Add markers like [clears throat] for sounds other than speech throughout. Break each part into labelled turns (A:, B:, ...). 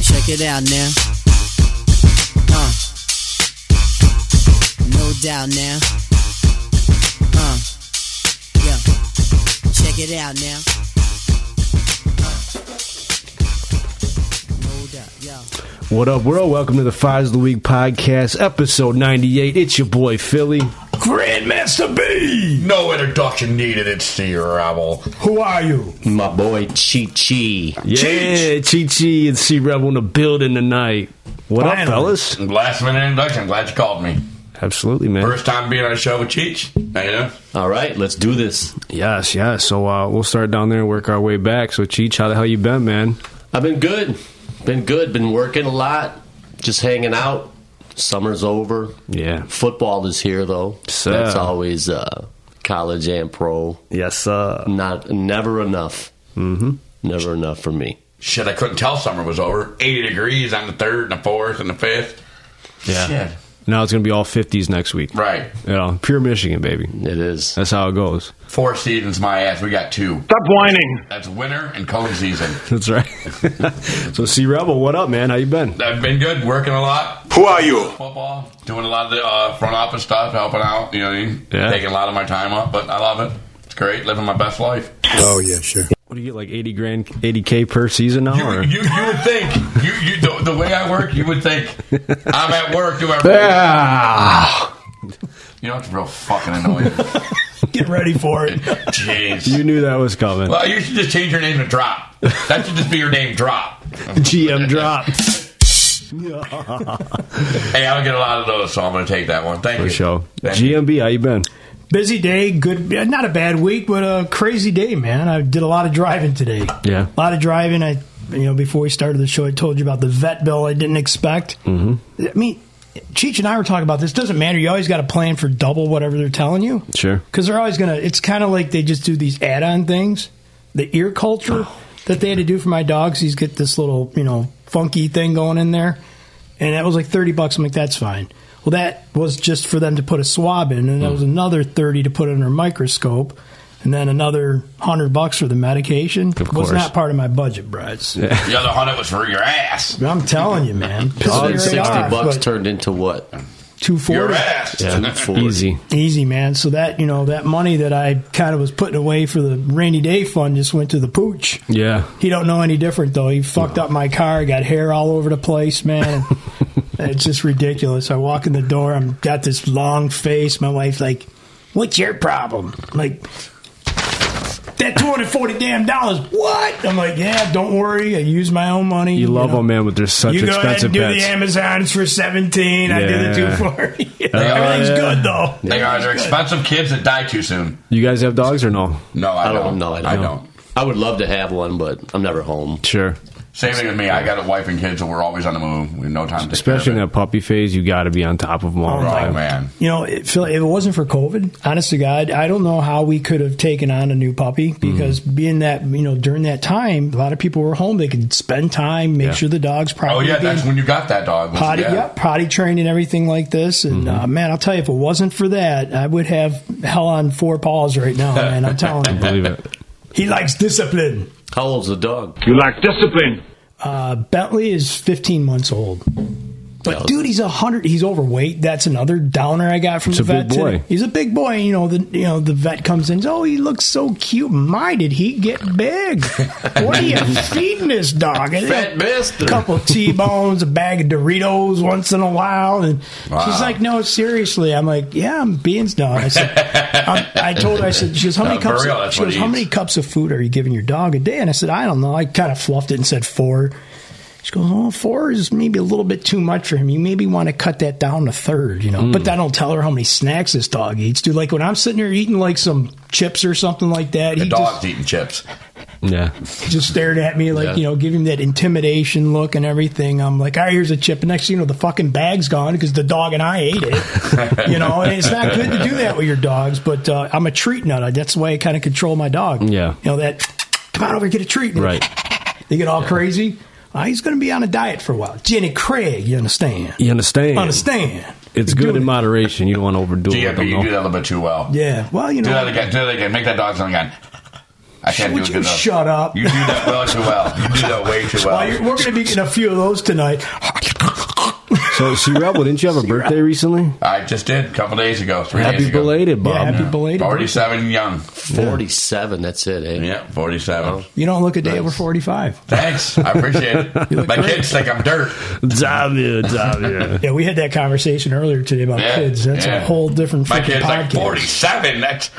A: Check it out now. Uh. No doubt now. Uh. Yeah. Check it out now. Uh. No doubt, yeah.
B: What up, world? Welcome to the Fives of the Week podcast, episode 98. It's your boy, Philly.
C: Grandmaster B! No introduction needed, it's the Rebel. Who are you?
D: My boy Chi Chi.
B: Yeah, Chi Chi and C Rebel in the building tonight. What up,
D: Finally.
B: fellas?
C: Last minute introduction, glad you called me.
B: Absolutely, man.
C: First time being on a show with Cheech. Now you know.
D: All right, let's do this.
B: Yes, yes. So uh, we'll start down there and work our way back. So, Cheech, how the hell you been, man?
D: I've been good. Been good. Been working a lot. Just hanging out. Summer's over.
B: Yeah.
D: Football is here though.
B: So-
D: That's always uh, college and pro.
B: Yes, uh.
D: Not never enough. Mm-hmm. Never enough for me.
C: Shit, I couldn't tell summer was over. 80 degrees on the third and the fourth and the fifth.
B: Yeah.
C: Shit.
B: Now it's going to be all 50s next week.
C: Right.
B: You know, pure Michigan, baby.
D: It is.
B: That's how it goes. [laughs]
C: Four seasons, my ass. We got two.
E: Stop whining.
C: That's winter and cone season.
B: That's right. [laughs] so, C Rebel, what up, man? How you been?
C: I've been good, working a lot. Who are you? Football, doing a lot of the uh, front office stuff, helping out, you know what I mean?
B: Yeah.
C: Taking a lot of my time up, but I love it. It's great, living my best life.
B: What do you get, like 80 grand, 80K per season now?
C: You,
B: or?
C: you, you would think you, you the, the way I work, you would think I'm at work doing. You know it's real fucking annoying.
E: Get ready for it.
C: Jeez.
B: You knew that was coming. [laughs]
C: Well, you should just change your name to Drop. That should just be your name, Drop.
B: GM drop.
C: Hey, I'll get a lot of those, so I'm going to take that one. Thank
B: For
C: you.
B: sure.
C: Thank you.
B: GMB, how you been?
E: Busy day, good. Not a bad week, but a crazy day, man. I did a lot of driving today.
B: Yeah.
E: a lot of driving. I, you know, before we started the show, I told you about the vet bill I didn't expect. Mm-hmm. I mean, Cheech and I were talking about this. Doesn't matter. You always got to plan for double whatever they're telling you.
B: Sure.
E: because they're always gonna. It's kind of like they just do these add-on things. The ear culture that they had to do for my dogs. He's get this little you know funky thing going in there, and that was like thirty bucks. I'm like, that's fine. Well, that was just for them to put a swab in, and that was another thirty to put under a microscope, and then another hundred bucks for the medication.
B: Of
E: was
B: course.
E: not part of my budget, Brad.
C: The other hundred was for your ass.
E: I'm telling you, man.
D: All the sixty bucks turned into what?
E: two
C: Your
E: forty.
C: ass.
D: Forty.
B: Easy.
E: Easy, man. So that you know that money that I kind of was putting away for the rainy day fund just went to the pooch.
B: Yeah.
E: He don't know any different though. He fucked up my car. Got hair all over the
B: [laughs]
E: place, man. it's just ridiculous. I walk in the door. I'm got this long face. My wife's like, "What's your problem?" I'm like. That two hundred forty damn dollars. What? I'm like, yeah. Don't worry. I use my own money.
B: You love
E: know.
B: them, man, but they're such
E: You go ahead
B: expensive
E: and do the
B: pets.
E: Amazons for seventeen. I do the
B: Yeah.
E: two [laughs] forty.
B: are,
E: Everything's
B: yeah.
E: good though.
C: They are they're expensive kids that die too soon.
B: You guys have dogs or no?
C: No, I,
D: I
C: don't.
D: don't know. I don't.
C: I don't.
D: I would love to have one, but I'm never home.
B: Sure.
C: Same thing with me. I got a wife and kids, so we're always on the move. We have no time to take care of
B: Especially in
C: it.
B: that puppy phase, you got to be on top of them all the
C: Oh
B: time.
C: man.
E: You know, it, Phil, if it wasn't for COVID, honest to God, I don't know how we could have taken on a new puppy because being that, you know, during that time, a lot of people were home. They could spend time, make
B: Yeah.
E: sure the dog's
C: Oh
E: properly
C: yeah,
E: being
C: that's when you got that dog. was-
E: potty, yeah. potty trained and everything like this. And uh, man, I'll tell you, if it wasn't for that, I would have hell on four paws right now, man. I'm telling you.
B: Believe it.
E: He likes discipline.
D: How old's the dog?
E: You lack discipline. Uh, Bentley is 15 months old. But dude, he's a hundred. He's overweight. That's another downer I got from
B: He's
E: the
B: a big
E: vet. today.
B: boy.
E: He's a big boy. You know the you know the vet comes in. Oh, he looks so cute. My, did he get
B: [laughs]
E: big? what are you feeding this dog? And
D: Fat bastard.
E: A couple T bones, a bag of Doritos once in a while, and
C: Wow.
E: she's like, "No, seriously." I'm like, "Yeah, I'm beans dog." I said, I'm, I told her, I said, "She
C: [laughs]
E: goes, how many
C: Uh, for
E: cups?"
C: real,
E: Of,
C: that's
E: she
C: what
E: goes,
C: he
E: "How
C: eats."
E: many cups of food are you giving your dog a day?" And I said, "I don't know." I kind of fluffed it and said four. She goes, "Oh, four is maybe a little bit too much for him. You maybe want to cut that down to third, you know."
C: Mm.
E: But I don't tell her how many snacks this dog eats, dude. Like when I'm sitting there eating like some chips or something like that,
C: The
E: he
C: dog's eating chips.
B: Yeah.
E: just, just stared at me like
D: Yeah.
E: you know, give him that intimidation look and everything. I'm like, "All right, here's a chip." And next, thing you know, the fucking bag's gone because the dog and I ate
B: [laughs]
E: it. you know, and it's not good to do that with your dogs. But uh, I'm a treat nut. That's the way I kind of control my dog.
B: Yeah.
E: you know that. Come on over, get a treat.
B: Right.
E: They get all crazy. Uh, he's going to be on a diet for a while. Jenny Craig, you understand?
B: You understand?
E: Understand?
B: It's
E: You're
B: good
E: doing
B: in
E: it.
B: moderation. You don't want to overdo it.
C: Yeah,
B: with
C: but
B: them,
C: you do
B: though.
C: that a little bit too well.
E: Yeah. Well, you
C: Do that
E: know,
C: again. Do that again. Make that dog sound again. I can't
E: Would
C: do it
E: you
C: good enough.
E: shut up?
C: You do that well too well. You do that way too well.
E: Well, you're- we're going to be getting a few of those tonight.
B: So, C Rebel, didn't you have a birthday recently?
C: I just did a couple days ago. Three
B: Happy
C: days ago.
B: belated, Bob.
E: yeah,
B: [laughs]
E: happy belated.
C: Forty-seven and young.
D: 47, that's it, eh?
C: Yeah, forty-seven.
E: You don't look a day over 45.
C: Thanks, I appreciate it. My kids think I'm dirt.
B: Xavier, Xavier.
E: Yeah, we had that conversation earlier today about
C: Yeah,
E: kids. That's
C: yeah.
E: a whole different
C: My
E: freaking
C: kids like
E: podcast.
C: forty-seven. That's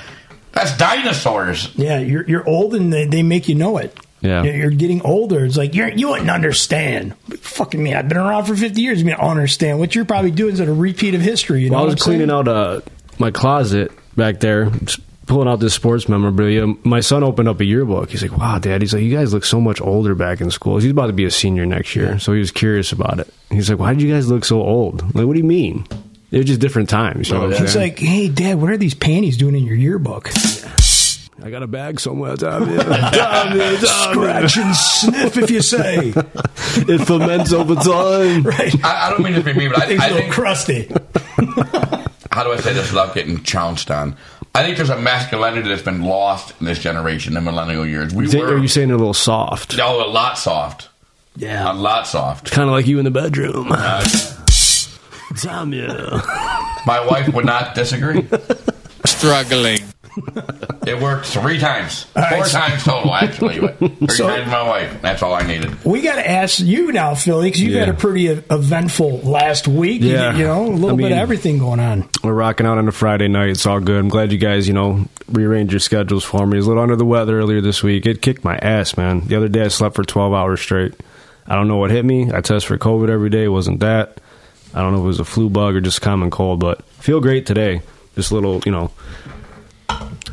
C: that's dinosaurs.
E: Yeah, you're you're old and they, they make you know it.
B: Yeah.
E: You're- You're getting older. It's like you're you wouldn't understand. Fucking me. I've been around for fifty years. You mean I don't understand. What you're probably doing is a repeat of history. You know
B: Well, I
E: what
B: was
E: I'm saying?
B: cleaning out uh, my closet back there, just pulling out this sports memorabilia. My son opened up a yearbook. He's like, "Wow, Dad!" He's like, "You guys look so much older back in school." He's about to be a senior next year, so he was curious about it. He's like, "Why did you guys look so old?" I'm like, what do you mean? It was just different times. You know what I'm
E: It's
B: saying?
E: like, hey, Dad, what are these panties doing in your yearbook?
B: I got a bag somewhere. Damn it, damn it, damn it.
E: Scratch and sniff, if
B: [laughs]
E: you say.
B: It ferments over [laughs] time.
E: Right.
C: I, I don't mean to be mean, but
E: Things
C: I, I
E: a little
C: think
E: crusty.
C: how do I say this without getting chounced on? I think there's a masculinity that's been lost in this generation, the millennial years. We
B: You think-
C: were
B: Are you saying they're a little soft?
C: oh, a lot soft, a
E: Yeah.
C: lot soft.
B: Kind of like you in the bedroom. [laughs] Damn you.
C: My wife would
B: [laughs]
C: not disagree.
F: struggling.
C: It worked three times,
E: right,
C: four
E: so-
C: times total
E: [laughs]
C: actually. But three
E: So-
C: times my wife. That's all I needed.
E: We got to ask you now, Philly, because you've
B: Yeah.
E: had a pretty e- eventful last week.
B: Yeah.
E: You, you know, a little
B: I
E: bit of
B: mean-
E: everything going on.
B: We're rocking out on a Friday night. It's all good. I'm glad you guys, you know, rearranged your schedules for me. I was a little under the weather earlier this week. It kicked my ass, man. The other day I slept for 12 hours straight. I don't know what hit me. I test for COVID every day. It wasn't that. I don't know if it was a flu bug or just common cold, but I feel great today. Just a little, you know,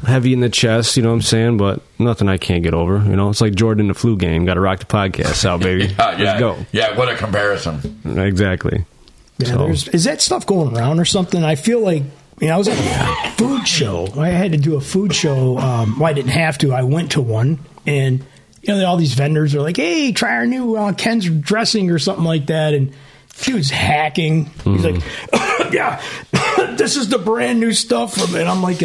B: heavy in the chest, you know what I'm saying? But nothing I can't get over. You know, it's like Jordan in the flu game. Got to rock the podcast out, baby.
C: Uh, [laughs] yeah,
B: Let's go.
C: yeah. What a comparison.
B: Exactly.
E: Yeah,
B: So-
E: there's, is that stuff going around or something? I feel like you know, I was at a food show. I had to do a food show. Um, well, I didn't have to. I went to one, and you know, all these vendors are like, "Hey, try our new uh, Ken's dressing or something like that." And dude's hacking. He's
C: Mm-hmm.
E: like, [laughs] "Yeah, this is the brand new stuff from." And I'm like,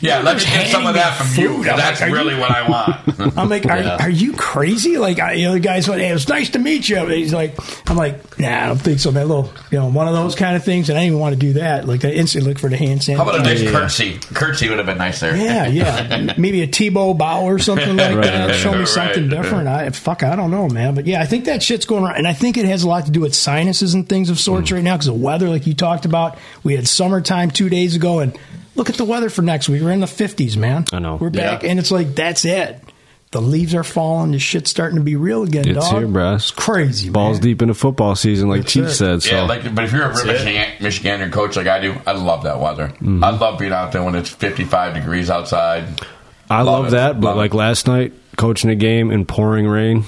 C: Yeah, let me
E: Just
C: get some
E: handing
C: of that from
E: me
C: you.
E: food.
C: 'cause
E: I'm
C: That's
E: like, are
C: really
E: you-
C: what I
E: [laughs]
C: want.
E: I'm like, are,
D: Yeah.
E: are you crazy? Like, I, you know, the guy's like, hey, it was nice to meet you. And he's like, I'm like, nah, I don't think so. That little, you know, one of those kind of things. And I didn't even want to do that. Like, I instantly look for the hand
C: How
E: sandwich.
C: about a nice curtsy? Curtsy would have been nice there.
B: [laughs]
E: yeah, yeah. Maybe a Tebow bow or something like that.
B: Right.
E: Show me something
C: Right.
E: different. I fuck, I don't know, man. But yeah, I think that shit's going around, and I think it has a lot to do with sinuses and things of
B: Mm.
E: sorts right now because the weather, like you talked about, we had summertime two days ago, and look at the weather for next week. We're in the fifties, man.
B: I know.
E: We're back, and it's like that's it. The leaves are falling. The shit's starting to be real again.
B: It's
E: dog.
B: here, bruh.
E: It's crazy.
B: Balls
E: man.
B: deep into football season, like
E: That's
B: Chief
E: it.
B: said. So.
C: Yeah, like, but if you're a Michigan, Michigander coach like I do, I love that weather.
B: Mm-hmm.
C: I love being out there when it's 55 degrees outside.
B: I
C: Love
B: love,
C: it.
B: that, but
C: Love
B: like
C: it.
B: last night, coaching a game in pouring rain,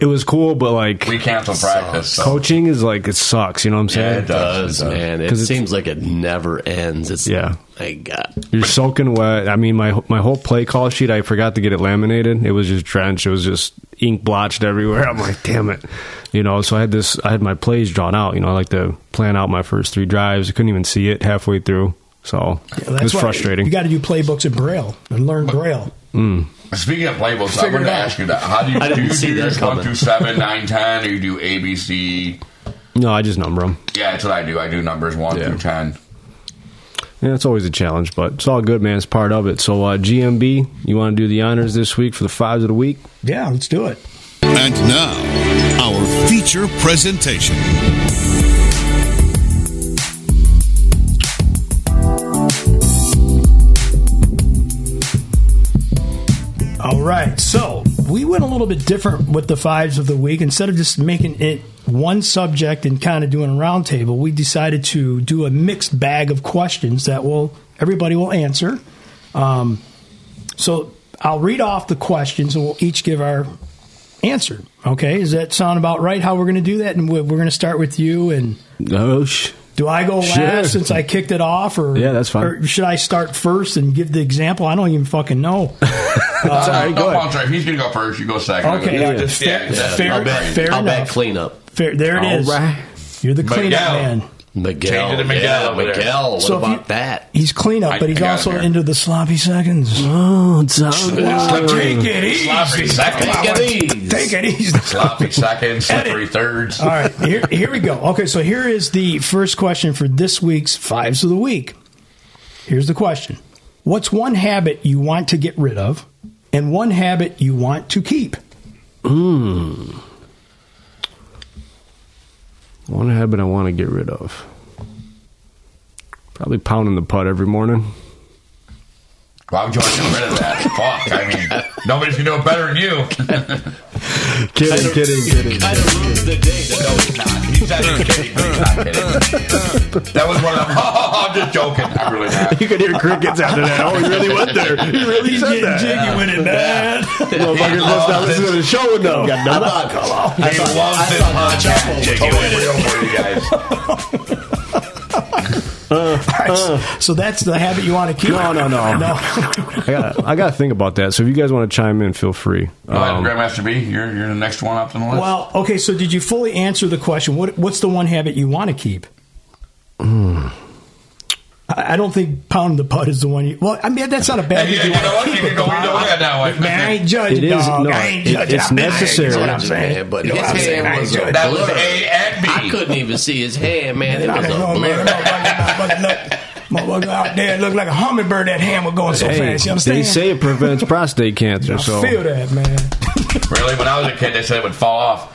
B: it was cool, but like
C: We canceled practice. So.
B: coaching is like it sucks. You know what I'm
C: Yeah,
B: saying?
C: it does,
D: does,
C: it does.
D: man. It
B: 'Cause it's-
D: seems like it never ends. It's
B: Yeah.
D: my God.
B: You're soaking wet. I mean, my my whole play call sheet, I forgot to get it laminated. It was just drenched. It was just ink blotched everywhere. [laughs] I'm like, damn it, you know. So I had this. I had my plays drawn out. You know, I like to plan out my first three drives. I couldn't even see it halfway through. So
E: Yeah, that's
B: it was
E: why
B: frustrating.
E: You got to do playbooks in Braille and learn Braille.
C: Speaking of playbooks, I
E: Figure
C: wanted
E: it
C: to
E: out.
C: ask you that. How do you
D: I
C: do?
D: didn't
C: You
D: see
C: do
D: that
C: just one
D: coming.
C: through seven, nine, ten, or you do A, B, C?
B: no, I just number them.
C: Yeah, that's what I do. I do numbers one
B: Yeah.
C: through ten.
B: Yeah, it's always a challenge, but it's all good, man. It's part of it. So, uh, GMB, you want to do the honors this week for the fives of the week?
E: Yeah, let's do it.
F: And now, our feature presentation.
E: All right. So we went a little bit different with the fives of the week. Instead of just making it one subject and kind of doing a roundtable, we decided to do a mixed bag of questions that will everybody will answer. Um, so I'll read off the questions and we'll each give our answer. Okay. Does that sound about right? How we're going to do that? And we're we're going to start with you. And
B: No, sh-
E: do I go last
B: Sure.
E: since I kicked it off, or
B: Yeah, that's fine.
E: Or should I start first and give the example? I don't even
B: [laughs]
E: fucking know. Uh,
C: That's all right.
B: go
C: Don't
B: ahead.
C: apologize. He's gonna go first. You go second.
E: Okay,
C: yeah,
E: yeah.
C: just
E: Fair-
C: yeah, that's
E: fair-
C: fine.
E: fair-
D: I'll
E: enough.
D: bet cleanup.
E: Fair, there it
B: All
E: is.
B: right.
E: You're the
C: But
E: cleanup
C: yeah.
E: man.
D: Miguel.
C: Change it to Miguel
D: Yeah,
C: over there.
D: Miguel. What
E: So if
D: about
E: you-
D: that?
E: He's clean up,
C: I-
E: but he's
C: I got
E: also
C: it here.
E: into the sloppy seconds.
B: Oh, it's out.
C: Slippery.
E: Take it easy.
C: Sloppy seconds.
D: Take it
E: [laughs]
D: easy.
E: Take it easy.
C: Sloppy seconds. Slippery thirds.
E: All right, here, here we go. Okay, so here is the first question for this week's Fives of the Week. Here's the question What's one habit you want to get rid of and one habit you want to keep?
B: One habit I want to get rid of. Probably pounding the putt every morning.
C: Why would you want to get rid of that? Fuck. I mean, nobody's gonna do it better than you.
B: Kidding, kidding, kidding.
D: Kind of ruined the day.
C: No, he's not. He's not even kidding. He's not kidding. That was one of them. [laughs] I'm just joking. I'm
D: [laughs]
C: really not.
B: You could hear crickets after that. Oh, he really went [laughs] there. He really said that.
E: jiggy with it, man.
D: [laughs]
B: Motherfuckers must
C: Oh,
B: not listen to the show enough. Got nothing.
C: He loves this podcast. Jiggy went real for you guys.
E: So that's the habit you want to keep?
B: No, no, no.
E: No.
B: I got, I got to think about that. So if you guys want to chime in, feel free.
C: Go ahead,
B: Um,
C: Grandmaster B. You're you're the next one up on the list.
E: Well, okay, so did you fully answer the question? What, what's the one habit you want to keep?
B: Hmm.
E: I I don't think pound the putt is the one you. Well, I mean, that's not a bad
C: Hey,
E: thing.
C: you
E: wanna
C: know what?
E: keep
C: You
E: it,
C: can go either
E: Bob.
C: way on that one.
E: Man, I ain't judging,
B: It is-
E: dog.
B: no,
E: I ain't
B: it-
E: judging.
B: it's
E: I'm not-
B: necessary.
E: That's what I'm
D: Man,
E: saying.
D: but
E: You know
D: his
E: what I'm saying? I
D: hand
E: ain't
D: was a
E: judging.
C: That was
D: blur.
C: A and B.
D: I couldn't even see his hand, man. It
E: I
D: was a
E: don't know, man.
D: blur.
E: Motherfucker, look- Motherfucker out there look like a hummingbird. That hand was going so
B: hey,
E: fast. You understand?
B: they say it prevents prostate cancer.
E: I
B: so
E: feel that, man.
C: Really, when I was a kid, they said it would fall off.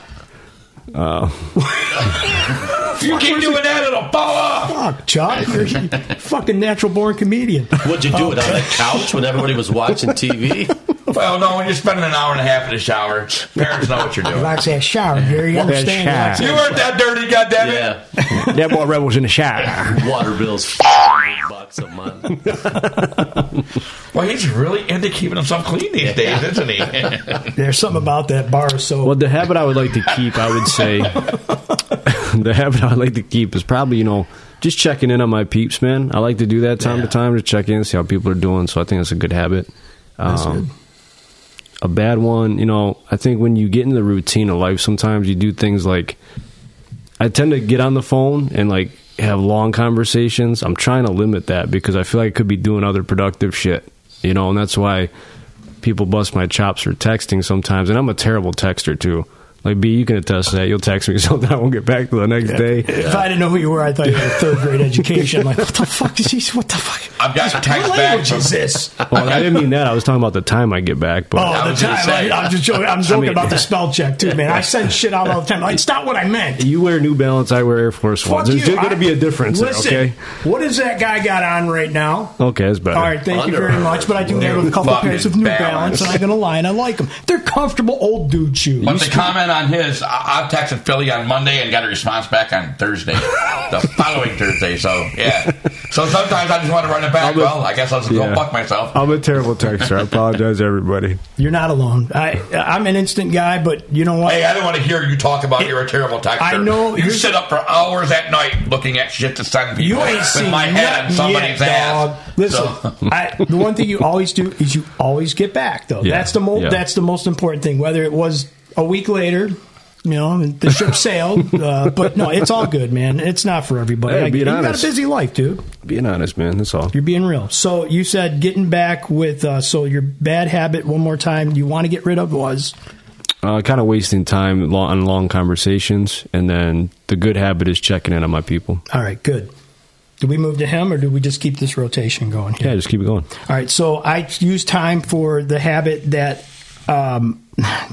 C: Uh, [laughs] Oh. if you keep doing that, it'll fall off.
E: Fuck, Chuck. You're
B: [laughs]
E: a fucking natural born comedian.
D: What'd you do it on the couch when everybody was watching TV?
C: Well, no, when you're spending an hour and a half in the shower, parents know what you're doing.
E: Likes that shower, Gary. You
B: That
E: understand?
B: shower.
E: Likes that-
C: You weren't that dirty, goddammit.
D: yeah,
B: that boy rebels in the shower.
D: water bills, $500 bucks a month.
C: Well, he's really into keeping himself clean these days, isn't he? [laughs]
E: There's something about that bar. So
B: Well, the habit I would like to keep, I would say, [laughs] the habit I would like to keep is probably you know just checking in on my peeps, man. I like to do that time to
D: Yeah.
B: time to check in, see how people are doing. So I think that's a good habit. Um, A bad one, you know, I think when you get in the routine of life, sometimes you do things like I tend to get on the phone and like have long conversations. I'm trying to limit that because I feel like I could be doing other productive shit, you know, and that's why people bust my chops for texting sometimes. And I'm a terrible texter too. Like B, you can attest to that. You'll text me [laughs] something I won't get back to the next day.
E: If I didn't know who you were, I thought you had a third grade education. I'm like, what the fuck is he? What the fuck?
C: I've got
E: What
C: text back
E: language
C: from-
E: is
C: [laughs]
E: this? Oh,
B: Well, I didn't mean that. I was talking about the time I get back, but
E: the
C: was gonna
E: time.
C: say.
E: I, am just joking. I'm joking
B: mean-
E: about the spell check too,
B: [laughs]
E: man. I send shit out all the time. Like, it's not what I meant.
B: you wear New Balance, I wear Air Force
E: Fuck
B: Ones. There's
E: you.
B: going to
E: I-
B: be a difference there,
E: Listen,
B: okay?
E: what has that guy got on right now?
B: Okay, that's better.
E: All right, thank you very
D: Under-
E: much. But I do have a couple
C: Fucking
E: pairs of New Balance,
C: Balance.
E: and I'm gonna lie, and I like them. They're comfortable old dude shoes.
C: But the comment on his, I, I texted Philly on Monday and got a response back on
E: [laughs]
C: Thursday, the following Thursday. So yeah, so sometimes I just want to run it back.
B: I'm a-
C: well, I guess I'll just
B: Yeah.
C: go fuck myself.
B: I'm a terrible texter. I apologize, everybody.
E: You're not alone. I, I'm an instant guy, but you know what?
C: Hey, I don't want to hear you talk about you're a terrible texter.
E: I know-
C: you
E: here's-
C: sit up for hours at night looking at shit to send people.
E: You ain't
C: with
E: seen
C: my head on
E: nothing
C: somebody's
E: yet, dog.
C: ass.
E: Listen,
C: So-
E: I, the one thing you always do is you always get back, though.
B: Yeah,
E: That's the mo-
B: yeah.
E: that's the most important thing. Whether it was a week later, you know, and
B: [laughs]
E: the ship sailed, uh, but no, it's all good, man. It's not for everybody.
B: Hey,
E: Like,
B: being
E: you got a
B: honest.
E: busy life, dude.
B: Being honest, man, that's all.
E: You're being real. So you said getting back with uh, so your bad habit one more time. You want to get rid of was
B: uh, kind of wasting time lo- on long conversations, and then the good habit is checking in on my people.
E: all right. Good. Do we move to him or do we just keep this rotation going? Here?
B: Yeah, just keep it going.
E: All right, so I use time for the habit that um,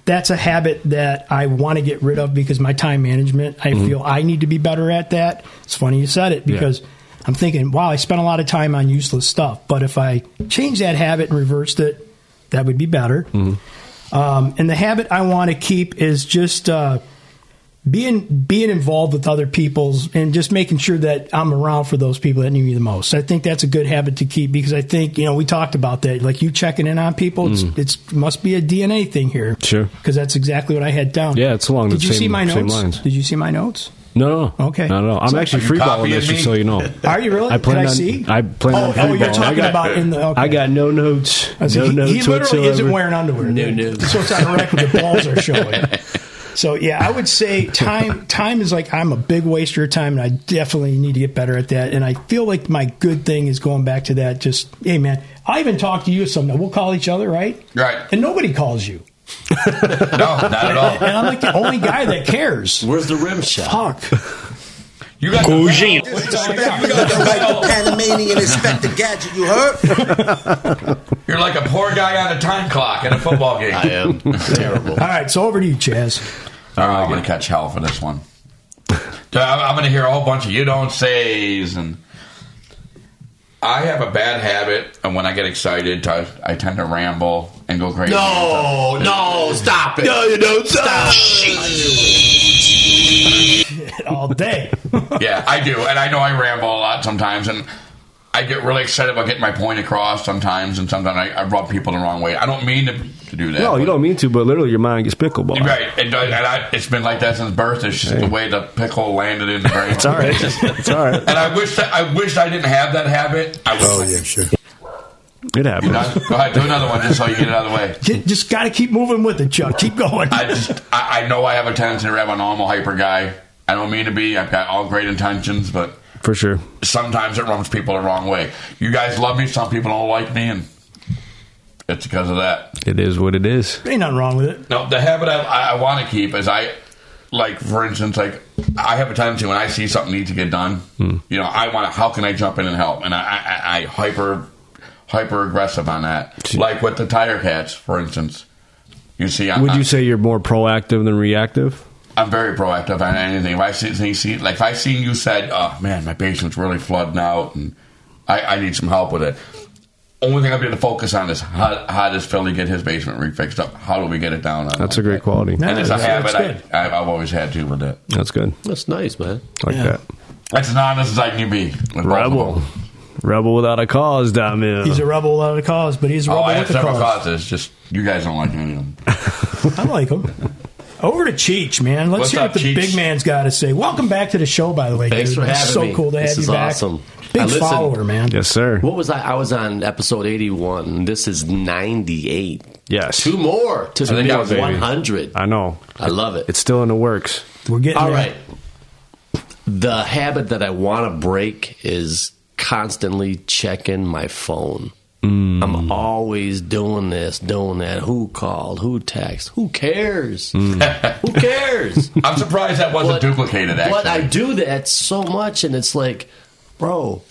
E: that's a habit that I want to get rid of because my time management, I feel I need to be better at that. It's funny you said it because I'm thinking, wow, I spent a lot of time on useless stuff, but if I change that habit and reversed it, that would be better. Um, and the habit I want to keep is just uh, being being involved with other people's and just making sure that I'm around for those people that need me the most. I think that's a good habit to keep because I think you know we talked about that. Like you checking in on people, it's, it's must be a DNA thing here.
B: Mm. Sure.
E: because that's exactly what I had down.
B: Yeah, it's along the
E: Did you see
B: same-
E: my
B: same
E: notes?
B: lines.
E: Did you see my notes?
B: No, no, no.
E: Okay.
B: no, no. I'm
E: So-
B: actually
C: Are you
B: freeballing
C: copying
B: this,
C: me?
B: just so you know.
E: [laughs] Are you really?
B: I plan
E: Did
B: on,
E: I see?
B: I plan
E: oh,
B: on
E: oh,
B: freeballing.
E: you're
B: I
E: talking
B: got,
E: about in the. Okay.
B: I got no notes.
E: I was
B: no
E: like, he,
B: notes
E: he literally
B: whatsoever.
E: isn't wearing underwear.
D: No
E: dude.
D: notes.
E: So it's on record. The balls are showing. So yeah, I would say time time is like I'm a big waster of time, and I definitely need to get better at that. And I feel like my good thing is going back to that. Just hey, man, I even talk to you sometime. We'll call each other, right?
C: Right.
E: And nobody calls you,
C: No, not at all.
E: [laughs] and I'm like the only guy
C: [laughs]
E: that cares.
D: Where's the rim shot?
E: Fuck.
C: You got
B: Gojin.
G: Disrespect. You don't know like the Panamanian Inspector Gadget, you heard?
C: You're like a poor guy on a time clock in a football game.
D: I am terrible.
E: All right, so over to you, Chaz.
C: Oh, I'm going to catch hell for this one. Dude, I'm, I'm going to hear a whole bunch of you don't says. And I have a bad habit, and when I get excited, I, I tend to ramble and go crazy.
D: No, no, stop it. No, you don't stop.
E: All day.
C: Yeah, I do, and I know I ramble a lot sometimes, and I get really excited about getting my point across sometimes, and sometimes I, I rub people the wrong way. I don't mean to, to do that.
B: No, you
C: but-
B: don't mean to, but literally your mind gets pickleball.
C: Right, and, and I, it's been like that since birth. It's just the way the pickle landed in the brain.
B: It's all right. It's all right.
C: [laughs] And I wish that I wish I didn't have that habit. I
G: Oh,
C: wish.
G: yeah, sure.
B: It happens.
C: Go ahead, do another one just so you get it out of the way.
E: Get- just got to keep moving with it, Chuck. Keep going.
C: I just I, I know I have a tendency to ramble. I'm a normal hyper guy. I don't mean to be. I've got all great intentions, but
B: For sure.
C: sometimes it rubs people the wrong way. You guys love me. Some people don't like me, and it's because of that.
B: It is what it is.
E: Ain't nothing wrong with it.
C: No, the habit I, I, I want to keep is I, like for instance, like I have a tendency when I see something needs to get done,
B: Hmm.
C: you know, I want to. How can I jump in and help? And I, I, I, I hyper, hyper aggressive on that. Like with the tire cats, for instance. You see, I'm,
B: Would you
C: I'm-
B: say you're more proactive than reactive?
C: I'm very proactive on anything. If I see, see, see like if I seen you said, "Oh man, my basement's really flooding out, and I, I need some help with it." Only thing I'm going to focus on is how, how does Philly get his basement refixed up? How do we get it down? on
B: That's a great quality.
C: and it's a
E: That's-
C: habit
E: that's good.
C: I, I, I've always had to with it.
B: That's good.
D: That's nice, man.
B: Like
E: Yeah.
B: that.
C: That's as honest as I can be. With
B: Rebel.
C: Multiple.
B: Rebel without a cause, damn it.
E: He's a rebel without a cause, but he's a
C: Oh,
E: rebel
C: I have
E: with a
C: several
E: cause.
C: causes. Just you guys don't like any of them.
E: I like him. Over to Cheech, man. Let's
C: What's
E: hear
C: up,
E: what the
C: Cheech?
E: big man's got to say. Welcome back to the show, by the way.
D: Thanks
E: dude.
D: for
E: It's
D: having
E: so
D: me.
E: cool to
D: This
E: have you
D: is
E: back.
D: awesome. I
E: Big
D: listened.
E: follower, man.
B: yes, sir.
D: What was I? I was on episode 81. This is 98.
B: Yes.
D: Two more to
C: think
D: make
C: I was
D: it
C: baby.
D: 100.
B: I know.
D: I love it.
B: It's still in the works.
E: We're getting
D: All
E: there.
D: right. The habit that I want to break is constantly checking my phone.
E: Mm.
D: I'm always doing this, doing that. Who called? Who texted? Who cares?
E: Mm.
D: [laughs] who cares?
C: I'm surprised that wasn't duplicated. Actually,
D: But I do that so much, and it's like, bro,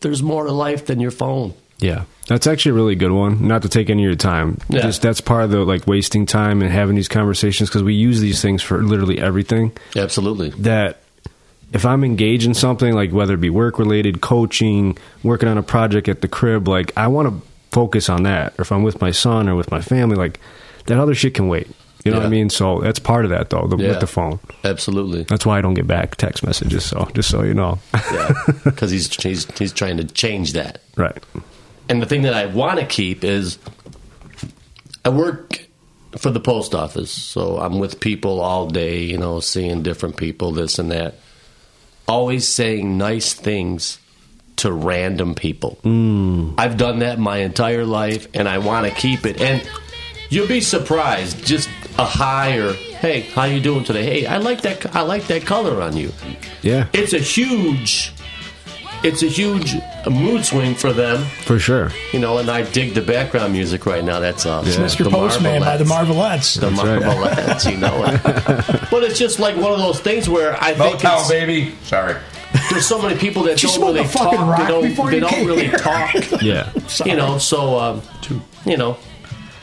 D: there's more to life than your phone.
B: Yeah. That's actually a really good one. Not to take any of your time.
D: Yeah.
B: Just, that's part of the like wasting time and having these conversations because we use these things for literally everything.
D: Absolutely.
B: that if I'm engaged in something like whether it be work related, coaching, working on a project at the crib, like I want to focus on that. Or if I'm with my son or with my family, like that other shit can wait. You know what I
D: Yeah.
B: mean? So that's part of that though, the,
D: Yeah.
B: with the phone.
D: Absolutely.
B: That's why I don't get back text messages. So just so you know, [laughs]
D: Yeah. Because he's, he's, he's trying to change that.
B: right?
D: and the thing that I want to keep is I work for the post office, so I'm with people all day, you know, seeing different people, this and that. Always saying nice things to random people. I've done that my entire life, and I want to keep it. And you'll be surprised, just a hi or hey, how you doing today? Hey, I like that. I like that color on you
B: Yeah,
D: it's a huge it's a huge mood swing for them
B: for sure.
D: you know and i dig the background music right now that's uh,
E: Mr. Postman by the Marvelettes.
D: the Marvelettes, you know
E: [laughs]
D: but it's just like one of those things where i think
C: Motown
D: it's-
C: baby. Sorry,
D: there's so many people that
E: Did you
D: don't
E: smoke
D: really
E: a fucking
D: talk they
E: rock before
D: don't, they
E: you
D: don't
E: came
D: really
E: here? [laughs]
D: talk
B: Yeah,
D: you know so um, you know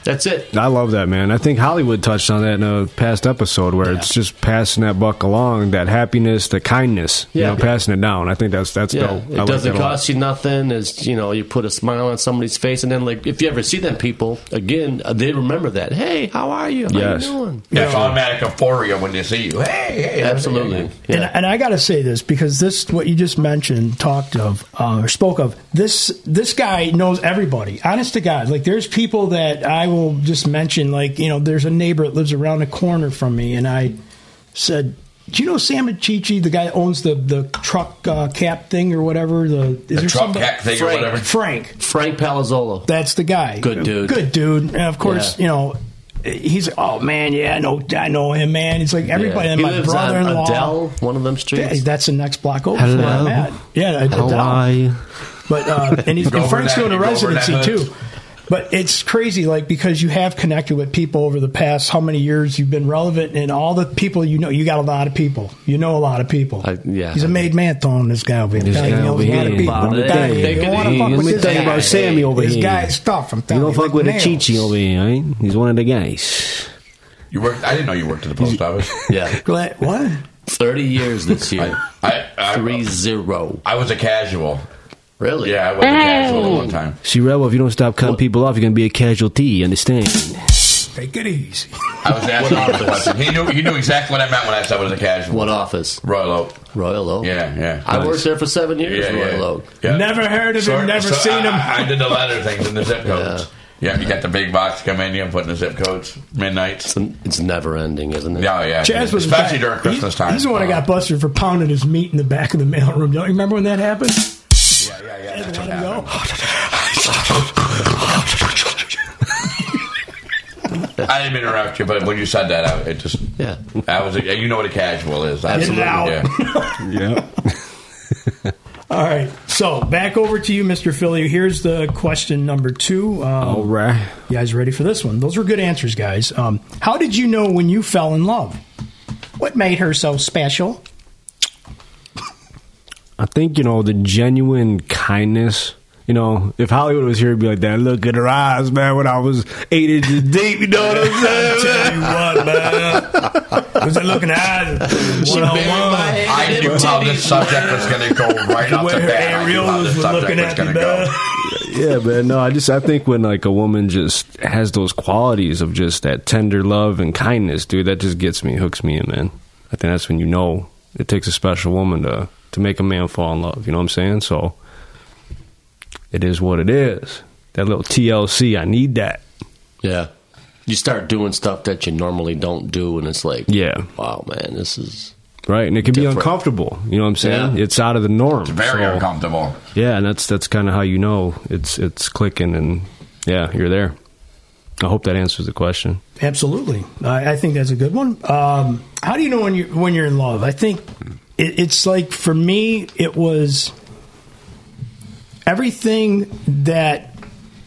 D: that's it
B: [laughs] I love that man. I think Hollywood touched on that in a past episode where it's just passing that buck along, that happiness, the kindness.
D: Yeah.
B: you know, passing it down. I think that's that's
D: yeah,
B: dope. I
D: it
B: like
D: doesn't
B: that a lot.
D: cost you nothing. Is you know you put a smile on somebody's face, and then like if you ever see them people again, uh, they remember that. Hey, how are you? How
B: Yes.
D: you doing?
C: it's automatic euphoria when they see you. Hey, hey,
D: Absolutely.
E: And,
D: Yeah.
E: and I got to say this because this what you just mentioned talked of uh, or spoke of this this guy knows everybody. Honest to God, like there's people that I will just mention. Like you know, there's a neighbor that lives around the corner from me, and I said, "Do you know Sam Achichi, the guy that owns the the truck uh, cap thing or whatever? The is
C: The
E: there
C: truck
E: somebody-
C: hack thing or
D: Frank.
C: whatever.
E: Frank?
D: Frank Palazzolo.
E: That's the guy.
D: Good dude.
E: Good dude. And of course,
D: Yeah.
E: you know, he's like, oh man, yeah, I know, I know him, man. He's like everybody,
D: Yeah.
E: and
D: He
E: my
D: lives on
E: brother-in-law.
D: Adele, one of them
E: Yeah,
D: streets.
E: that's the next block over. from where I'm
B: Hello.
E: at. Yeah, Adele.
B: Hawaii. [laughs]
E: But uh, and, he's,
C: Go
E: and
C: over
E: Frank's
C: that-
E: doing a
C: go over that
E: residency
C: hood.
E: too. But it's crazy, like because you have connected with people over the past how many years you've been relevant, and all the people you know, you got a lot of people. You know a lot of people.
D: I- yeah.
E: he's a made man, throwing this guy over here.
B: This
E: Guy, you
B: guy
E: know,
B: over
E: a lot of
B: here.
E: people.
D: Let me
E: Guy,
D: tell you.
E: you don't wanna fuck
B: Let
E: with
B: me
E: this
B: tell you
E: guy.
B: about Sammy over
E: This
B: here.
E: guy's stuff. I'm
B: You
E: telling
B: don't fuck
E: like
B: with a
E: nails.
B: Chichi over here, right? He's one of the guys.
C: You worked. I didn't know you worked at the post
D: [laughs]
C: office.
D: Yeah,
E: Gla- What?
D: thirty years this year.
C: [laughs] I,
D: Three
C: I,
D: zero.
C: I was a casual.
D: Really?
C: Yeah, I was a casual at one time.
B: See, Rebel, if you don't stop cutting people off, you're going to be a casualty, you understand?
E: Take it easy.
C: I was asking him a question. He knew he knew exactly what I meant when I said I was a casual.
D: What office?
C: Royal Oak.
D: Royal Oak.
C: Yeah, yeah.
D: I
C: Nice.
D: worked there for seven years.
C: Yeah,
D: Royal
C: yeah.
D: Oak.
C: Yeah.
E: Never heard of
C: Sort-
E: him. Never
C: so-
E: seen him.
C: I, I did the letter things in the zip codes. Yeah, you got the big box come in. You put in the zip codes midnight.
D: It's, it's never ending, isn't it?
C: Yeah, yeah.
E: Chaz was
C: especially
E: back-
C: during Christmas
E: he's,
C: time.
E: He's the one that got busted for pounding his meat in the back of the mailroom. Don't you remember when that happened?
C: Yeah, Oh, yeah, yeah.
E: Let
C: That's what
E: him go.
C: happened. I
D: [laughs]
C: didn't mean to interrupt you, but when you said that, I, it just
D: Yeah.
C: I was a, you know what a casual is. I-
E: Get it out.
C: Yeah.
B: [laughs] Yeah.
E: All right. So back over to you, Mr. Philly. Here's the question number two. Um,
C: Oh.
B: All right.
E: You guys ready for this one? Those were good answers, guys. Um, how did you know when you fell in love? What made her so special?
B: I think, you know, the genuine kindness. You know, if Hollywood was here, it'd be like that. Look at her eyes, man, when I was eight inches deep. You know what I'm saying? man?
E: you what, [laughs] man. Was it looking at one
C: I knew how this subject was going to go right off the
E: Where
C: bat. I knew how
E: areolas
C: this
E: were
C: subject
E: looking
C: was
E: at me,
C: going to go.
E: man.
B: [laughs] yeah, man. No, I just, I think when, like, a woman just has those qualities of just that tender love and kindness, dude, that just gets me, hooks me in, man. I think that's when you know it takes a special woman to, to make a man fall in love. You know what I'm saying? So it is what it is. That little TLC, I need that.
D: Yeah. You start doing stuff that you normally don't do, and it's like,
B: Yeah.
D: wow, man, this is.
B: Right, and it can
D: Different.
B: be uncomfortable. You know what I'm saying?
D: Yeah.
B: It's out of the norm.
C: Very
B: So,
C: uncomfortable.
B: Yeah, and that's that's kind of how you know it's it's clicking, and yeah, you're there. I hope that answers the question.
E: Absolutely, I, I think that's a good one. Um, how do you know when you when you're in love? I think it, it's like for me, it was everything that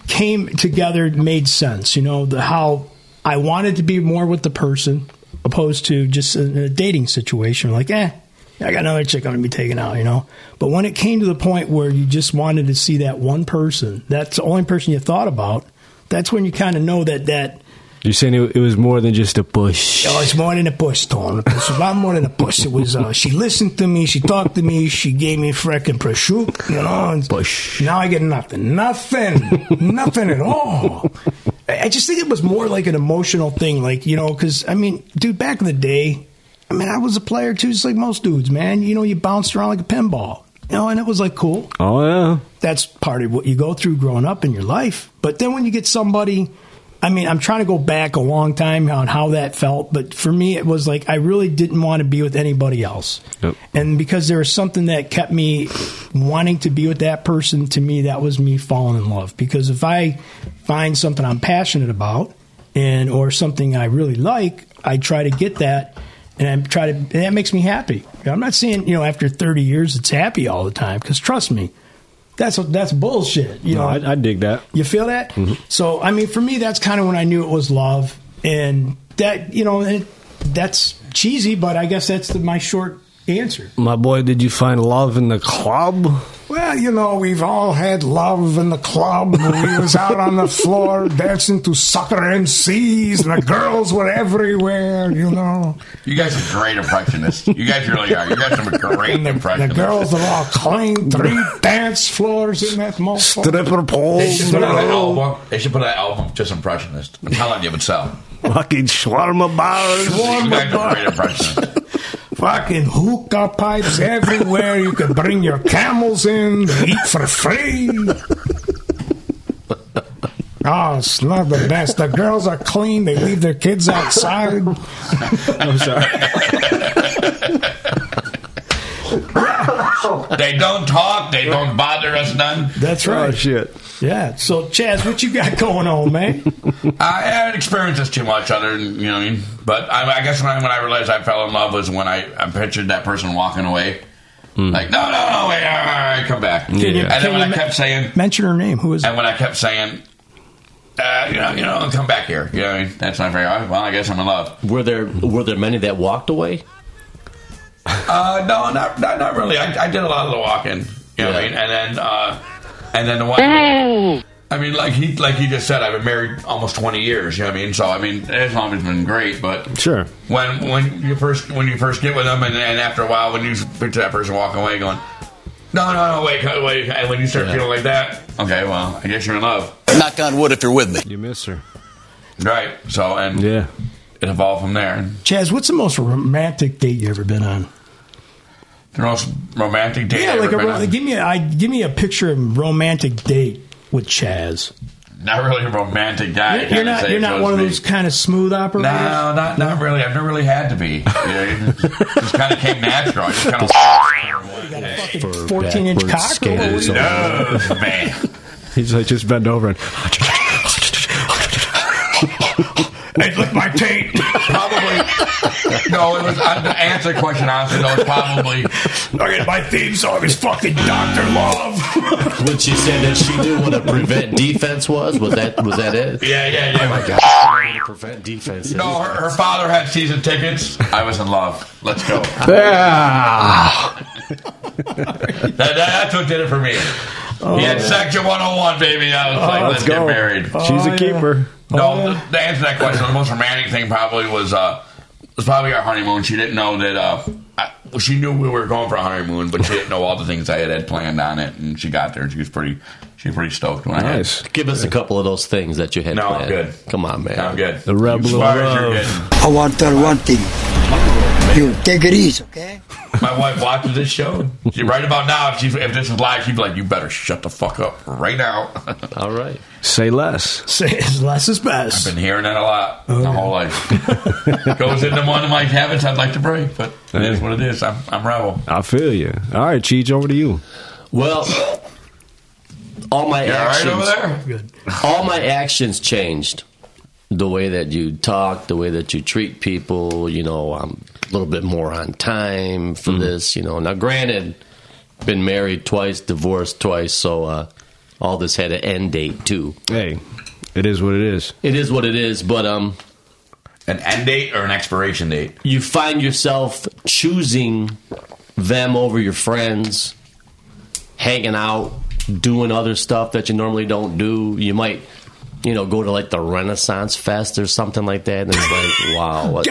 E: came together made sense. You know, the how I wanted to be more with the person opposed to just in a dating situation. Like, eh, I got another chick I'm gonna be taking out. You know, but when it came to the point where you just wanted to see that one person, that's the only person you thought about. That's when you kind of know that that.
B: You're saying it, it was more than just a push.
E: Oh, it's more than a push, Tom. It was a lot more than a push. It was, uh, she listened to me, she talked to me, she gave me frickin' prosciutto, you know. And
B: Push.
E: Now I get nothing. Nothing. [laughs] nothing at all. I I just think it was more like an emotional thing. Like, you know, because, I mean, dude, back in the day, I mean, I was a player too, just like most dudes, man. You know, you bounced around like a pinball, you know, and it was like cool
B: Oh yeah,
E: that's part of what you go through growing up in your life. But then when you get somebody, I mean, I'm trying to go back a long time on how that felt, but for me, it was like I really didn't want to be with anybody else.
B: Yep.
E: And because there was something that kept me wanting to be with that person, to me, that was me falling in love. Because if I find something I'm passionate about and or something I really like, I try to get that and I try to, and that makes me happy. I'm not saying, you know, after 30 years, it's happy all the time, because trust me, that's that's bullshit. You
B: no,
E: know,
B: I, Mm-hmm. I dig that.
E: you feel that? So I mean, for me, that's kind of when I knew it was love, and that you know, it, that's cheesy, but I guess that's the, my short answer.
B: My boy, did you find love in the club?
E: Well, you know, we've all had love in the club. We was out on the floor dancing to soccer MCs, and the girls were everywhere. You know,
C: You guys are great impressionists. You guys really are. You guys are great impressionists.
E: were all clean three dance floors in that mall.
B: Stripper
C: They should
B: poles,
C: put out an album. They should put out an album just impressionist. I'm telling you, it would sell.
B: fucking shawarma bars.
C: You guys are great impressionists.
E: Fucking hookah pipes everywhere. You can bring your camels in, eat for free. Oh, it's not the best. The girls are clean. They leave their kids outside.
B: [laughs] I'm sorry.
C: They don't talk. They don't bother us none.
E: That's
B: Oh shit.
E: Yeah. So, Chaz, what you got going on, man?
C: I haven't Uh, experienced this too much, other than you know what I mean. But I, I guess when I, when I realized I fell in love was when I, I pictured that person walking away, like no, no, no, wait, all right, all right, come back.
B: you-
C: and
E: can
C: then when
E: you
C: I
E: ma-
C: kept saying,
E: [laughs] Mention her name. Who is it?
C: and when I kept saying, uh, you know, you know, come back here, you know, what I mean? that's not very all right, well. I guess I'm in love.
D: Were there were there many that walked away?
C: Uh, no, not not, not really. I, I did a lot of the walking, you know, what I
D: Yeah.
C: mean, and then uh, and then the one. I mean, like he like he just said, I've been married almost 20 years. You know what I mean? So I mean, it's always been great, but
B: Sure.
C: when when you first when you first get with them, and, and after a while, when you picture that person walking away, going, no, no, no, wait, cut, wait, and when you start
D: Yeah.
C: feeling like that, okay, well, I guess you're in love,
F: Knock on wood if you're with me.
B: You miss her.
C: right? So and
B: Yeah.
C: it evolved from there.
E: Chaz, what's the most romantic date you ever been on?
C: The most romantic date.
E: Yeah,
C: I've
E: like a,
C: ever been
E: ro-
C: on.
E: give me a I, give me a picture of romantic date with Chaz.
C: not really a romantic guy. I
E: You're, you're
C: gotta
E: not
C: say,
E: you're
C: so
E: not
C: it's
E: one of
C: me.
E: those kind of smooth operators.
C: No, not not really. I've never really had to
E: [laughs]
C: be. You know, it just kind of came natural. I just kind of.
E: Fucking 14 inch
D: backwards
E: cock. Or what
D: skaters
E: was it?
D: or-
C: No, man.
B: He's like, just bend over and.
C: It's with my taint. Probably. No, it was. I, to answer the question honestly, though, it's probably.
E: Okay, my theme song is fucking Doctor Love.
D: When she said that she knew what a prevent [laughs] defense was, was that was that it?
C: Yeah, yeah, yeah.
D: my god! prevent defense. is-
C: No, her, her father had season tickets. I was in love. Let's go. that,
D: Ah.
C: that- that's what did it for me. he had section 101, baby. I was like, Oh. let's, Oh.
B: Let's
C: get
B: go.
C: married.
B: She's
E: Oh, yeah.
B: a keeper.
C: No, the, the answer to that question, the most romantic thing probably was uh, was probably our honeymoon. She didn't know that. Uh, I, well, she knew we were going for a honeymoon, but she didn't know all the things I had, had planned on it. And she got there, and she was pretty. She was pretty stoked when
B: Nice.
D: Give us a couple of those things that you had.
C: No, I'm
D: planned.
C: good.
D: Come on, man.
C: I had. I'm good.
B: The rebel
C: As far
B: of
C: as you're
B: love.
C: getting.
H: I want that one thing. You take it easy, okay?
C: My wife watches this show. She, right about now, if, she, if this is live, she'd be like, "You better shut the fuck up right now." I've
D: All right.
B: Say less.
E: Say it's less is best.
C: been hearing that a lot
D: Oh,
C: my whole life. Goes into one of my habits I'd like to break, but it is what it is. I'm, I'm rebel.
B: I feel you. All right, Cheech, over to you.
D: Well, all my
C: You all right
D: actions.
C: over there?
E: Good.
D: all my actions changed. The way that you talk, the way that you treat people, you know, I'm a little bit more on time for this, you know. Now, granted, been married twice, divorced twice, so uh, all this had an end date too.
B: Hey, it is what it is. [laughs]
D: It is what it is, but um,
C: An end date or an expiration date?
D: you find yourself choosing them over your friends, hanging out, doing other stuff that you normally don't do. You might, you know, go to like the Renaissance Fest or something like that, and it's like, wow, what,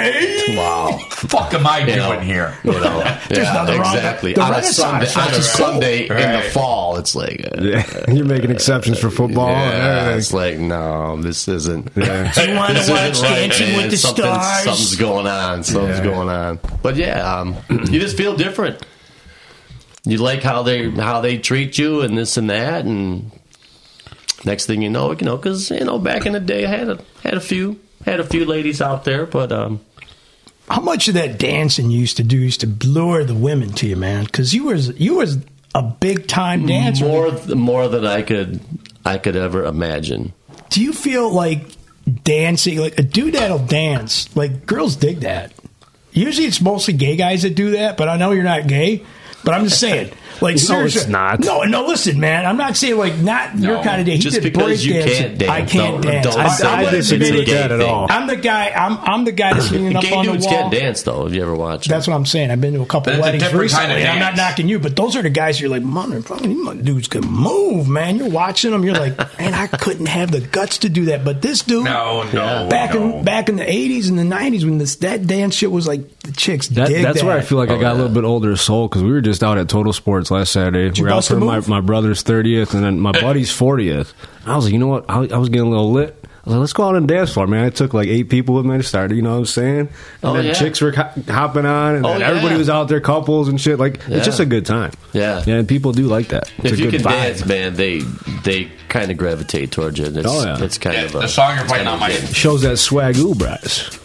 D: wow.
C: Fuck am I
D: You know,
C: doing here?
D: you know,
E: [laughs]
D: yeah,
E: nothing wrong with
D: exactly.
E: the
D: on a
E: Renaissance
D: Sunday,
E: Fest
D: on a
E: is cool.
D: Sunday in the
C: Right.
D: fall, it's like, uh, yeah,
B: You're making exceptions for football and
D: it's
B: everything.
D: like, no, this isn't.
B: Yeah.
D: [laughs]
E: You want
D: This
E: to watch
D: isn't right,
E: Dancing
D: man.
E: with the
D: Something-
E: Stars?
D: Something's going on. Something's
B: Yeah.
D: going on. But yeah, um, [clears throat] you just feel different. You like how they how they treat you and this and that, and next thing you know, you know, because you know, back in the day, I had a had a few had a few ladies out there, but um,
E: How much of that dancing you used to do used to lure the women to you, man? Because you was you was a big time dancer.
D: more th- more than I could I could ever imagine.
E: Do you feel like dancing like a dude that'll dance? Like girls dig that. Usually it's mostly gay guys that do that, but I know you're not gay. But I'm just
D: [laughs]
E: saying, like, seriously,
B: it's not.
E: No, no, listen, man. I'm not saying like not your
C: No.
E: kind of day. He
D: Just
E: did
D: because you
E: break dancing.
D: can't dance,
E: I can't
D: don't-
E: dance.
D: don't
E: I,
D: say
E: I,
D: that it's a
E: disagree with
D: gay
E: that
D: thing.
E: I'm the guy. I'm I'm the guy that's leaning up
D: Gay
E: on the
D: dudes
E: wall.
D: can't dance though. If you ever watch,
E: That's what I'm saying. I've been to a
C: But
E: couple
C: it's a
E: weddings
C: different
E: recently.
C: kind of
E: and I'm not
C: dance.
E: knocking you, but those are the guys you're like, motherfucking these mother dudes can move, man. You're watching them, you're like, man, I couldn't have the guts to do that. But this dude,
C: No, no,
E: back
C: no.
E: in back in the 80s and the 90s when this that dance shit was like the chicks
B: That,
E: dig
B: that's
E: that.
B: where I feel like I
D: Oh,
B: got a
D: yeah.
B: little bit older as soul because we were just out at Total Sports last Saturday. we
E: you
B: were out
E: bust a
B: for my,
E: move?
B: my brother's 30th and then my buddy's 40th. I was like, you know what? I, I was getting a little lit. I was like, let's go out and dance floor, man. I took like eight people with me. I started, you know what I'm saying? And
D: Oh,
B: then
D: yeah.
B: chicks were ho- hopping on and
D: Oh,
B: then everybody
D: yeah.
B: was out there, couples and shit. Like,
D: Yeah.
B: it's just a good time.
D: Yeah.
B: Yeah, and people do like that. It's
D: if
B: a
D: you
B: good
D: can
B: vibe.
D: dance, man, they they kind of gravitate towards you. And it's,
B: Oh, yeah.
D: it's kind
C: Yeah,
D: of a,
C: the song you're playing on my
B: Shows that swag brass.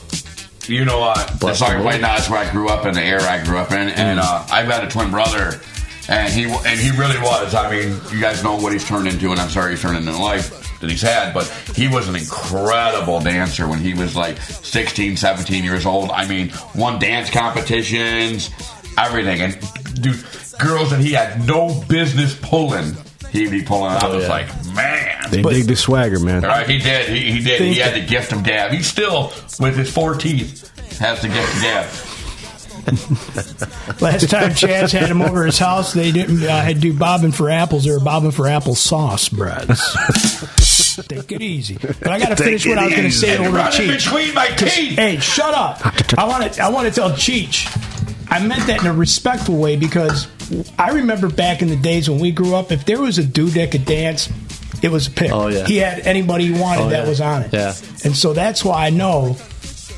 C: you know, uh, the
D: Bless
C: song
D: the
C: you're
D: Lord. Mm.
C: playing now is where I grew up in the era I grew up in, and uh, I've got a twin brother and he wa- and he really was. I mean, you guys know what he's turned into, and I'm sorry he's turned into the life that he's had, but he was an incredible dancer when he was like 16, 17 years old. I mean, won dance competitions, everything, and dude, girls that he had no business pulling, he'd be pulling. I was
D: Oh, yeah.
C: like, man.
B: They dig the swagger, man.
C: All right, he did. He, he did. He had to gift him dab. He still, with his four teeth, has to gift him dab.
E: [laughs] Last time Chad's had him over his house, they didn't uh, had do bobbing for apples. They were bobbing for apple sauce breads.
B: [laughs]
E: Take it easy. But I got to finish what I was going to say
C: And
E: over
C: run in
E: Cheech.
C: between my teeth.
E: Hey, shut up! I want to. I want to tell Cheech. I meant that in a respectful way because I remember back in the days when we grew up, if there was a dude that could dance, it was a pick.
D: Oh, yeah.
E: He had anybody he wanted
D: Oh,
E: that
D: yeah.
E: was on it.
D: Yeah.
E: And so that's why I know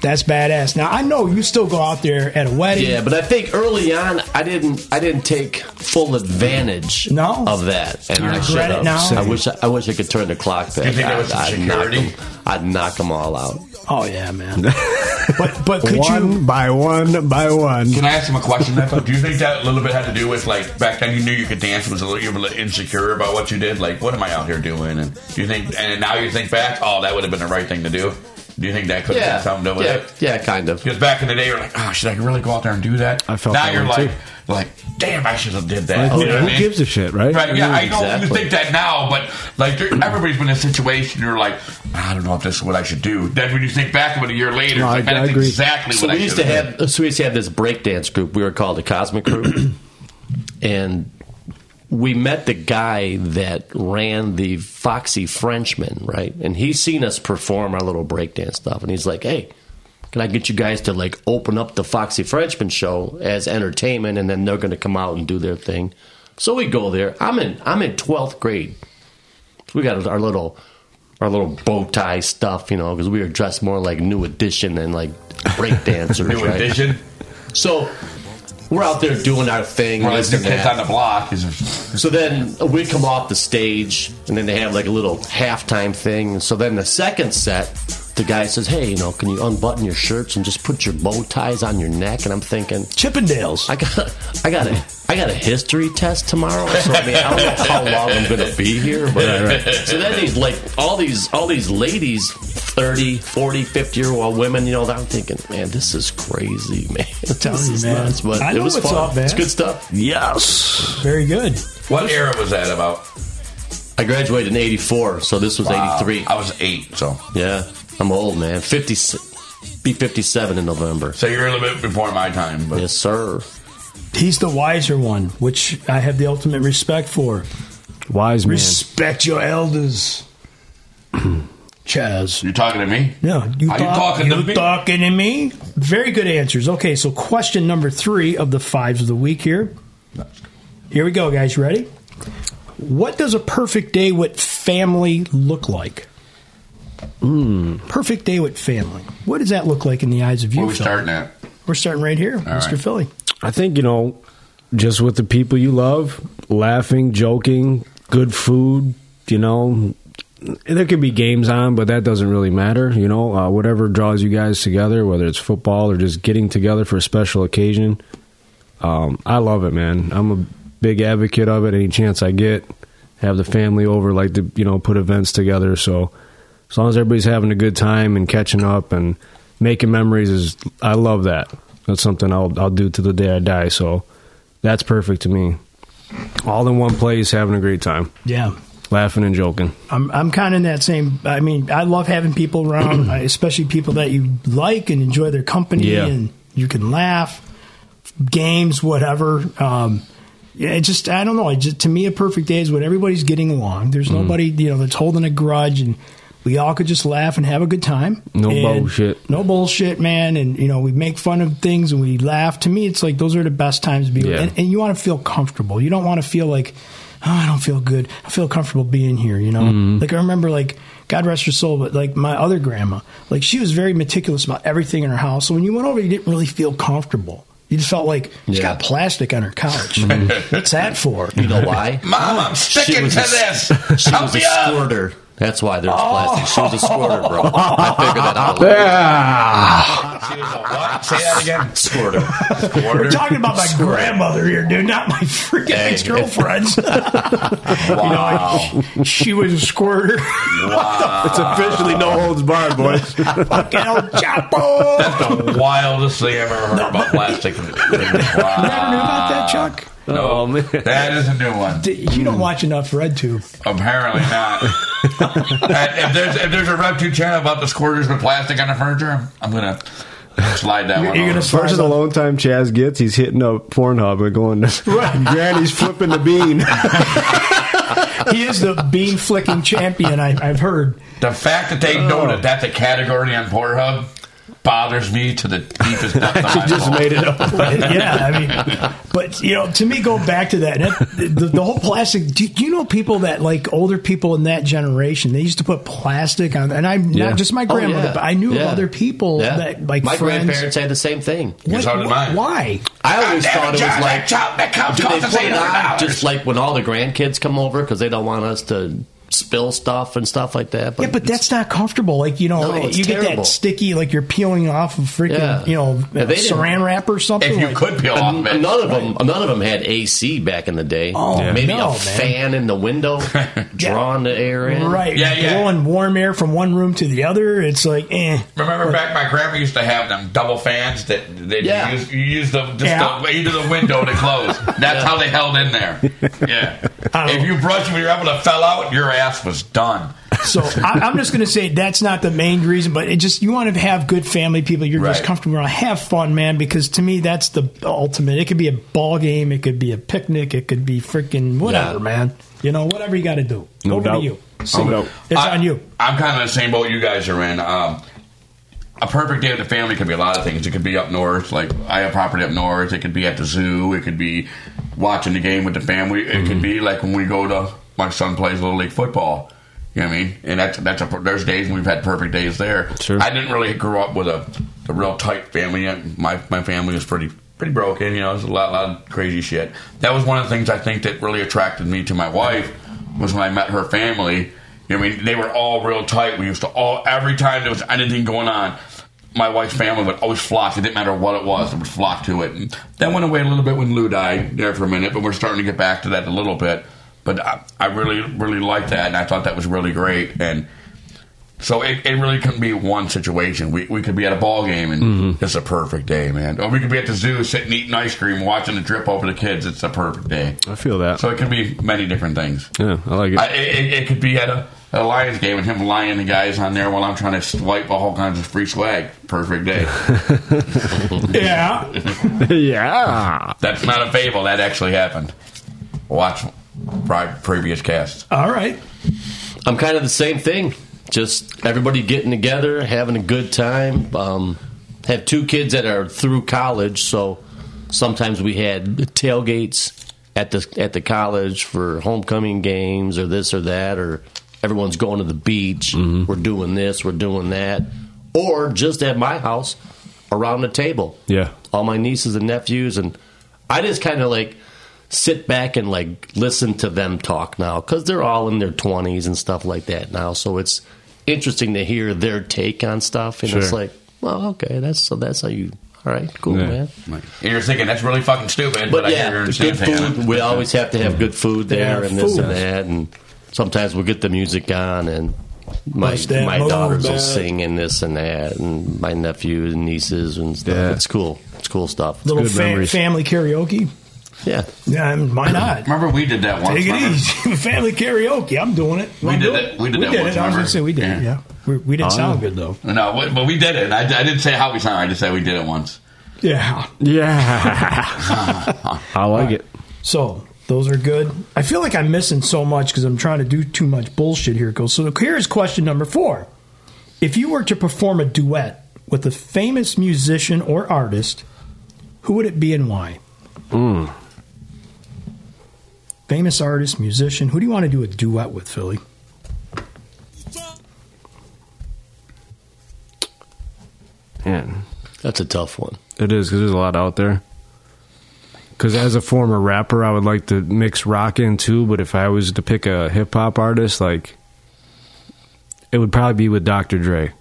E: that's badass. Now I know you still go out there at a wedding.
D: Yeah, but I think early on, I didn't, I didn't take full advantage
E: No.
D: of that, and
E: You
D: I
E: regret
D: should
E: it
D: have.
E: now?
D: I wish, I, I wish I could turn the clock back.
C: think that
D: I'd-
C: was the
D: I'd, knock
C: security?
D: them, I'd knock them all out.
E: Oh yeah, man.
B: [laughs]
E: but but could
B: one
E: you?
B: by one by one.
C: Can I ask him a question? Nepo? Do you think that a little bit had to do with like back then you knew you could dance was a little you were a little insecure about what you did? Like, what am I out here doing? And do you think and now you think back, oh, that would have been the right thing to do. Do you think that could have had something to do with
D: yeah,
C: it?
D: yeah, kind of.
C: Because back in the day, you're like, oh, should I really go out there and do that?
B: I felt
C: now
B: that
C: you're
B: way,
C: like,
B: too.
C: like, damn, I should have did that.
B: Like, who
C: You know what I
B: who
C: mean?
B: gives a shit, right?
C: Oh, Right, yeah, I know you
D: Exactly.
C: think that now, but like there, everybody's been in a situation. You're like, I don't know if this is what I should do. Then when you think back about a year later,
B: No,
C: it's like,
B: I- I
C: that's
B: agree.
C: exactly
D: So
C: what
D: we
C: I
D: used to
C: should've done.
D: have uh, so we used to have this breakdance group. We were called the
C: [clears throat]
D: Cosmic Crew, and we met the guy that ran the Foxy Frenchman, right? And he's seen us perform our little breakdance stuff, and he's like, "Hey, can I get you guys to like open up the Foxy Frenchman show as entertainment, and then they're going to come out and do their thing?" So we go there. I'm in I'm in twelfth grade. We got our little our little bow tie stuff, you know, because we were dressed more like New Edition than like break
C: [laughs]
D: dancers.
C: New
D: right?
C: edition.
D: So we're out there doing our thing.
C: Well,
D: this
C: it's new
D: and
C: kids
D: that.
C: on the block. Is
D: So then we come off the stage, and then they have like a little halftime thing. So then the second set, the guy says, "Hey, you know, can you unbutton your shirts and just put your bow ties on your neck?" And I'm thinking,
E: Chippendales.
D: I got, I got a, I got a history test tomorrow. So I mean, I don't know how long I'm going to be here. But so then these like all these, all these ladies, 30, 40, 50 year old women. You know, that I'm thinking, man, this is crazy, man. [laughs]
E: telling
D: This
E: you,
D: is
E: man.
D: nuts, but
E: I
D: it
E: know
D: was
E: what's
D: fun.
E: up, man.
D: It's good stuff. Yes.
E: Very good.
C: what era was that about?
D: I graduated in '84, so this was '83.
C: I was eight, so
D: Yeah, I'm old, man. 50, be 57 in November.
C: so you're a little bit before my time. But
D: Yes, sir.
E: He's the wiser one, which I have the ultimate respect for.
B: Wise man.
E: Respect your elders. [clears throat] Chaz.
C: you're talking to me.
E: Yeah, you,
C: Are you talking to me?
E: talking to me? Very good answers. Okay, so question number three of the fives of the week here. Here we go, guys. You ready? What does a perfect day with family look like? Perfect day with family. What does that look like in the eyes of you?
C: Where we
E: Phil?
C: starting at?
E: We're starting right here, Mr.
C: right.
E: Philly.
B: I think, you know, just with the people you love, laughing, joking, good food, you know. There could be games on, but that doesn't really matter. You know, uh, whatever draws you guys together, whether it's football or just getting together for a special occasion, um, I love it, man. I'm a big advocate of it. Any chance I get, have the family over, like to you know put events together. So as long as everybody's having a good time and catching up and making memories, is I love that. That's something I'll I'll do to the day I die. So that's perfect to me. All in one place, having a great time,
E: Yeah.
B: laughing and joking.
E: I'm I'm kind of in that same. I mean, I love having people around, [clears throat] I- especially people that you like and enjoy their company,
B: Yeah.
E: and you can laugh, games, whatever. Um, yeah, it just I don't know. It just to me, a perfect day is when everybody's getting along. There's
B: Mm.
E: nobody you know that's holding a grudge, and we all could just laugh and have a good time.
B: No
E: And
B: bullshit.
E: No bullshit, man. And you know we make fun of things and we laugh. To me, it's like those are the best times to be.
B: Yeah.
E: And, and you want to feel comfortable. You don't want to feel like oh, I don't feel good. I feel comfortable being here, you know? Like, I remember, like, God rest her soul, but like my other grandma, like, she was very meticulous about everything in her house. So when you went over, you didn't really feel comfortable. You just felt like she's got plastic on her couch. What's that for?
D: You know
E: [laughs]
D: why?
C: Mom, I'm
D: Ah, She
C: sticking
D: was
C: to
D: a-
C: this.
D: [laughs] She
C: Help
D: was a
C: me out.
D: squirter.
E: Oh. [laughs]
D: That's why there's plastic. She was a squirter, bro. I figured that out.
C: She was a what? Say that
D: [laughs]
C: again.
D: Squirter.
E: We're talking about my grandmother here, dude, not my freaking
D: Hey.
E: ex girlfriend.
C: Wow.
E: [laughs] she was a squirter. [laughs]
C: wow.
B: It's officially no holds barred, boys.
E: Fucking El Chapo.
C: the wildest thing I've ever heard about
E: [laughs]
C: plastic. Wow.
E: Never knew about that, Chuck.
C: No,
B: [laughs] Oh, man.
C: that is a new one.
E: D- You don't watch enough RedTube.
C: Apparently
E: [laughs]
C: not. And if there's if there's a RevTube channel about the squirters with plastic on the furniture, I'm gonna slide that one.
E: You're
C: over.
E: gonna
B: First
E: slide
B: of the
E: on-
B: lone time Chaz gets, he's hitting up Pornhub and going, [laughs] Granny's flipping the bean.
E: He is the bean flicking champion. I, I've heard.
C: The fact that they
E: Oh.
C: know that that's a category on Pornhub bothers me to the deepest
E: [laughs]
C: depth of
B: [laughs]
C: my
B: Just
C: soul.
B: made it up.
E: yeah, I mean, but you know, to me, go back to that. that the, the whole plastic. Do you know people that like older people in that generation? They used to put plastic on, and I'm
B: Yeah.
E: not just my
D: Oh,
E: grandmother,
D: yeah.
E: but I knew of
D: Yeah.
E: other people
D: Yeah.
E: that like
D: my
E: friends.
D: grandparents had the same thing.
E: What-
C: So did
E: wh-
C: mine.
E: Why?
D: I always
C: God damn
D: thought
C: it,
D: it was
C: Josh,
D: like
C: that chop- that couch
D: do they
C: costs us
D: put it
C: $800?
D: on just like when all the grandkids come over because they don't want us to spill stuff and stuff like that. But
E: Yeah, but that's not comfortable. Like you know,
D: No, it's
E: you get
D: terrible.
E: that sticky, like you're peeling off of freaking,
D: Yeah.
E: you know,
D: Yeah, they didn't-
E: saran wrap or something.
C: If you
E: like-
C: could peel off
D: An-
C: of it,
D: none of them. None of them had AC back in the day.
E: Oh, Yeah.
D: maybe
E: no,
D: a
E: man.
D: fan in the window, drawing the air in.
E: right?
C: Yeah, yeah.
E: blowing warm air from one room to the other. It's like, eh.
C: Remember back, my grandpa used to have them double fans that they
D: Yeah.
C: used, you used the, just
E: Yeah.
C: the either the window to close.
E: [laughs]
C: That's how they held in there. Yeah.
E: don't-
C: If you brushed when your envelope fell out, your ass was done.
E: So I, I'm just going to say that's not the main reason, but it just you want to have good family people. You're just
C: Right.
E: comfortable around. Have fun, man, because to me that's the ultimate. It could be a ball game, it could be a picnic, it could be freaking whatever,
D: Yeah.
E: man. You know, whatever you got to do.
B: No
E: Over
B: doubt.
E: To you.
B: No
E: See,
B: doubt.
E: It's
C: I-
E: on you.
C: I'm kind of in the same boat you guys are in. Um, a perfect day with the family could be a lot of things. It could be up north, like I have property up north. It could be at the zoo. It could be watching the game with the family. It
E: Mm-hmm.
C: could be like when we go to my son plays little league football. You know what I mean? And that's that's a there's days when we've had perfect days there.
B: Sure.
C: I didn't really grow up with a, a real tight family. My my family was pretty pretty broken. You know, it was a lot lot of crazy shit. That was one of the things I think that really attracted me to my wife was when I met her family. You know, what I mean, they were all real tight. We used to all every time there was anything going on, my wife's family would always flock. It didn't matter what it was, it would flock to it. And that went away a little bit when Lou died there for a minute, but we're starting to get back to that a little bit. But I, I really, really liked that, and I thought that was really great. And so it, it really couldn't be one situation. We, we could be at a ball game and it's a perfect day, man. Or we could be at the zoo sitting eating ice cream, watching the drip over the kids. It's a perfect day.
B: I feel that.
C: So it could be many different things.
B: Yeah, I like it.
C: I, it, it- it could be at a, a Lions game and him lying the guys on there while I'm trying to swipe all kinds of free swag. Perfect day.
E: Yeah.
B: [laughs] yeah.
C: That's not a fable. That actually happened. Watch pri- previous casts.
E: All right.
D: I'm kind of the same thing. Just everybody getting together, having a good time. Um, have two kids that are through college, so sometimes we had tailgates at the at the college for homecoming games or this or that, or everyone's going to the beach. We're doing this, we're doing that, or just at my house around the table
B: [laughs] Yeah.
D: all my nieces and nephews and i just kind of like sit back and like listen to them talk now because they're all in their 20s and stuff like that now so it's interesting to hear their take on stuff and it's
B: Sure.
D: like well okay that's so that's how you all right cool
B: Yeah.
D: man
C: And you're thinking that's really fucking stupid, but,
D: but
C: I hear your
D: yeah good
C: understanding.
D: food we always have to have good food there
E: Yeah,
D: and this
E: food.
D: and that and sometimes we'll get the music on and my
E: Bust that
D: my
E: move
D: daughters will
E: back.
D: sing and this and that and my nephews and nieces and stuff
B: Yeah.
D: it's cool it's cool stuff
E: Little
B: good
E: fa-
B: memories.
E: family karaoke.
D: yeah
E: Yeah, and
B: [clears throat]
E: why not?
C: Remember we did that once.
E: Take it
C: remember?
E: easy. [laughs] family karaoke. I'm doing it.
C: We
E: I'm
C: did
E: doing
C: that- we did that
E: it.
C: one time,
E: I was going
C: right?
E: to say we did
C: Yeah.
E: it. Yeah. We, we
B: Oh,
E: didn't sound good, though.
C: No, we- but we did it. I, I didn't say how we sound. I just said we did it once.
E: Yeah.
B: Yeah. I like it.
E: So those are good. I feel like I'm missing so much because I'm trying to do too much bullshit here. Goes so. Here's question number four: If you were to perform a duet with a famous musician or artist, who would it be and why? Famous artist, musician. Who do you want to do a duet with, Philly?
B: Man.
D: That's a tough one.
B: It is because there's a lot out there. Because as a former rapper, I would like to mix rock in too. But if I was to pick a hip hop artist, like it would probably be with Dr. Dre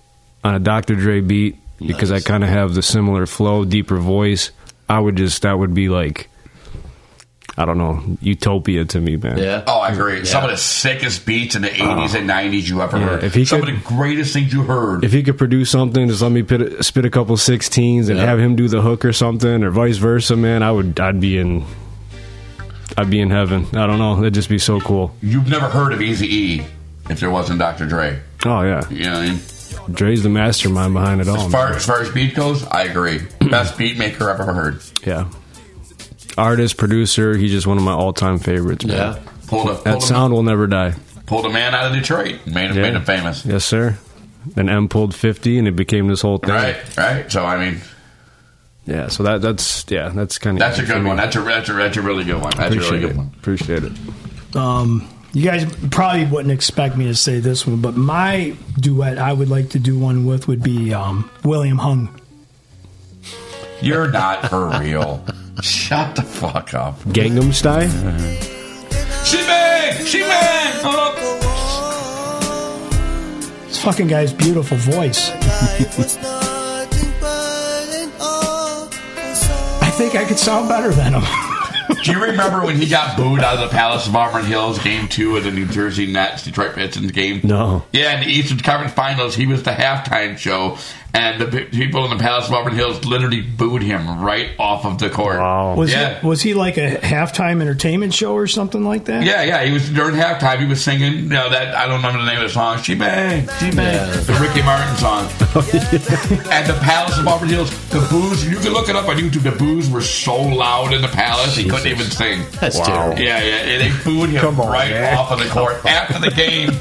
B: on a Dr. Dre beat. because I kind of have the similar flow, deeper voice. I would just that would be like, I don't know, utopia to me, man.
D: Yeah.
C: Oh, I agree. Some of the sickest beats in the 80s and 90s you ever
B: Yeah,
C: heard.
B: if he
C: Some
B: could-
C: of the greatest things you heard.
B: If he could produce something, just let me pit spit a couple 16s and
D: Yeah.
B: have him do the hook or something, or vice versa, man. I would, I'd be in, I'd be in heaven. I don't know. That'd just be so cool.
C: You've never heard of Easy E if there wasn't Dr. Dre.
B: Oh yeah,
C: You know what I mean?
B: Dre's the mastermind behind it all.
C: As
B: Oh, man.
C: far, as far as beat goes,
B: [clears throat]
C: I agree. Best beat maker I've ever heard.
B: Yeah. Artist, producer, he's just one of my all time favorites, man.
D: Yeah.
C: Pulled a, pulled,
B: That
C: a,
B: sound will never die.
C: pulled a man out of Detroit. Made, him
B: Yeah.
C: made him famous.
B: Yes, sir. Then M pulled fifty and it became this whole thing.
C: Right, right. So, I mean,
B: Yeah, so that that's yeah, that's kinda
C: that's a
B: for
C: good
B: me.
C: one. That's a, that's a, that's a really good one. That's a
B: Appreciate
C: really
B: it.
C: good one.
B: Appreciate it.
E: Um, you guys probably wouldn't expect me to say this one, but my duet I would like to do one with would be um, William Hung.
C: You're not for real. [laughs] Shut the fuck up.
B: Gangnam style?
C: She man! She man!
E: This fucking guy's beautiful voice. I think I could sound better than him.
C: Do you remember when he got booed out of the Palace of Auburn Hills game two of the New Jersey Nets Detroit Pistons game?
B: No.
C: Yeah, in the Eastern Conference Finals, he was the halftime show, and the pe- people in the Palace of Auburn Hills literally booed him right off of the court.
D: Oh.
B: Wow.
E: Was
C: Yeah.
E: he, was he like a halftime entertainment show or something like that?
C: Yeah, yeah, he was during halftime. He was singing, you know, that I don't remember the name of the song. She bang, she bang, the Ricky Martin
B: [laughs]
C: song.
B: Oh,
C: At the Palace of Auburn Hills, the boos. You can look it up on YouTube. The boos were so loud in the palace, he couldn't even sing.
D: That's terrible.
C: Yeah, yeah, and they booed him
B: Come on,
C: right
B: man.
C: off of the court after the game.
B: [laughs]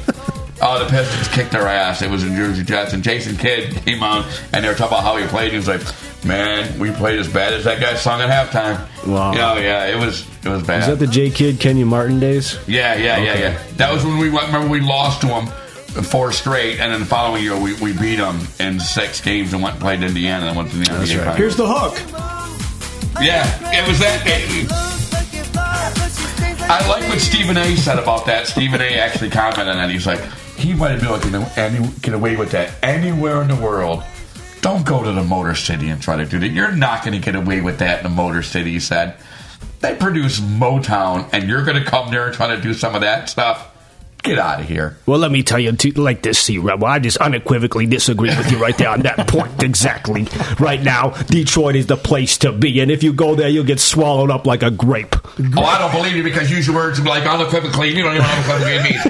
C: Oh, the Pistons kicked their ass. It was the Jersey Jets, and Jason Kidd came on, and they were talking about how he played. He was like, "Man, we played as bad as that guy sung at halftime."
B: Wow.
C: Yeah, yeah, it was it was bad.
B: Is that the J Kid Kenya Martin days?
C: Yeah, yeah,
B: Okay.
C: yeah, yeah. That was when we went. Remember, we lost to them four straight, and then the following year we, we beat them in six games and went and played Indiana and went to the NBA
B: right.
C: finals.
E: Here's the hook.
C: Yeah, it was that. It, I like what Stephen A. said about that. Stephen A. actually commented on that. He's like, he might be able to get, any, get away with that anywhere in the world. Don't go to the Motor City and try to do that. You're not going to get away with that in the Motor City, he said. They produce Motown, and you're going to come there and try to do some of that stuff? Get out of here.
I: Well, let me tell you to, like this, see, Rebel. I just unequivocally disagree with you right there on
B: [laughs]
I: that point. Exactly. Right now, Detroit is the place to be, and if you go there, you'll get swallowed up like a grape.
C: Oh, I don't believe you because you use your words like unequivocally. You don't even know what [laughs] unequivocally means.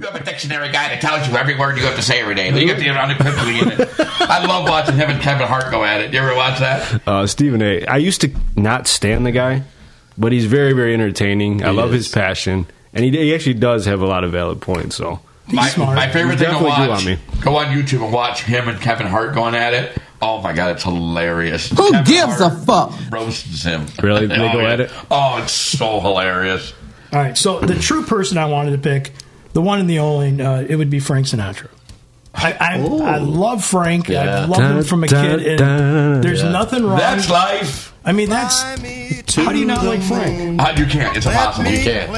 C: You have a dictionary guy that tells you every word you have to say every day. You have to get unequivocally in it. I love watching him and Kevin Hart go at it. You ever watch that?
B: Uh Stephen A. I used to not stand the guy, but he's very, very entertaining. I
D: He
B: love
D: is.
B: his passion. And he, he actually does have a lot of valid points, so
C: My,
E: smart.
C: my
B: You
C: favorite thing to
B: definitely grew
C: watch.
B: on me.
C: Go on YouTube and watch him and Kevin Hart going at it. Oh my god, it's hilarious. Who gives a fuck? Roasts him.
B: Really? They
C: [laughs] Oh,
B: go at
C: yeah.
B: it?
C: Oh, it's so hilarious.
E: All right, so the true person I wanted to pick, the one and the only, uh, it would be Frank Sinatra. I I, I love Frank.
D: Yeah.
E: I've loved him from a
B: Da,
E: kid. and
B: da,
E: there's
D: Yeah.
E: nothing wrong.
C: That's life.
E: I mean, that's how do you not like Frank?
C: Uh, you can't. It's impossible. You can't.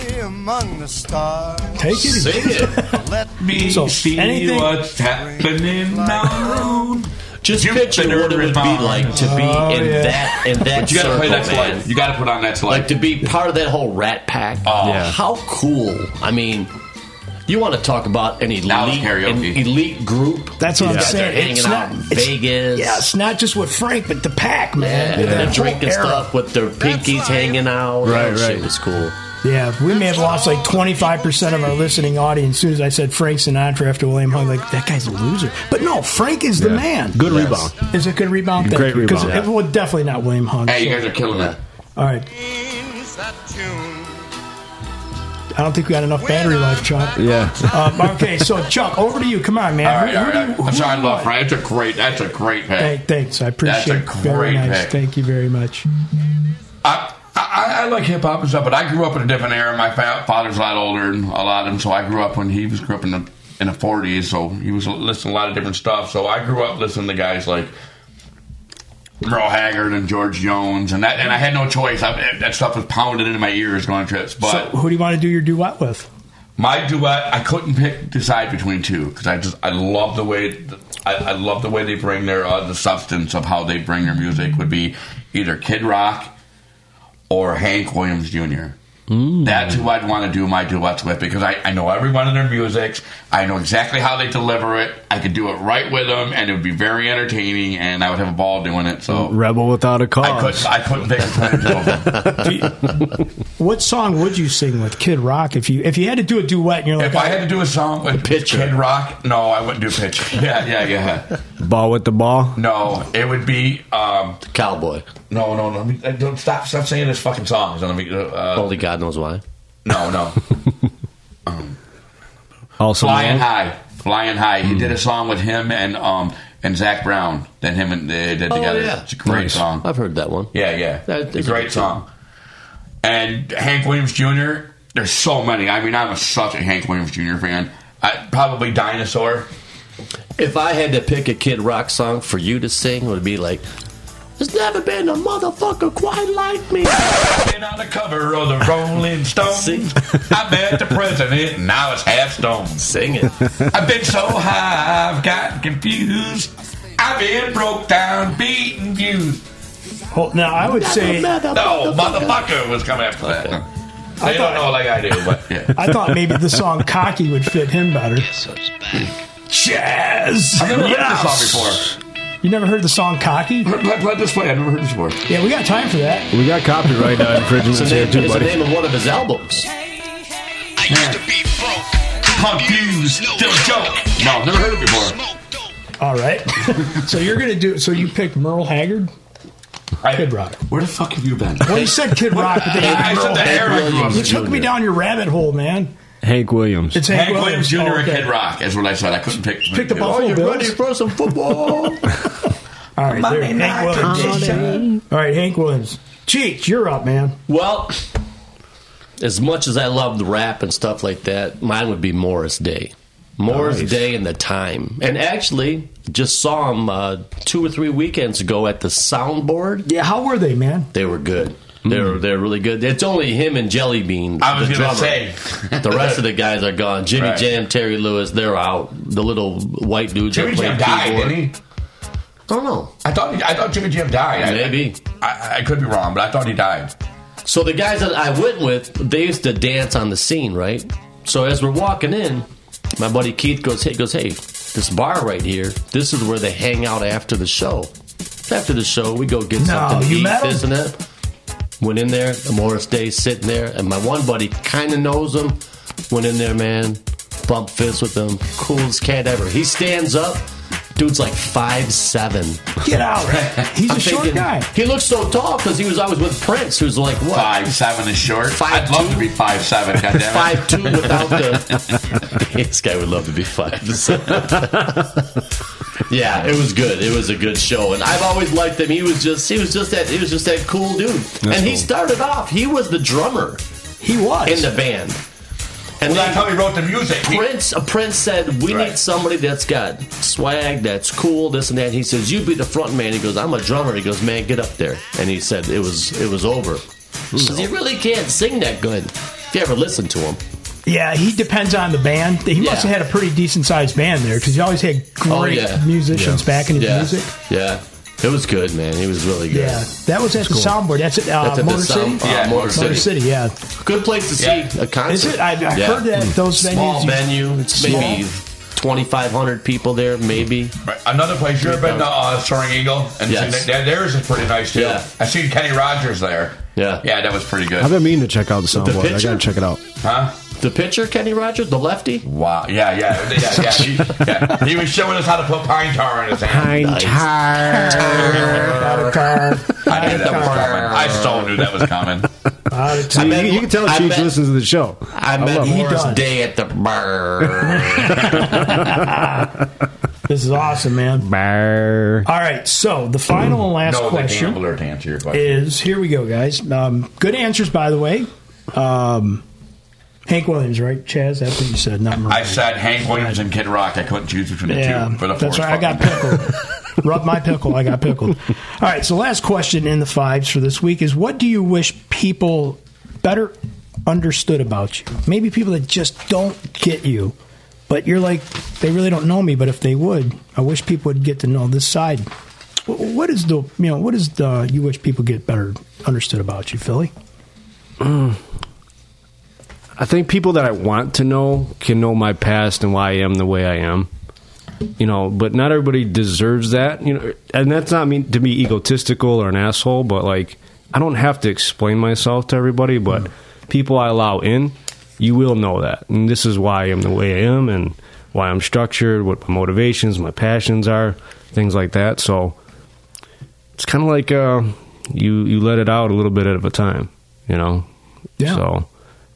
J: Play among the stars.
E: Take it. easy.
D: Sing it.
C: me
E: So,
C: see
E: anything-
C: what's happening now.
D: Just
C: You
D: picture
C: better
D: what it would be
C: respond.
D: like to be in
E: Oh, yeah.
D: that in that
C: You gotta
D: circle,
C: play That's
D: man.
C: Life. You gotta put on That's Life.
D: like to be part of that whole Rat Pack.
C: Oh.
B: Yeah.
D: How cool! I mean, you want to talk about an elite,
C: Now it's
D: an
C: karaoke.
D: elite group?
E: That's what
D: These
E: I'm
D: guys
E: saying.
D: Are hanging
E: It's
D: out
E: not-
D: in
E: it's-
D: Vegas.
E: Yeah, it's not just with Frank, but the pack,
D: Yeah,
E: man.
D: and
E: That
D: they're
E: whole
D: drinking
E: era.
D: stuff with their pinkies hanging out.
B: Right,
D: That shit
B: right.
D: was cool.
E: Yeah, we may have lost like 25% of our listening audience as soon as I said Frank Sinatra after William Hung. Like, that guy's a loser. But no, Frank is the
B: Yeah.
E: man.
B: Good rebound.
E: Is it good rebound? Thank
B: Great
E: you, 'cause
B: rebound.
E: It, well, definitely not William Hung.
C: Hey, you
E: so-
C: guys are killing it.
E: All right. I don't think we got enough battery life, Chuck.
B: Yeah.
E: Um, okay, so Chuck, over to you. Come on, man.
C: All right,
E: Who-
C: all
E: who do you-
C: right.
E: who
C: I'm
E: do
C: sorry, I
E: you
C: love
E: want?
C: Frank. That's a great. That's a great pick.
E: Thank- thanks, I
C: That's a
E: appreciate it. Very
C: great
E: nice.
C: pick.
E: Thank you very much.
C: I, I, I like hip hop and stuff, but I grew up in a different era. My fa- father's a lot older than a lot of them, so I grew up when he was grew up in the in the 40s, so he was listening to a lot of different stuff. So I grew up listening to guys like Merle Haggard and George Jones, and that, and I had no choice. I, that stuff was pounded into my ears going trips. But
E: so, who do you want to do your duet with?
C: My duet, I couldn't pick decide between two because I just I love the way I, I love the way they bring their uh, the substance of how they bring their music would be either Kid Rock or Hank Williams Jr. That's who I'd want to do my duets with because I, I know everyone in their music. I know exactly how they deliver it. I could do it right with them, and it would be very entertaining, and I would have a ball doing it. So
B: Rebel without a
C: I
B: cause.
C: couldn't I couldn't pick between the two of them.
E: What song would you sing with Kid Rock if you if you had to do a duet and you're like,
C: If I had to do a song with
D: Pitcher.
C: Kid Rock, no, I wouldn't do Pitch. Yeah, yeah, yeah.
B: Ball with the ball.
C: No, it would be. Um,
D: Cowboy.
C: no, no, no. let me- uh, Don't stop. Stop singing this fucking songs. Let me. uh, Uh,
D: Only God knows why.
C: no, [laughs] no.
B: Also, man.
C: Flying high, flying high. He did a song with him and um and Zach Brown. Then him and they did
D: Oh,
C: together.
D: yeah.
C: It's a great
B: Nice.
C: song.
D: I've heard that one.
C: Yeah, yeah.
D: That
C: It's a
D: is a
C: great
D: good
C: song. And Hank Williams Jr., there's so many. I mean, I'm a, such a Hank Williams Jr. fan. I, probably Dinosaur.
D: If I had to pick a Kid Rock song for you to sing, it would be like, "There's never been a motherfucker quite like me."
C: Been on the cover of the
D: [laughs]
C: Rolling
D: See?
C: Stones. I met the president, and I was half stoned. [laughs]
D: Sing it.
C: I've been so high, I've gotten confused. I've been broke down, beaten, used.
E: well, now I would say
C: No, motherfucker was coming after that. They don't
E: thought-
C: know like I do, but yeah.
E: I thought maybe the song Cocky would fit him better. Jazz.
C: I've never heard
E: Yes.
C: this song
E: You never heard the song Cocky?
C: before. Play, play this play. I've never heard this before.
E: Yeah, we got time for that.
B: We got copyright uh, infringements
D: [laughs] It's, a
B: here
D: name,
B: too,
D: it's the
B: buddy.
D: name of one of his albums.
K: I used to be broke.
C: Confused, still joke. No, never heard it before.
E: All right. so you're gonna do. So you picked Merle Haggard,
C: I-
E: Kid Rock.
C: Where the fuck have you been?
E: Well, you said Kid Rock, but
C: [laughs]
E: then
C: I said the
D: Hank
C: era I grew up
E: you
C: in.
E: took me down your rabbit hole, man.
B: Hank Williams.
E: It's
C: Hank Williams Jr.
E: Oh,
C: and
E: okay.
C: Kid Rock is what I said. I couldn't pick.
E: Pick the
C: ball.
E: Buffalo Bills.
D: for some football?
E: All right, there, Hank Williams. All right, Hank Williams. Cheech, you're up, man.
D: well, as much as I love the rap and stuff like that, mine would be Morris Day. Morris Day and the Time. And actually, just saw him uh, two or three weekends ago at the Soundboard.
E: Yeah, how were they, man?
D: They were good. They're they're really good. It's only him and Jelly Bean.
C: Mm. I was
D: the
C: gonna
D: drummer.
C: say. [laughs]
D: the rest of the guys are gone. Jimmy
C: Right.
D: Jam, Terry Lewis, they're out. The little white dudes.
C: Jimmy
D: that play
C: Jam died,
D: keyboard.
C: didn't he?
D: Don't know.
C: I thought he, I thought Jimmy Jam died. I-
D: Maybe.
C: I, I could be wrong, but I thought he died.
D: So the guys that I went with, they used to dance on the scene, right? So as we're walking in, my buddy Keith goes, "Hey, goes, hey, this bar right here. This is where they hang out after the show. After the show, we go get
E: No,
D: something to
E: you
D: eat,
E: met 'em?
D: this and that." Went in there, Morris Day sitting there, and my one buddy kind of knows him. Went in there, man, bumped fists with him, coolest cat ever. He stands up, dude's like five seven.
E: Get out. He's a short guy.
D: He looks so tall because he was always with Prince, who's like what
C: Five seven is short.
D: Five,
C: I'd love
D: two.
C: to be five seven. Goddamn
D: [laughs] five two without the. [laughs] this guy would love to be five. [laughs] yeah, it was good. It was a good show, and I've always liked him. He was just he was just that he was just that cool dude. and he
B: cool.
D: started off. He was the drummer
E: He was.
D: in the band, and
C: Well,
D: then
C: that's how he wrote the music. He-
D: Prince, uh, Prince said, "We
C: Right.
D: need somebody that's got swag, that's cool, this and that." He says, "You be the front man." He goes, "I'm a drummer." He goes, "Man, get up there." And he said, "It was, it was over." Because he really can't sing that good. If you ever listen to him,
E: Yeah, he depends on the band. He must
D: Yeah.
E: have had a pretty decent sized band there because he always had great
D: Oh, yeah.
E: musicians
D: Yeah.
E: backing his
D: yeah.
E: music.
D: Yeah, it was good, man. It was really good.
E: Yeah, that was at the soundboard. That's at, uh,
D: That's at the
E: Motor City.
D: Sound- uh,
C: Yeah,
D: Motor
E: Motor
D: City.
E: City, yeah.
D: Good place to see
C: Yeah.
D: a concert.
E: Is it? I, I
D: Yeah.
E: heard that those venues.
D: Small
E: you-
D: venue. It's maybe [laughs] twenty five hundred people there, maybe.
C: Right. Another place you've been to uh, Soaring Eagle, and
D: Yes.
C: seen that, theirs is pretty nice too.
D: Yeah.
C: I seen Kenny Rogers there.
D: Yeah.
C: yeah, that was pretty good.
B: I've been meaning to check out the soundboard. I
D: picture?
B: gotta check it out.
C: huh?
D: The pitcher, Kenny Rogers, the lefty.
C: Wow. Yeah, yeah, yeah, yeah. He, yeah. he was showing us how to put pine tar in his hand.
B: I'm tired.
C: I knew that was coming. I so knew that was coming.
B: See,
D: bet-
B: you, you can tell
D: I
B: Cheech
D: bet-
B: listens to the show.
D: I met
B: love it.
D: Morris
E: does.
D: Day at the bar.
E: This is awesome, man.
B: Brr.
E: All right, so the final and last
C: no, the
E: question
C: gambler to answer your question.
E: is here we go, guys. Um, good answers, by the way. Um, Hank Williams, right? Chaz, that's what you said, not
C: I
E: Mariah.
C: said Hank Williams and Kid Rock. I couldn't choose between the
E: Yeah,
C: two. For the
E: that's
C: fourth
E: right. I got
C: fucking- [laughs]
E: pickled. Rub my pickle. I got pickled. All right. So last question in the fives for this week is: What do you wish people better understood about you. Maybe people that just don't get you, but you're like, they really don't know me. But if they would, I wish people would get to know this side. Wh- What is the you know what is the you wish people get better understood about you, Philly?
B: Mm. I think people that I want to know can know my past and why I am the way I am. You know, but not everybody deserves that. You know, and that's not mean to be egotistical or an asshole, but like I don't have to explain myself to everybody. But people I allow in, you will know that, and this is why I am the way I am, and why I'm structured, what my motivations, my passions are, things like that. So it's kind of like uh, you you let it out a little bit at a time, you know.
E: Yeah.
B: So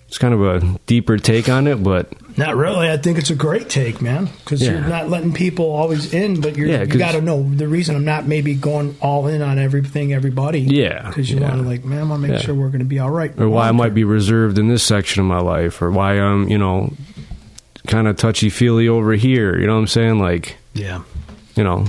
B: it's kind of a deeper take on it, but
E: Not really. I think it's a great take, man, because you're
B: Yeah.
E: not letting people always in, but you're,
B: Yeah,
E: you
B: 'cause-
E: got to know the reason I'm not maybe going all in on everything, everybody.
B: Yeah,
E: because you
B: yeah.
E: want to like, man, I want to make
B: Yeah.
E: sure we're going to be all right.
B: or why I might be reserved in this section of my life, or why I'm you know kind of touchy feely over here. You know what I'm saying? Like
E: Yeah.
B: you know,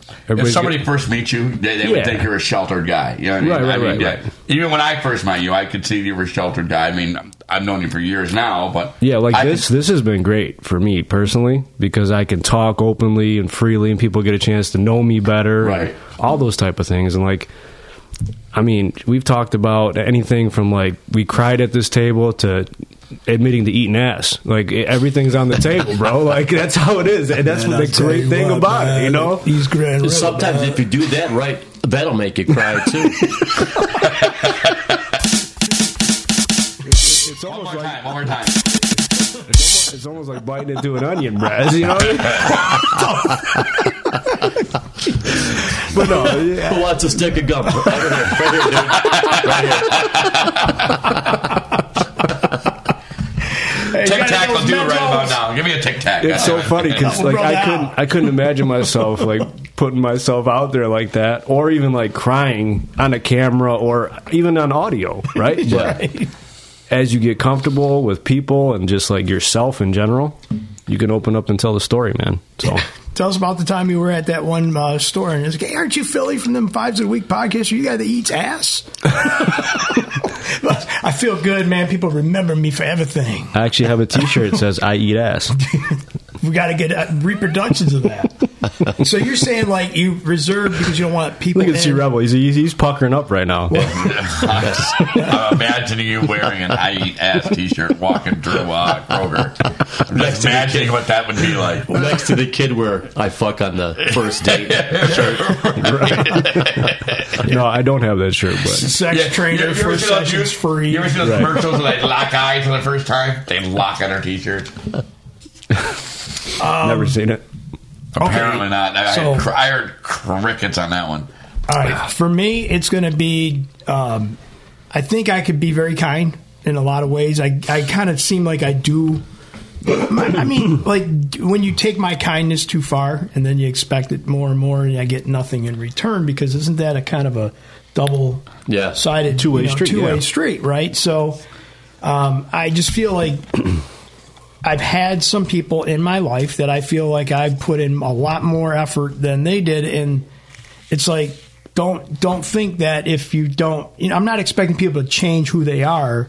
C: if
B: everybody's
C: somebody first meets you, they, they
B: Yeah.
C: would think you're a sheltered guy. You know what I mean?
B: Right, right,
C: I mean,
B: right,
C: yeah.
B: right.
C: Even when I first met you, I could see you were a sheltered guy. I mean, I've known you for years now, but
B: Yeah, like
C: I
B: this. This has been great for me personally because I can talk openly and freely, and people get a chance to know me better. Right. All those type of things, and like, I mean, we've talked about anything from like we cried at this table to admitting to eating ass. Like e- everything's on the table, bro. Like that's how it is, and that's
D: Man,
B: the
D: I'll tell
B: great
D: you
B: thing
D: what,
B: about it.
D: man,
B: You know,
E: he's grand.
D: And sometimes if you do that right, that'll make you cry
E: [laughs]
D: too.
B: It's almost
C: one more time. One more time.
B: It's almost, it's almost like biting into an onion, Brad.
C: [laughs]
B: You know. What I mean? but no, yeah.
D: Who wants a stick
E: [laughs]
D: of gum? Right here, right here, dude.
C: Tic Tac
E: gotta
C: will do it
E: know
C: right about now. Give me a Tic Tac.
B: It's so funny because like I couldn't I couldn't imagine myself like putting myself out there like that, or even like crying on a camera, or even on audio,
C: [laughs]
B: right? But as you get comfortable with people and just like yourself in general, you can open up and tell the story, man. So
E: Tell us about the time you were at that one uh, store and it's like, hey, aren't you Philly from them Fives of the Week podcast? Are you guy that
B: [laughs]
E: eats ass? [laughs] I feel good, man. People remember me for everything.
B: I actually have a T-shirt that says "I eat ass." [laughs]
E: We got to get uh, reproductions of
B: [laughs]
E: that. so you're saying like you reserve because you don't want people.
B: Look at
E: in.
B: C Rebel; he's, he's he's puckering up right now.
C: [laughs] I'm imagining you wearing an I E eat ass T-shirt walking through uh,
B: [laughs]
C: Kroger. I'm just imagining what that would be like.
D: Next to the kid where I fuck on the
E: [laughs]
D: first date.
B: no, I don't have that shirt, but
E: Sex
C: Yeah,
E: trainer
C: you ever
E: first
C: see those
E: session's
C: you-
E: free.
C: You ever see those
B: Right.
C: commercials where they lock eyes for the first time? They lock on her T-shirt.
E: Um,
B: never seen it.
C: Apparently not. I,
E: So-
C: heard, cr- I heard crickets on that one.
E: All right. For me, it's going to be. Um, I think I could be very kind in a lot of ways. I, I kind of seem like I do. I mean, like when you take my kindness too far and then you expect it more and more, and I get nothing in return because isn't that a kind of a double
D: Yeah.
E: sided
D: Two-way street,
E: Two way
D: yeah.
E: street, right? So um, I just feel like I've had some people in my life that I feel like I've put in a lot more effort than they did, and it's like don't don't think that if you don't, you know, I'm not expecting people to change who they are,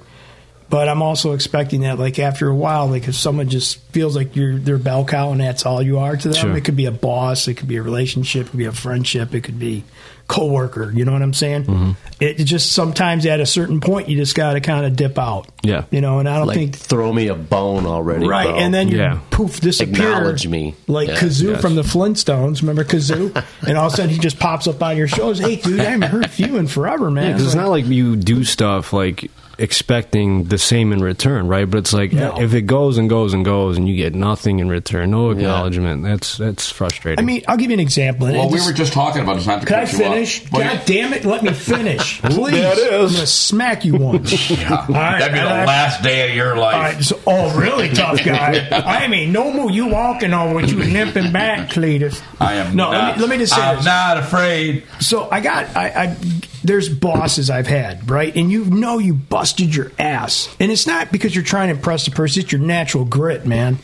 E: but I'm also expecting that like after a while, like if someone just feels like you're their bell cow and that's all you are to them,
B: Sure.
E: it could be a boss, it could be a relationship, it could be a friendship, it could be coworker. You know what I'm saying?
B: Mm-hmm.
E: It just sometimes at a certain point you just got to kind of dip out.
B: Yeah.
E: You know, and I don't
D: like,
E: think
D: throw me a bone already.
E: Right,
D: bro.
E: and then you poof disappear.
D: Acknowledge me.
E: like
D: Yeah,
E: Kazoo
D: yes.
E: from the Flintstones. Remember Kazoo? and all of a sudden he just pops up on your shows. Hey, dude, I haven't heard from you in forever, man.
B: Yeah, because it's not like you do stuff like expecting the same in return, right? But it's like
E: No.
B: if it goes and goes and goes and you get nothing in return, no acknowledgement. That's that's frustrating.
E: I mean, I'll give you an example. and
C: Well,
E: it
C: we were just talking about this. Not to
E: Can I
C: cut you off.
E: finish?
C: Well,
E: God damn it! Let me finish,
B: There
E: please.
B: it is.
E: I'm gonna smack you once.
C: yeah.
E: All right,
C: That'd be the
E: and I-
C: last day of your life.
E: All right, so, oh, really tough guy. I mean, no more you walking on with you limping back, Cletus.
C: I am
E: No,
C: Not,
E: let me, let me just say
C: I'm
E: this.
C: not afraid.
E: So I got I, I there's bosses I've had, right? And you know you busted your ass. And it's not because you're trying to impress the person, it's your natural grit, man.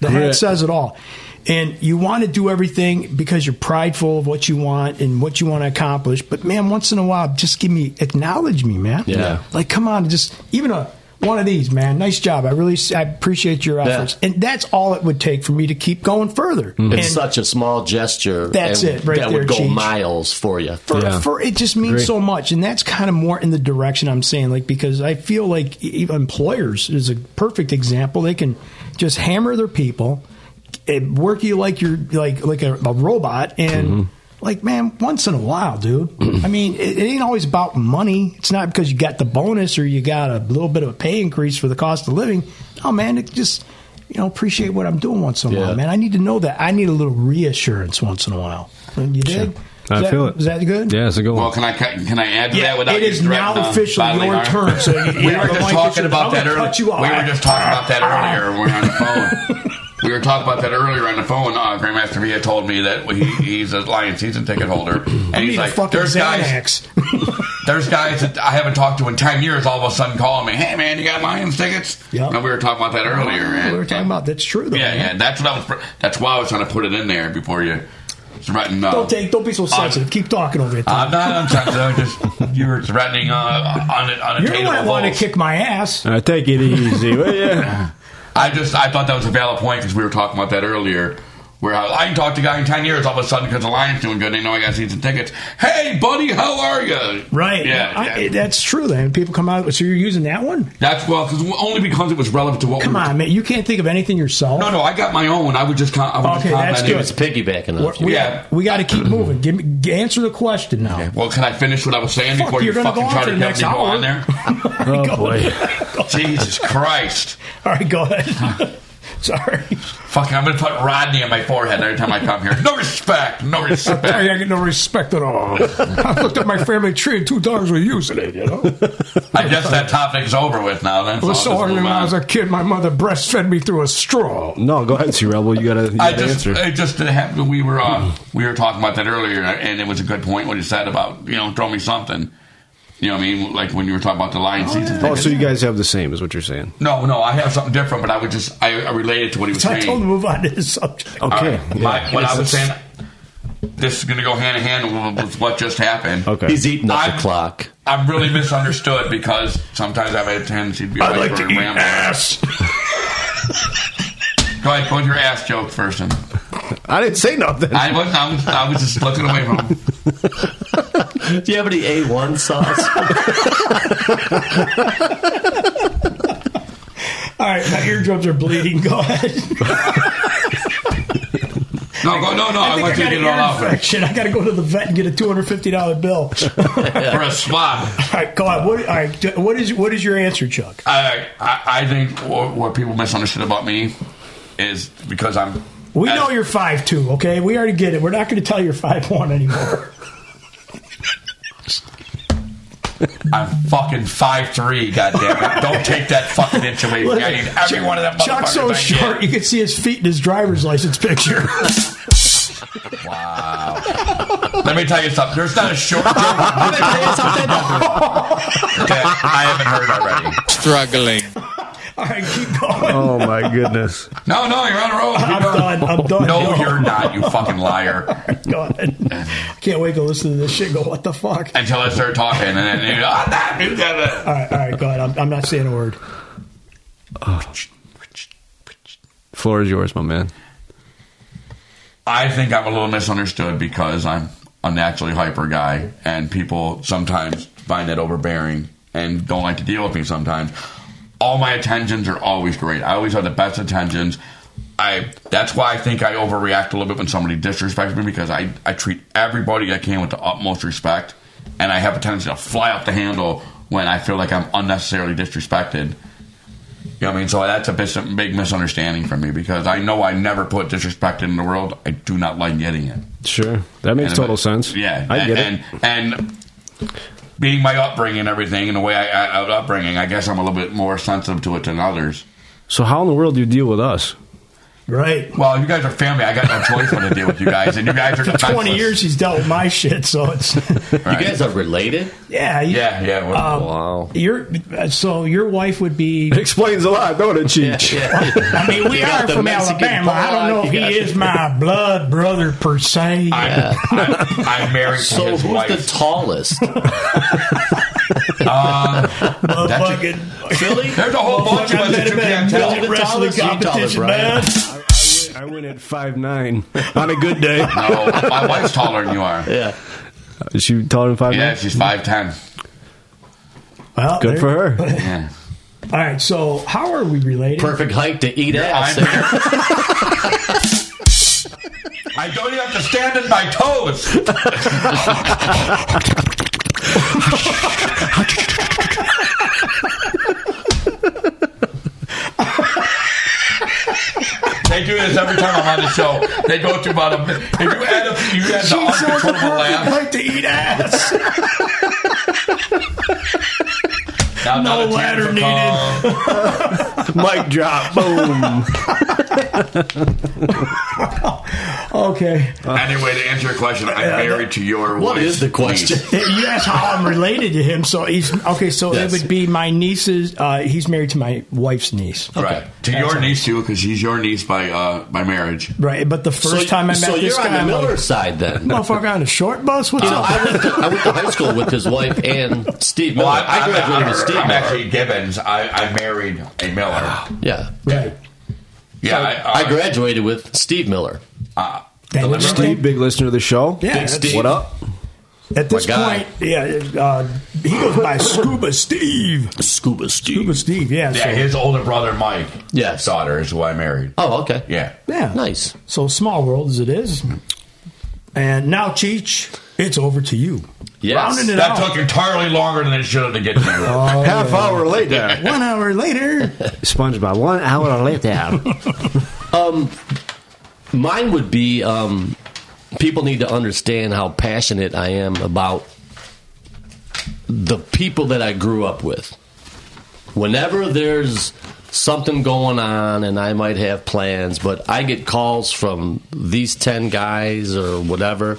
E: The hat
B: Grit.
E: says it all. And you want to do everything because you're prideful of what you want and what you want to accomplish. But man, once in a while, just give me acknowledge me, man.
B: Yeah.
E: Like come on, just even a One of these, man. Nice job. I really s- I appreciate your efforts. And that's all it would take for me to keep going further.
D: It's
E: Mm-hmm. And
D: such a small gesture.
E: That's
D: and
E: it, right
D: that
E: there,
D: would go
E: Cheech.
D: miles for you.
E: for, for it just means
D: Agree.
E: so much and that's kind of more in the direction i'm saying like because i feel like e- employers is a perfect example they can just hammer their people eh, work you like you're like like a, a robot and
B: Mm-hmm.
E: like man once in a while dude i mean it, it ain't always about money it's not because you got the bonus or you got a little bit of a pay increase for the cost of living no man it just you know appreciate what i'm doing once in a while man i need to know that i need a little reassurance once in a while you dig
B: I
E: Is that-
B: feel it.
E: Is that good?
B: Yeah, it's a good
C: Well,
B: one.
C: can I cut- can I add to
E: Yeah,
C: that without
E: it is
C: you threatening,
E: now
C: uh,
E: official,
C: bodily
E: your
C: harm?
E: turn, so
C: [laughs]
E: you-
C: we
E: yeah,
C: were just
E: the mic is-
C: talking
E: I'm
C: about that
E: gonna
C: earlier.
E: cut you off.
C: We were just talking about
E: [laughs]
C: that earlier when we were on the phone. We were talking about that earlier on the phone. Uh, Grandmaster Villa told me that he, he's a Lion season ticket
E: [clears throat]
C: holder, and
E: I
C: he's
E: need a
C: like,
E: fucking
C: "There's guys, [laughs]
E: Xanax.
C: there's guys that I haven't talked to in ten years. All of a sudden, calling me, hey man, you got Lions tickets?'
E: Yeah.
C: And we were talking about that earlier. And,
E: we were talking about that's true though.
C: yeah, yeah,
E: man.
C: that's what I was. That's why I was trying to put it in there before you. threatened, uh,
E: Don't take. Don't be so
C: on-
E: sensitive. Keep talking over it.
C: I'm not unsensitive. I'm just you were threatening uh, on on
E: You're the one that wanted to kick my ass.
B: I take it
E: [laughs]
B: easy. Well, yeah.
C: I just I thought that was a valid point because we were talking about that earlier. Where I, I can talk to a guy in ten years all of a sudden because the Lions doing good, they know I got season tickets. Hey, buddy, how are you?
E: Right.
C: Yeah.
E: I-
C: yeah.
E: That's true. Then people come out. So you're using that one?
C: That's well, because only because it was relevant to what.
E: Come
C: we were
E: on, man. You can't think of anything yourself.
C: No, no, I got my own. I would just. con- I would just
E: Okay, that's
C: commenting.
E: good.
D: It's piggybacking off
E: We,
D: you.
C: Yeah.
E: We got to [clears throat] keep moving. Give me g- answer the question now.
C: Well, can I finish what I was saying
E: Fuck,
C: before you
E: you're gonna
C: fucking
E: go on
C: try
E: for
C: to
E: the
C: get
E: next
C: me go
E: hour.
C: on
E: [laughs]
C: there?
B: Oh boy.
C: Jesus Christ!
E: All right, go [laughs] ahead. Sorry.
C: Fucking, I'm gonna put Rodney on my forehead every time I come here. No respect.
E: [laughs]
C: No respect.
E: Sorry, I get no respect at all. I looked at my family tree and two dogs were using it, you know?
C: I guess that topic's over with now. Then
E: It was so
C: I'll
E: hungry
C: just move
E: when I
C: on.
E: was a kid, my mother breastfed me through a straw.
B: No, go ahead, C Rebel. You gotta, you
C: I
B: gotta
C: just,
B: answer.
C: I just it happened. We were uh, we were talking about that earlier, and it was a good point what you said about you know throw me something. You know what I mean? Like when you were talking about the lion season.
B: Oh,
C: tickets.
B: so you guys have the same, is what you're saying?
C: no, no, I have something different, but I would just I, I related to what he was
E: So I
C: saying.
E: told him to move on to the subject.
C: All
B: Okay.
C: right,
B: yeah.
C: my- what I was saying. This is going to go hand in hand with- with what just happened.
B: Okay.
D: He's eating up
C: I'm-
D: the clock.
C: I'm really misunderstood because sometimes I have a tendency to be
E: I'd like
C: hyper
E: to
C: and
E: eat
C: ramble.
E: ass.
C: Go ahead, put your ass joke first. Then.
B: I didn't say nothing.
C: I was I was, I was just looking away from. him.
D: Do you have any A1 [laughs] sauce?
E: All right, my eardrums are bleeding. Go ahead.
C: No, go, no, no! [laughs] I, want you to
E: got
C: get
E: an
C: it all
E: ear
C: out for
E: infection. I got to go to the vet and get a two hundred fifty dollar bill. all
C: a swab. [laughs]
E: right, go on. What, all right, d- what is what is your answer, Chuck?
C: I, I, I think what, what people misunderstood about me is because I'm.
E: We
C: as-
E: know you're five two. Okay, we already get it. We're not going to tell you're five
C: [laughs]
E: one anymore.
C: I'm fucking five three. Goddamn [laughs] it! Don't take that fucking inch away from me. I need every one of them.
E: Chuck's so
C: motherfuckers I get.
E: short, you can see his feet in his driver's license picture. [laughs]
C: Let me tell you something. There's not a [laughs] short joke. Let me tell you something that I haven't heard already.
F: Struggling.
E: all right, keep going.
B: Oh my goodness.
C: No, no, you're on a roll.
E: I'm
C: Keep going.
E: done. I'm done.
C: No, you're not. You fucking liar.
E: Go ahead. I can't wait to listen to this shit. Go, what the fuck?
C: Until I start talking, and then you know, that, you gotta-
E: All right, all right, go ahead. I'm, I'm not saying a word.
B: Floor is yours, my man.
C: I think I'm a little misunderstood because I'm a naturally hyper guy, and people sometimes find that overbearing and don't like to deal with me sometimes. All my attentions are always great. I always have the best attentions. I that's why I think I overreact a little bit when somebody disrespects me because I, I treat everybody I can with the utmost respect and I have a tendency to fly off the handle when I feel like I'm unnecessarily disrespected. You know what I mean? So that's a bis- big misunderstanding for me because I know I never put disrespect in the world. I do not like getting it.
B: Sure, that makes
C: And-
B: total sense.
C: Yeah,
B: I get
C: and,
B: it.
C: And, and being my upbringing and everything, and the way I, I, I was upbringing, I guess I'm a little bit more sensitive to it than others.
B: So how in the world do you deal with us?
E: Right.
C: Well, you guys are family. I got no choice but to deal with you guys, and you guys are
E: For 20
C: defenseless.
E: years, he's dealt with my shit, so it's. [laughs]
C: Right.
D: You guys are related?
E: Yeah, you-
C: yeah, yeah. we're-
E: Um,
D: Wow.
E: Your so your wife would be.
B: [laughs] Explains a lot, don't it,
D: [laughs]
B: Cheech?
E: I mean, we
D: You got
E: are
D: the
E: from
D: Mexican
E: Alabama. I don't know
D: pot,
E: if
D: you
E: he
D: got-
E: is my blood brother per se.
C: I'm, I'm, I'm married to
D: So
C: his
D: who's
C: wife.
D: the tallest?
C: Um,
E: Motherfucking
C: Philly? There's a whole bunch of us that you can't tell.
E: Wrestling competition, man.
B: I win at five nine on a good day.
C: No, my wife's taller than you are.
D: Yeah.
B: Is [laughs] she taller than five
C: Yeah, she's 5'10.
E: Well,
B: Good
E: there-
B: for her.
C: [laughs] Yeah.
E: All right, so how are we related?
D: Perfect height to eat ass.
C: [laughs] I don't even have to stand in my toes. They do this every time I'm on the show. They go through about a. If you add up, you add the uncontrollable laugh.
E: like to eat ass. [laughs]
C: Now, now
E: No
C: the tears
E: ladder
C: are
E: needed.
C: calm.
B: Mic drop. Boom.
E: Okay.
C: Anyway, to answer your question, I'm married to your.
D: [laughs] What
C: wife,
D: is the question?
C: please.
E: You asked how I'm related to him, so he's okay. So
D: Yes.
E: it would be my niece's. Uh, he's married to my wife's niece,
C: Right to your niece too, because she's your niece by uh, by marriage.
E: right? But the first
D: so,
E: time I met
D: so
E: this
D: you're
E: guy,
D: on
E: I'm
D: the
E: like,
D: Miller side then.
E: motherfucker on a short bus. What's
D: You know,
E: up?
D: I went, to, I went to high school with his wife and Steve Miller.
C: Well, I,
D: I
C: I
D: graduated
C: am
D: with Steve Miller.
C: actually Gibbons. I, I married a Miller.
D: yeah.
E: right.
C: Yeah, I,
D: I graduated with Steve Miller.
C: uh,
E: Dang,
C: deliver-
E: Steve.
B: Steve, big listener of the show.
E: Yeah,
D: Big
E: that's-
D: Steve.
B: What up?
E: At this
D: My guy.
E: point, yeah, uh, he goes
D: [laughs]
E: by Scuba Steve.
D: Scuba Steve.
E: Scuba Steve, yeah.
C: Yeah,
E: so,
C: his older brother Mike.
D: Yes.
C: daughter is who I married.
D: Oh, okay.
C: Yeah.
E: yeah.
D: Nice.
E: So small world as it is, and now Cheech, it's over to you.
D: Yes.
E: Rounding it
C: That
E: out.
C: took entirely longer than it should have to get to.
B: Half hour later.
E: One hour
D: [laughs]
E: later,
B: SpongeBob. One hour later.
D: Mine would be um, people need to understand how passionate I am about the people that I grew up with. Whenever there's something going on, and I might have plans, but I get calls from these 10 guys or whatever,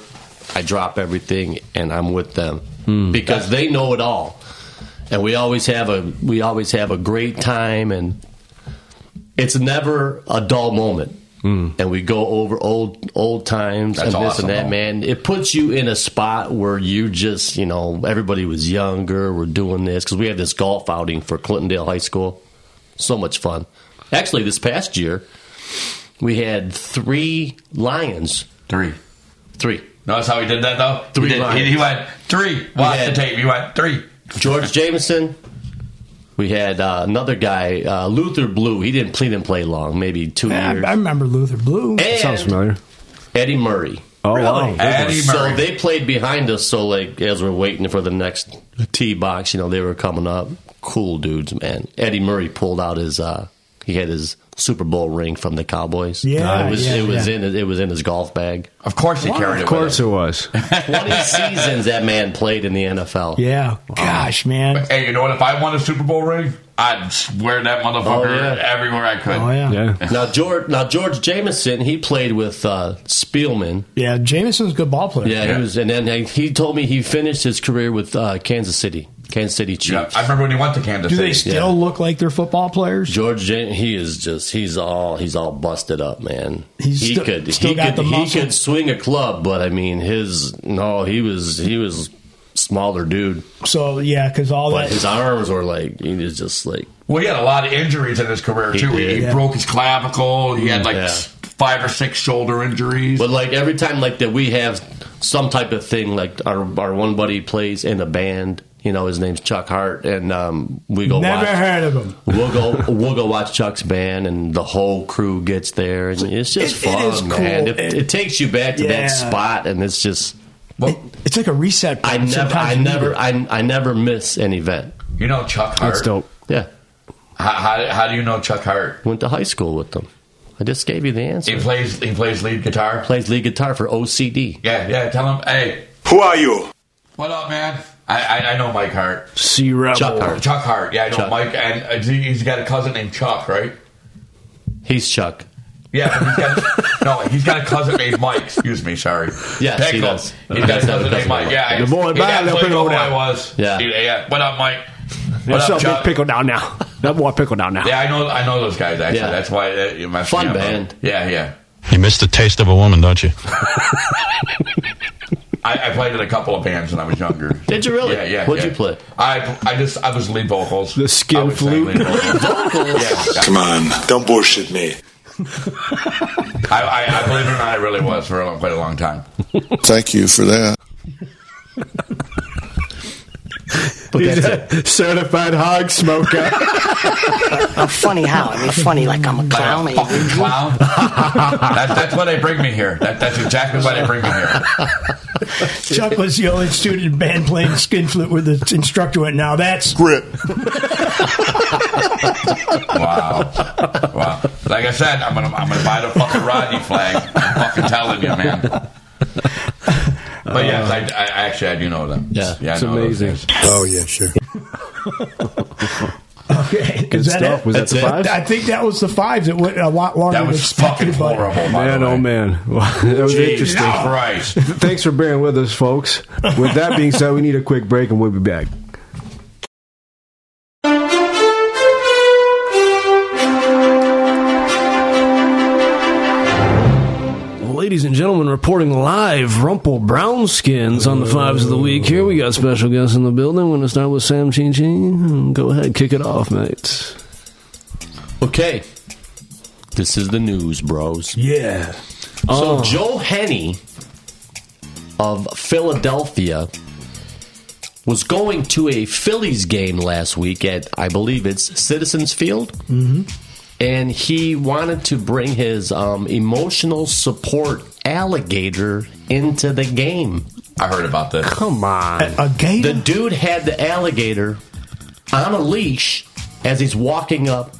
D: I drop everything and I'm with them because they know it all. And we always have a we always have a great time and it's never a dull moment. And we go over old old times
C: Hmm. That's
D: and this
C: awesome,
D: and that,
C: though.
D: man. It puts you in a spot where you just, you know, everybody was younger. We're doing this because we had this golf outing for Clintondale High School. So much fun. Actually, this past year, we had three lions.
C: Three.
D: Three.
C: Notice how he did that though.
D: Three
C: He, did- he-
D: lines.
C: he went three. Watch
D: had-
C: the tape. He went three.
D: George Jameson. We had uh, another guy, uh, Luther Blue. He didn't, he didn't play long, maybe two
E: Yeah, I,
D: years.
E: I remember Luther Blue.
D: and
B: Sounds familiar.
D: Eddie Murray.
B: Oh,
E: Really?
B: wow.
C: Eddie
D: So
C: Murray.
D: they played behind us. So like as we're waiting for the next tee box, you know they were coming up. Cool dudes, man. Eddie Murray pulled out his. uh He had his Super Bowl ring from the Cowboys.
E: Yeah,
D: it was
E: yeah,
D: it was
E: yeah.
D: in it was in his golf bag.
C: of course he carried it.
B: Of course it was.
E: [laughs]
D: Twenty seasons that man played in the NFL.
E: Yeah, gosh, man.
C: Hey, you know what? If I won a Super Bowl ring, I'd wear that motherfucker
D: Oh, yeah.
C: everywhere I could.
E: Oh yeah, yeah.
B: Yeah.
D: Now George, now George Jameson, he played with uh, Spielman.
E: Jameson's a good ball player.
D: Yeah, he was, and then he told me he finished his career with uh, Kansas City, Kansas City Chiefs.
C: Yeah, I remember when he went to Kansas
E: Do
C: City.
E: they still look like they're football players?
D: George, Jan- he is just he's all he's all busted up, man.
E: He's
D: he
E: still-
D: could
E: still
D: he
E: got
D: could
E: the
D: he
E: muscle.
D: could swing a club, but I mean his no, he was he was smaller dude,
E: So yeah, because all
D: but
E: that.
D: his arms were like he was just like
C: Well, he had a lot of injuries in his career too. He,
D: did.
C: he
E: Yeah.
C: broke his clavicle. He had like
D: Yeah.
C: s- five or six shoulder injuries.
D: But like every time, like that we have some type of thing. Like our our one buddy plays in a band. You know, his name's Chuck Hart, and um, we go
E: Never
D: watch.
E: heard of him.
D: We'll go. We'll go watch Chuck's band, and the whole crew gets there, and it's just
E: It- it
D: fun,
E: is cool.
D: man. It,
E: It-
D: it takes you back to
E: Yeah.
D: that spot, and it's just.
E: It- it's like a reset.
D: I
E: button.
D: never.
E: Sometimes
D: I
E: you need
D: never.
E: it.
D: I, I never miss an event.
C: you know Chuck Hart.
B: That's dope.
D: Yeah,
C: How, how, how do you know Chuck Hart?
D: went to high school with them. I just gave you the
C: He
D: answer.
C: plays. He plays lead guitar.
D: Plays lead guitar for OCD.
C: Yeah, yeah. Tell him, hey,
F: Who are you?
C: what up, man? I I, I know Mike Hart.
B: Sea Rebel.
D: Chuck Hart.
C: Chuck Hart. Yeah, I know
D: Chuck.
C: Mike, and uh, he- he's got a cousin named Chuck, right?
D: He's Chuck.
C: Yeah, but he's got no. He's got a cousin named Mike. Excuse me, sorry.
D: Yes,
C: That
D: he
C: close.
D: does.
C: He's got a
D: Yes,
C: cousin
D: that's
C: named Mike. Yeah,
B: The boy
C: he
B: bad, they'll
C: absolutely
B: pick
C: know
B: him
C: who I
B: down.
C: was.
D: Yeah.
C: He- yeah. What up, Mike? What
B: What's
C: up,
B: up, big
C: Chuck?
B: pickle down now? That boy pickle down now.
C: Yeah, I know. I know those guys. Actually,
D: Yeah.
C: that's why uh, my
D: Fun
C: yeah,
D: band.
C: Yeah, yeah.
L: You miss the taste of a woman, don't you?
C: I, I played in a couple of bands when I was younger.
D: Did you really?
C: Yeah, yeah.
D: What'd
C: yeah.
D: you play?
C: I I just I was lead vocals. The
B: skin flute.
L: Come on, don't bullshit me.
C: I, I, I believe it or not, I really was for a long, quite a long time.
L: Thank you for that.
B: He's
D: [laughs]
B: a certified hog smoker.
M: I'm funny how? I mean, funny like I'm a clown.
C: Like a fucking clown. that, that's why they bring me here. That, that's exactly why they bring me here.
E: Chuck was the only student in band playing skin flute where the instructor went, now that's grip.
C: Wow, wow. Like I said, I'm gonna I'm gonna buy the fucking Rodney flag. I'm fucking telling you, man. But yes, I, I actually I do know them. Yeah, yeah, I know those guys.
L: Oh yeah, sure.
E: [laughs] Okay,
B: Good
E: is that
B: stuff.
E: It?
B: Was that the five?
E: I think that was the five that went a lot longer.
B: That was
E: than
B: fucking
E: expected, but-
B: man, oh man, [laughs] that was
E: Jeez,
B: interesting.
C: Christ.
B: Thanks for bearing with us, folks. With that being said, we need a quick break and we'll be back. Ladies and gentlemen, reporting live, Rumple Brownskins on the fives of the week. Here we got special guests in the building. We're going to start with Sam Chin Chin. Go ahead, kick it off, mate.
D: Okay. This is the news, bros.
B: Yeah.
D: So Joe Henney of Philadelphia was going to a Phillies game last week at I believe it's Citizens Field.
K: Mm-hmm.
D: and he wanted to bring his um, emotional support alligator into the game.
C: I heard about this.
D: Come on,
E: a, gator.
D: The dude had the alligator on a leash as he's walking up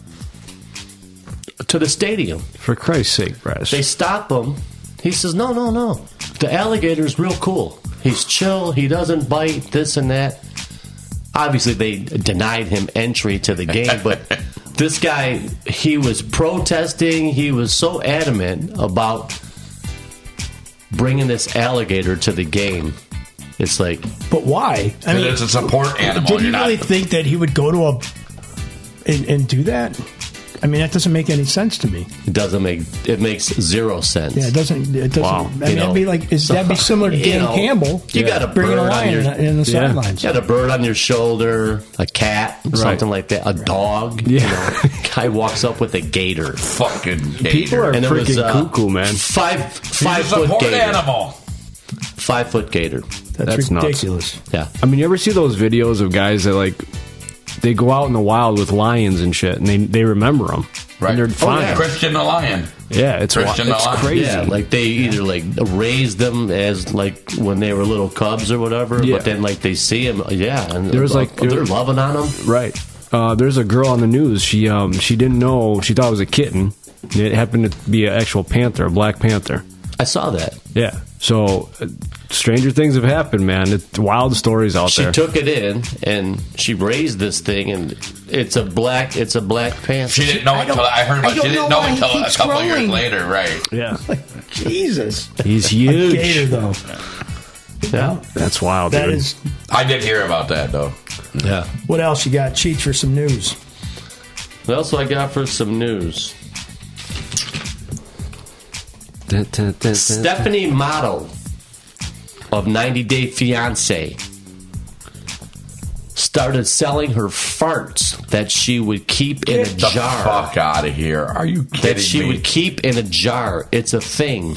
D: to the stadium.
B: For Christ's sake, Brad.
D: They stop him. He says, "No, no, no. The alligator's real cool. He's chill. He doesn't bite. This and that." Obviously, they denied him entry to the game, but this guy, he was protesting. He was so adamant about bringing this alligator to the game. It's like,
E: but why? I mean,
D: it's a support
E: Did you really think that he would go to a and, and do that? I mean, that doesn't make any sense to me.
D: It doesn't make it makes zero sense.
E: Yeah, it doesn't. It doesn't.
D: Wow.
E: I mean,
D: You know,
E: that'd be like is that'd
D: [laughs]
E: be similar to
D: you
E: Dan
D: know,
E: Campbell?
D: You got a
E: bringing
D: bird
E: a
D: on
E: lion
D: your,
E: in, the- in the sidelines.
D: You got a bird on your shoulder, a cat, something like that, a dog. Yeah. You know, guy walks up with a gator.
C: Fucking gator.
B: People are
D: there was,
B: freaking
D: uh,
B: cuckoo, man.
D: Five five
C: a
D: foot
C: support
D: gator.
C: animal.
D: Five foot gator.
B: That's nuts.
E: ridiculous.
D: Yeah.
B: I mean, you ever see those videos of guys that like they go out in the wild with lions and shit, and they they remember them, right? And they're fine.
C: Oh, yeah. Christian the Lion.
B: Yeah, it's wi-
C: Christian
B: it's
C: the Lion.
B: crazy.
D: Yeah, like they either like raised them as like when they were little cubs or whatever, but then like they see them, yeah, and
B: There was like
D: they're loving on them.
B: right? Uh, there's a girl on the news. She um she didn't know she thought it was a kitten. It happened to be an actual panther, a black panther.
D: I saw that.
B: Yeah. So uh, stranger things have happened, man. It's wild stories out
D: she
B: there.
D: took it in and she raised this thing and it's a black it's a black panther.
C: She didn't know until I heard about. She didn't know until a couple of years later, right?
B: Yeah.
E: Jesus.
B: He's
E: A
B: huge.
E: gator though.
D: Yeah,
B: that's wild.
E: That
B: dude.
E: is-
C: I did hear about that though.
D: Yeah.
E: What else you got? Cheats for some news.
D: What else I got for some news?
B: Dun, dun, dun, dun.
D: Stephanie Model of 90 Day Fiance started selling her farts that she would keep in a
C: the
D: jar.
C: fuck out of here! Are you kidding
D: That she
C: me?
D: would keep in a jar. It's a thing.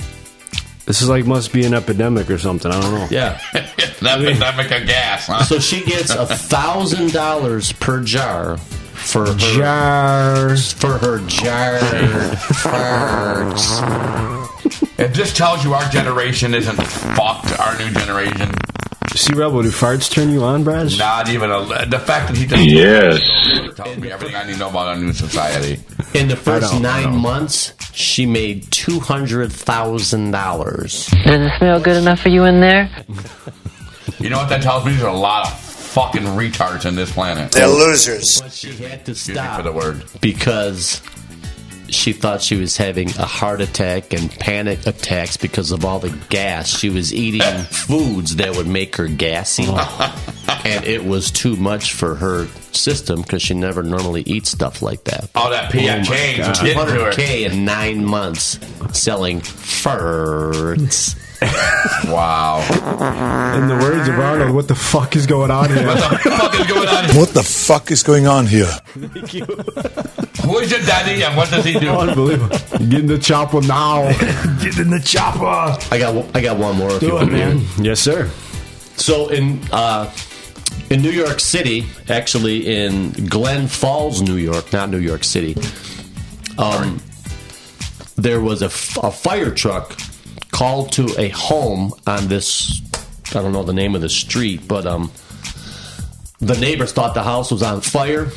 B: This is like must be an epidemic or something. I don't know.
D: Yeah.
C: that [laughs] epidemic of gas. Huh?
D: So she gets a thousand dollars per jar for her
B: jars
D: for her
B: [laughs]
D: jar farts.
C: It just tells you our generation isn't fucked. Our new generation,
B: See, Rebel, do farts turn you on, Brad?
C: not even a. The fact that he doesn't.
B: Yes.
C: Tells me everything I need to know about our new society.
D: In the
C: I
D: first
C: don't- I
D: nine
C: don't.
D: months, she made two hundred thousand dollars.
N: Does it smell good enough for you in there?
C: You know what that tells me? There's a lot of fucking retards in this planet.
D: They're
L: losers.
D: But she had to
C: stop. Me for the word.
D: Because she thought she was having a heart attack and panic attacks because of all the gas. She was
C: [laughs]
D: eating foods that would make her gassy.
C: Oh.
D: and it was too much for her system because she never normally eats stuff like that.
C: All that PF change was getting to her. [laughs]
D: 200K in nine months selling farts.
C: wow.
B: In the words of Arnold, what the fuck is going on
C: [laughs]
B: here?
L: What the fuck is going on here?
C: Who is your daddy and what does he do?
B: Unbelievable. Get in the chopper now.
E: Get in the chopper.
D: I got I got one more. if
E: Do
D: you
E: it,
D: want me.
E: man.
B: yes, sir.
D: So in uh, in New York City, actually in Glen Falls, New York, not New York City, um, there was a, f- a fire truck called to a home on this. I don't know the name of the street, but um, the neighbors thought the house was on fire.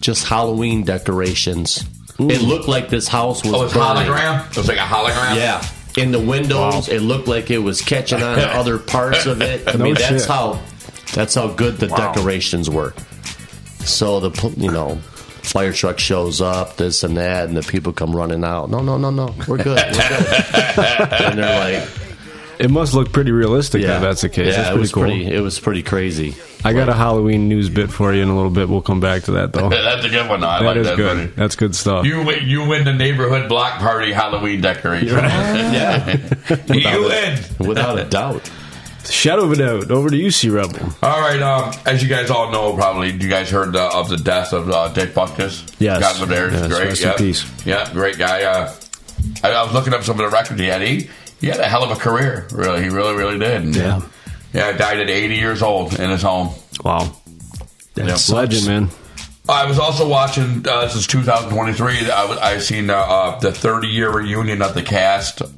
D: Just Halloween decorations. It looked like this house was
C: Oh, it's
D: burning.
C: hologram? It was like a hologram?
D: Yeah. In the windows, it looked like it was catching on to
B: [laughs]
D: other parts of it. I
C: No
D: mean, that's
C: shit.
D: how that's how good the
C: Wow.
D: decorations were. So the pl- you know fire truck shows up, this and that, and the people come running out. No, no, no, no, we're good. We're good.
C: [laughs]
D: and they're like,
B: It must look pretty realistic
D: yeah,
B: if that's the case.
D: Yeah,
B: That's
D: it
B: pretty
D: was
B: cool.
D: pretty. It was pretty crazy.
B: I got a Halloween news bit for you in a little bit. We'll come back to that though.
C: That's a good one. though. [laughs] I
B: That
C: like
B: is
C: that.
B: good.
C: buddy.
B: That's good stuff.
C: You win, you win the neighborhood block party Halloween
B: [laughs]
C: decoration. [laughs]
D: yeah.
C: you win. [laughs]
D: Without a doubt.
B: Shadow of a doubt. Over to you, C Rebel.
C: All right. Um, as you guys all know, probably you guys heard uh, of the death of uh, Dick Butkus.
B: Yes.
C: God was there.
B: Yes,
C: great.
B: rest in
C: yeah.
B: peace.
C: Yeah, great guy. Uh, I, I was looking up some of the records he had. He, he had a hell of a career. Really, he really, really did. And,
B: Yeah.
C: Yeah, died at 80 years old in his home.
B: Wow. That's
C: Yeah.
B: legend, man.
C: I was also watching. Uh, this is 2023. I was I seen uh, uh, the 30 year reunion of the cast of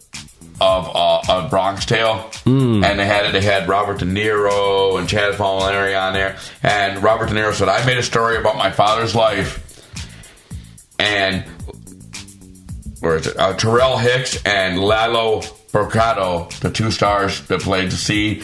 C: uh, of Bronx Tale,
B: Mm.
C: and they had it. They had Robert De Niro and Chad Palminteri on there, and Robert De Niro said, "I made a story about my father's life, and where is it? Uh, Terrell Hicks and Lalo Brocado, the two stars that played the C,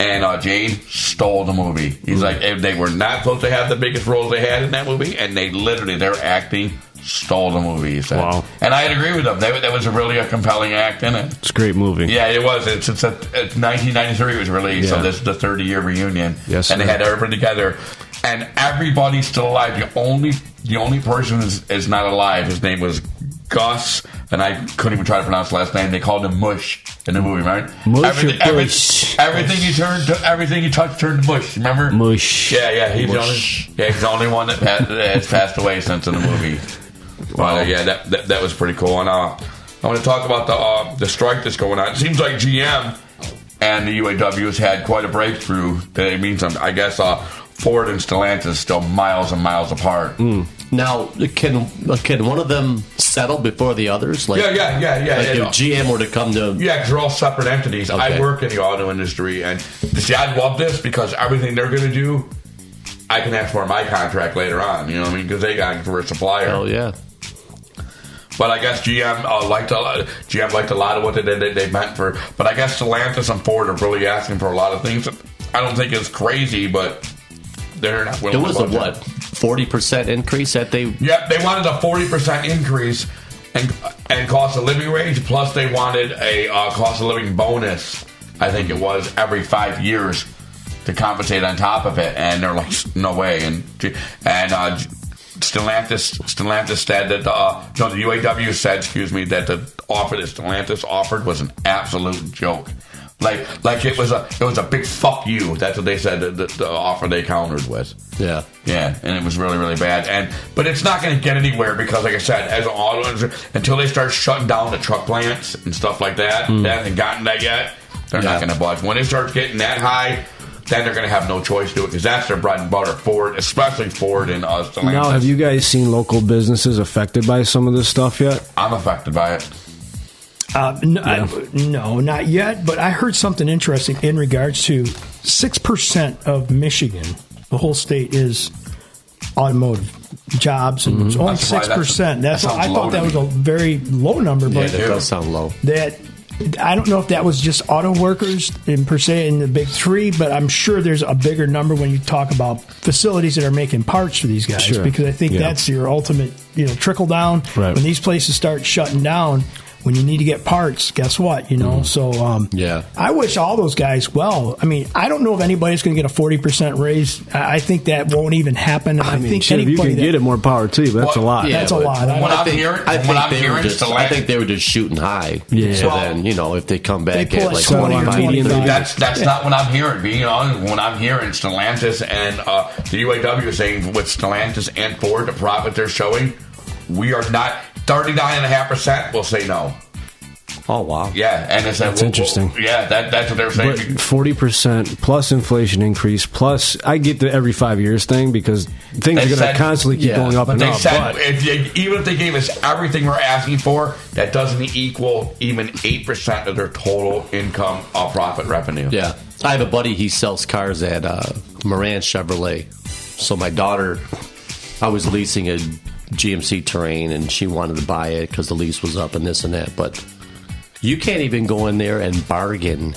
C: and uh, Jane stole the movie. He's like, if they were not supposed to have the biggest roles they had in that movie, and they literally, their acting stole the movie. He said.
B: Wow.
C: And I'd agree with him. That, that was a really a compelling act in it.
B: It's a great movie.
C: Yeah, it was. It's, it's, a, it's 1993 was released,
B: Yeah.
C: so this is the 30 year reunion.
B: Yes,
C: and they
B: sir.
C: had everybody together, and everybody's still alive. The only the only person is, is not alive. His name was Gus, and I couldn't even try to pronounce the last name. They called him Mush in the movie, right?
B: Mush or
C: everything,
B: Bush?
C: everything he turned, to, everything he touched turned to mush. Remember?
B: Mush.
C: Yeah, yeah. He's
B: Mush.
C: the only, yeah, he's the only one that, passed, that has passed away since in the movie. Wow. yeah, that, that that was pretty cool. And uh, I want to talk about the uh, the strike that's going on. It seems like GM and the UAW has had quite a breakthrough. That it means something. I guess uh, Ford and Stellantis is still miles and miles apart.
D: Mm. Now, can can one of them settle before the others? Like,
C: Yeah, yeah, yeah, yeah,
D: Like
C: yeah.
D: if GM were to come to
C: Yeah, because they're all separate entities. I
D: Okay.
C: work in the auto industry, and see, I love this because everything they're going to do, I can ask for in my contract later on. You know what I mean? Because they got it for a supplier.
D: Hell yeah.
C: But I guess GM uh, liked a lot. GM liked a lot of what they did. They, they meant for. But I guess Stellantis and Ford are really asking for a lot of things. that I don't think it's crazy, but they're not willing.
D: It was
C: to
D: a
C: budget.
D: what forty percent increase that they.
C: Yep, they wanted a forty percent increase and and cost of living wage. Plus, they wanted a uh, cost of living bonus. I think it was every five years to compensate on top of it. And they're like, no way. And and uh, Stellantis Stellantis said that uh, no, the UAW said, excuse me, that the offer that Stellantis offered was an absolute joke. Like, like it was a it was a big fuck you. That's what they said. The, the, the offer they countered with.
D: Yeah.
C: Yeah, and it was really, really bad. And but it's not going to get anywhere because, like I said, as an auto industry, until they start shutting down the truck plants and stuff like that,
B: Mm.
C: they haven't gotten that yet. They're not
B: Yeah.
C: going to budge. When it starts getting that high, then they're going to have no choice to do it because that's their bread and butter. Ford, especially Ford and us. Stellantis.
B: Now, have you guys seen local businesses affected by some of this stuff yet?
C: I'm affected by it.
E: Uh, no, I, no, not yet. But I heard something interesting in regards to six percent of Michigan, the whole state is automotive jobs, and
B: Mm-hmm.
E: it's only
D: That's why
E: six
D: that's-
E: percent. That's
D: that
E: why I
D: sounds
E: thought
D: low
E: that was
D: to
E: a very low number,
D: Yeah,
E: but
D: that does sound low.
E: that I don't know if that was just auto workers in per se in the big three, but I'm sure there's a bigger number when you talk about facilities that are making parts for these guys
B: Sure.
E: because I think
B: Yeah.
E: that's your ultimate you know trickle down
B: Right.
E: when these places start shutting down. when you need to get parts, guess what? You
B: Mm-hmm.
E: know, so um,
D: yeah.
E: I wish all those guys well. I mean, I don't know if anybody's going to get a forty percent raise. I I think that won't even happen. And I,
B: I mean,
E: think
B: shit, if you
E: anybody
B: can
E: that,
B: get it, more power to you. but That's a lot.
E: That's a
D: but
E: lot. I
D: what
E: don't
D: I think-
E: think-
D: I
E: from
D: think
E: what I'm
D: they were
E: hearing,
D: just.
E: it's the
D: I think they were just shooting high.
C: Yeah.
D: So
C: Well,
D: then you know if they come
E: they
D: back
E: pull
D: at
E: it
D: like
E: somewhere
D: twenty
E: around 20,
D: five.
C: That's that's not what I'm hearing. Being honest, when I'm hearing Stellantis and uh, the UAW saying with Stellantis and Ford, the profit they're showing, we are not 39.5 percent. will say no.
D: Oh wow.
C: Yeah, and it's
B: That's interesting.
C: Yeah, that, that's what they're saying.
B: But forty percent plus inflation increase plus I get the every five years thing because things
C: They
B: are going
C: said-
B: to constantly keep
C: yeah,
B: going up
C: but
B: and
C: they
B: up.
C: said
B: but
C: if they- even if they gave us everything we're asking for, that doesn't equal even eight percent of their total income or profit revenue.
D: Yeah. I have a buddy, he sells cars at uh, Moran Chevrolet. So my daughter, I was leasing a GMC Terrain and she wanted to buy it because the lease was up and this and that. But you can't even go in there and bargain.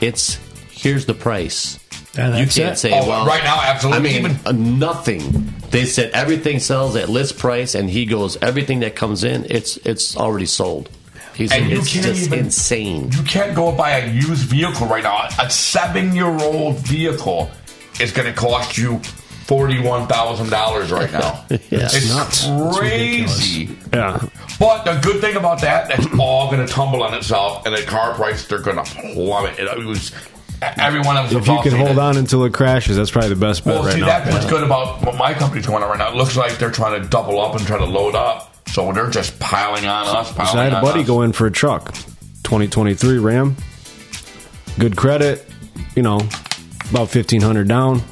D: It's here's the price.
E: Yeah,
D: you
E: that's
D: can't
E: it.
D: say,
E: Oh,
D: well,
E: right now, absolutely.
D: I mean,
E: Even-
D: uh, nothing. They said everything sells at list price, and he goes, everything that comes in, it's it's already sold. He's
C: And you
D: it's
C: can't
D: just
C: even-
D: insane.
C: You can't go buy a used vehicle right now. A seven-year-old vehicle is going to cost you forty-one thousand dollars
B: [laughs]
C: right now.
B: That's
C: it's
B: nuts. That's
C: crazy.
B: yeah,
C: But the good thing about that, that's all going to tumble on itself, and the car price they're going to plummet. It, it was every one of us.
B: if
C: was
B: you
C: all
B: can
C: seeing
B: hold
C: it.
B: on until it crashes, that's probably the best bet
C: Well,
B: right
C: see,
B: now.
C: that's what's good about what my company's going on right now. It looks like they're trying to double up and try to load up. So they're just piling on us, piling
B: So I had a
C: on
B: buddy
C: us.
B: go in for a truck, 2023 Ram. Good credit, you know, about 1500 down.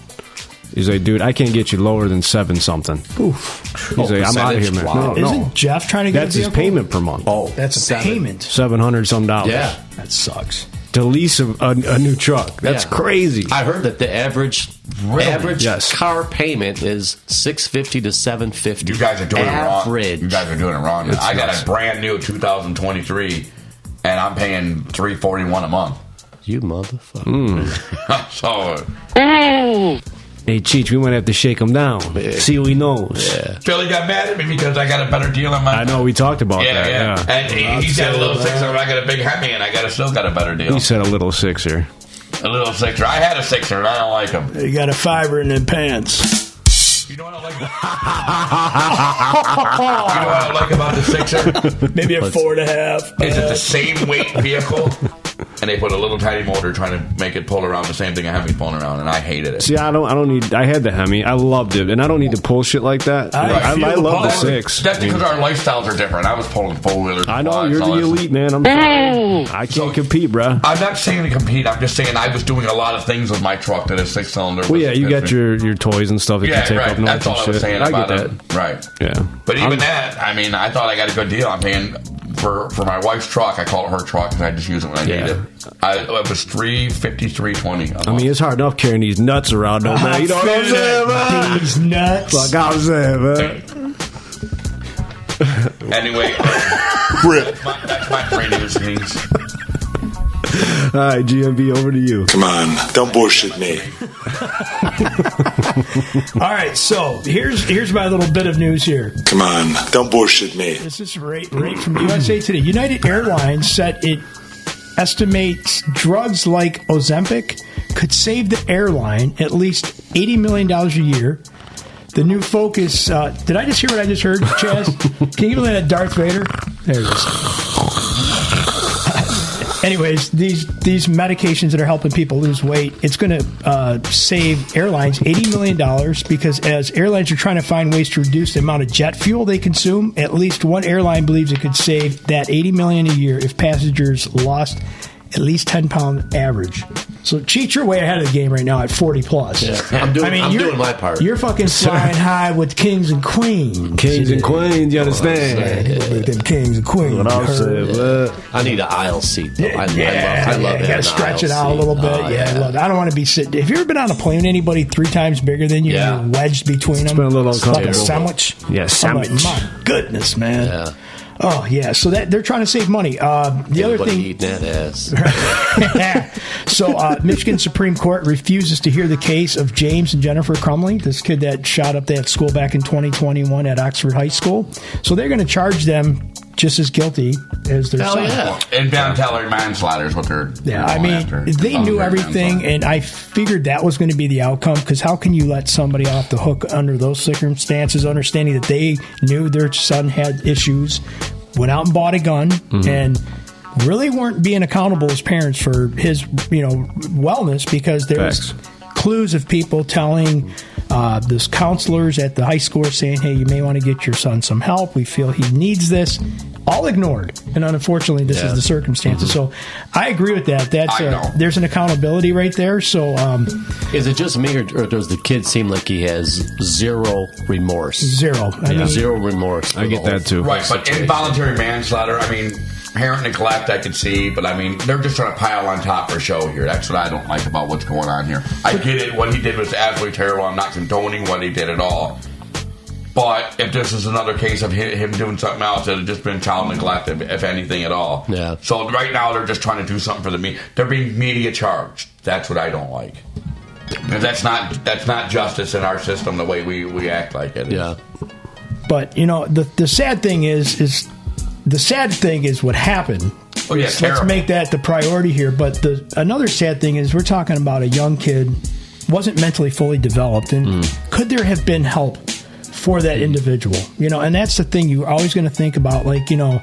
B: He's like, dude, I can't get you lower than seven something. He's
E: Oh,
B: like, I'm out of here, man. No,
E: percentage? Wow.
B: no.
E: Isn't Jeff trying to get a
B: That's his
E: vehicle?
B: payment per month. Oh,
E: That's a payment.
B: seven hundred some dollars.
D: Yeah.
E: That sucks.
B: to lease a, a, a new truck. That's
D: Yeah.
B: crazy.
D: I heard that the average
B: Really?
D: average
B: Yes.
D: car payment is six fifty to seven fifty.
C: You guys are doing it
D: average.
C: wrong. You guys are doing it wrong.
D: It's
C: I got
D: nuts.
C: a brand new 2023, and I'm paying 341 a month. [laughs]
D: You motherfucker.
B: Hmm.
C: so
B: Hey, Cheech, we might have to shake him down. See what he knows.
C: Philly got mad at me because I got a better deal on my.
B: I know we talked about
C: yeah,
B: that.
C: yeah,
B: Yeah.
C: And he, he's got a little sixer, and I got a big Hemi, and I got a, still got a better deal.
B: He said a little
C: [laughs]
B: sixer.
C: A little sixer. I had a sixer, and I don't like him.
E: They got a fiber in their pants.
C: [laughs] you know what I like about the sixer?
E: Maybe a four and a half.
C: Is it the same weight vehicle? And they put a little tiny motor trying to make it pull around the same thing a Hemi pulling around, and I hated it.
B: See, I don't, I don't need. I had the Hemi. I loved it, and I don't need to pull shit like that.
C: Right.
B: I, I,
C: Feel
B: love the
C: power.
B: six.
C: That's
B: I mean,
C: because our lifestyles are different. I was pulling four wheelers.
B: I know you're the elite man. I'm sorry. I can't compete, bruh.
C: I'm not saying to compete. I'm just saying I was doing a lot of things with my truck that is six cylinder.
B: Well, yeah, you got your your toys and stuff that
C: yeah,
B: you take
C: right.
B: up north
C: That's
B: and
C: all I was
B: shit.
C: saying
B: get
C: about
B: that.
C: it. Right.
B: Yeah,
C: But even
B: I'm-
C: that, I mean, I thought I got a good deal. I'm paying for for my wife's truck. I call it her truck, and I just use it when I need it. I, it was three fifty three twenty.
B: I mean, it's hard enough carrying these nuts around, though, man. You know what I'm saying, man?
E: These nuts.
B: Fuck, I'm saying, man.
C: Anyway,
F: Rip.
C: That's my, that's my brain news things.
B: All right, GMB, over to you.
L: Come on, don't bullshit me.
E: All right, so here's here's my little bit of news here.
L: Come on, don't bullshit me.
E: This is right, right from USA Today. United Airlines said it estimates drugs like Ozempic could save the airline at least $80 million a year. The new focus. Uh, did I just hear what I just heard, Chaz? Can you give me that Darth Vader? There it is. Anyways, these these medications that are helping people lose weight, it's going to uh, save airlines eighty million dollars because as airlines are trying to find ways to reduce the amount of jet fuel they consume, at least one airline believes it could save that eighty million a year if passengers lost at least ten pound average. So cheat your way ahead of the game right now at forty plus.
D: I'm doing. I
E: I mean,
D: am
E: you're-
D: doing my part.
E: You're fucking flying high with kings and queens.
B: Kings and queens, you
E: Right,
B: understand?
E: with them kings and queens.
B: What I'm
E: you heard?
B: saying, man.
D: I need an aisle seat. Though. I,
E: Yeah,
D: I love. I love
E: yeah,
D: having
E: gotta
D: an
E: stretch it
D: aisle
E: out a little
D: seat.
E: bit.
D: Oh,
E: yeah, I love it. I don't want to be sitting. Have you ever been on a plane with anybody three times bigger than you?
D: Yeah.
E: and you're wedged between them.
B: been a little
E: It's like
B: uncomfortable.
E: sandwich.
B: Yeah,
E: I'm
B: sandwich.
E: like, my goodness, man. Oh yeah. So that they're trying to save money. Uh, the other
D: Everybody
E: thing
D: eating that ass.
E: [laughs] so, uh, Michigan Supreme Court refuses to hear the case of James and Jennifer Crumley, this kid that shot up that school back in 2021 at Oxford High School. So, they're going to charge them just as guilty as their
C: Hell
E: son.
C: yeah. And Van Teller manslaughter is what they're. Oh,
E: Yeah, I mean, they knew everything, and I figured that was going to be the outcome. Because how can you let somebody off the hook under those circumstances, understanding that they knew their son had issues, went out and bought a gun,
O: Mhm.
E: and really weren't being accountable as parents for his, you know, wellness because there's clues of people telling uh, those counselors at the high school saying, "Hey, you may want to get your son some help. We feel he needs this." All ignored, and unfortunately, this
O: Yeah.
E: is the circumstances. So, I agree with that. That's
D: Mm-hmm. I
E: uh
D: know.
E: there's an accountability right there. So, um,
D: Is it just me, or, or does the kid seem like he has zero remorse?
E: Zero. I mean-
D: zero remorse. I get that
C: Right, but involuntary manslaughter, I mean, parent neglect, I could see, but I mean, they're just trying to pile on top for show here. That's what I don't like about what's going on here. I get it. What he did was absolutely terrible. I'm not condoning what he did at all. But if this is another case of hi- him doing something else, it had just been child neglect, if, if anything at all.
D: Yeah.
C: So right now, they're just trying to do something for the media. They're being media charged. That's what I don't like. Because that's not that's not justice in our system the way we, we act like it. Yeah.
E: but you know, the the sad thing is is the sad thing is what happened.
C: Oh, yeah,
E: let's, let's
C: terrible.
E: make that the priority here. But the another sad thing is we're talking about a young kid wasn't mentally fully developed, and could there have been help for that individual? You know, and that's the thing you're always going to think about, like you know.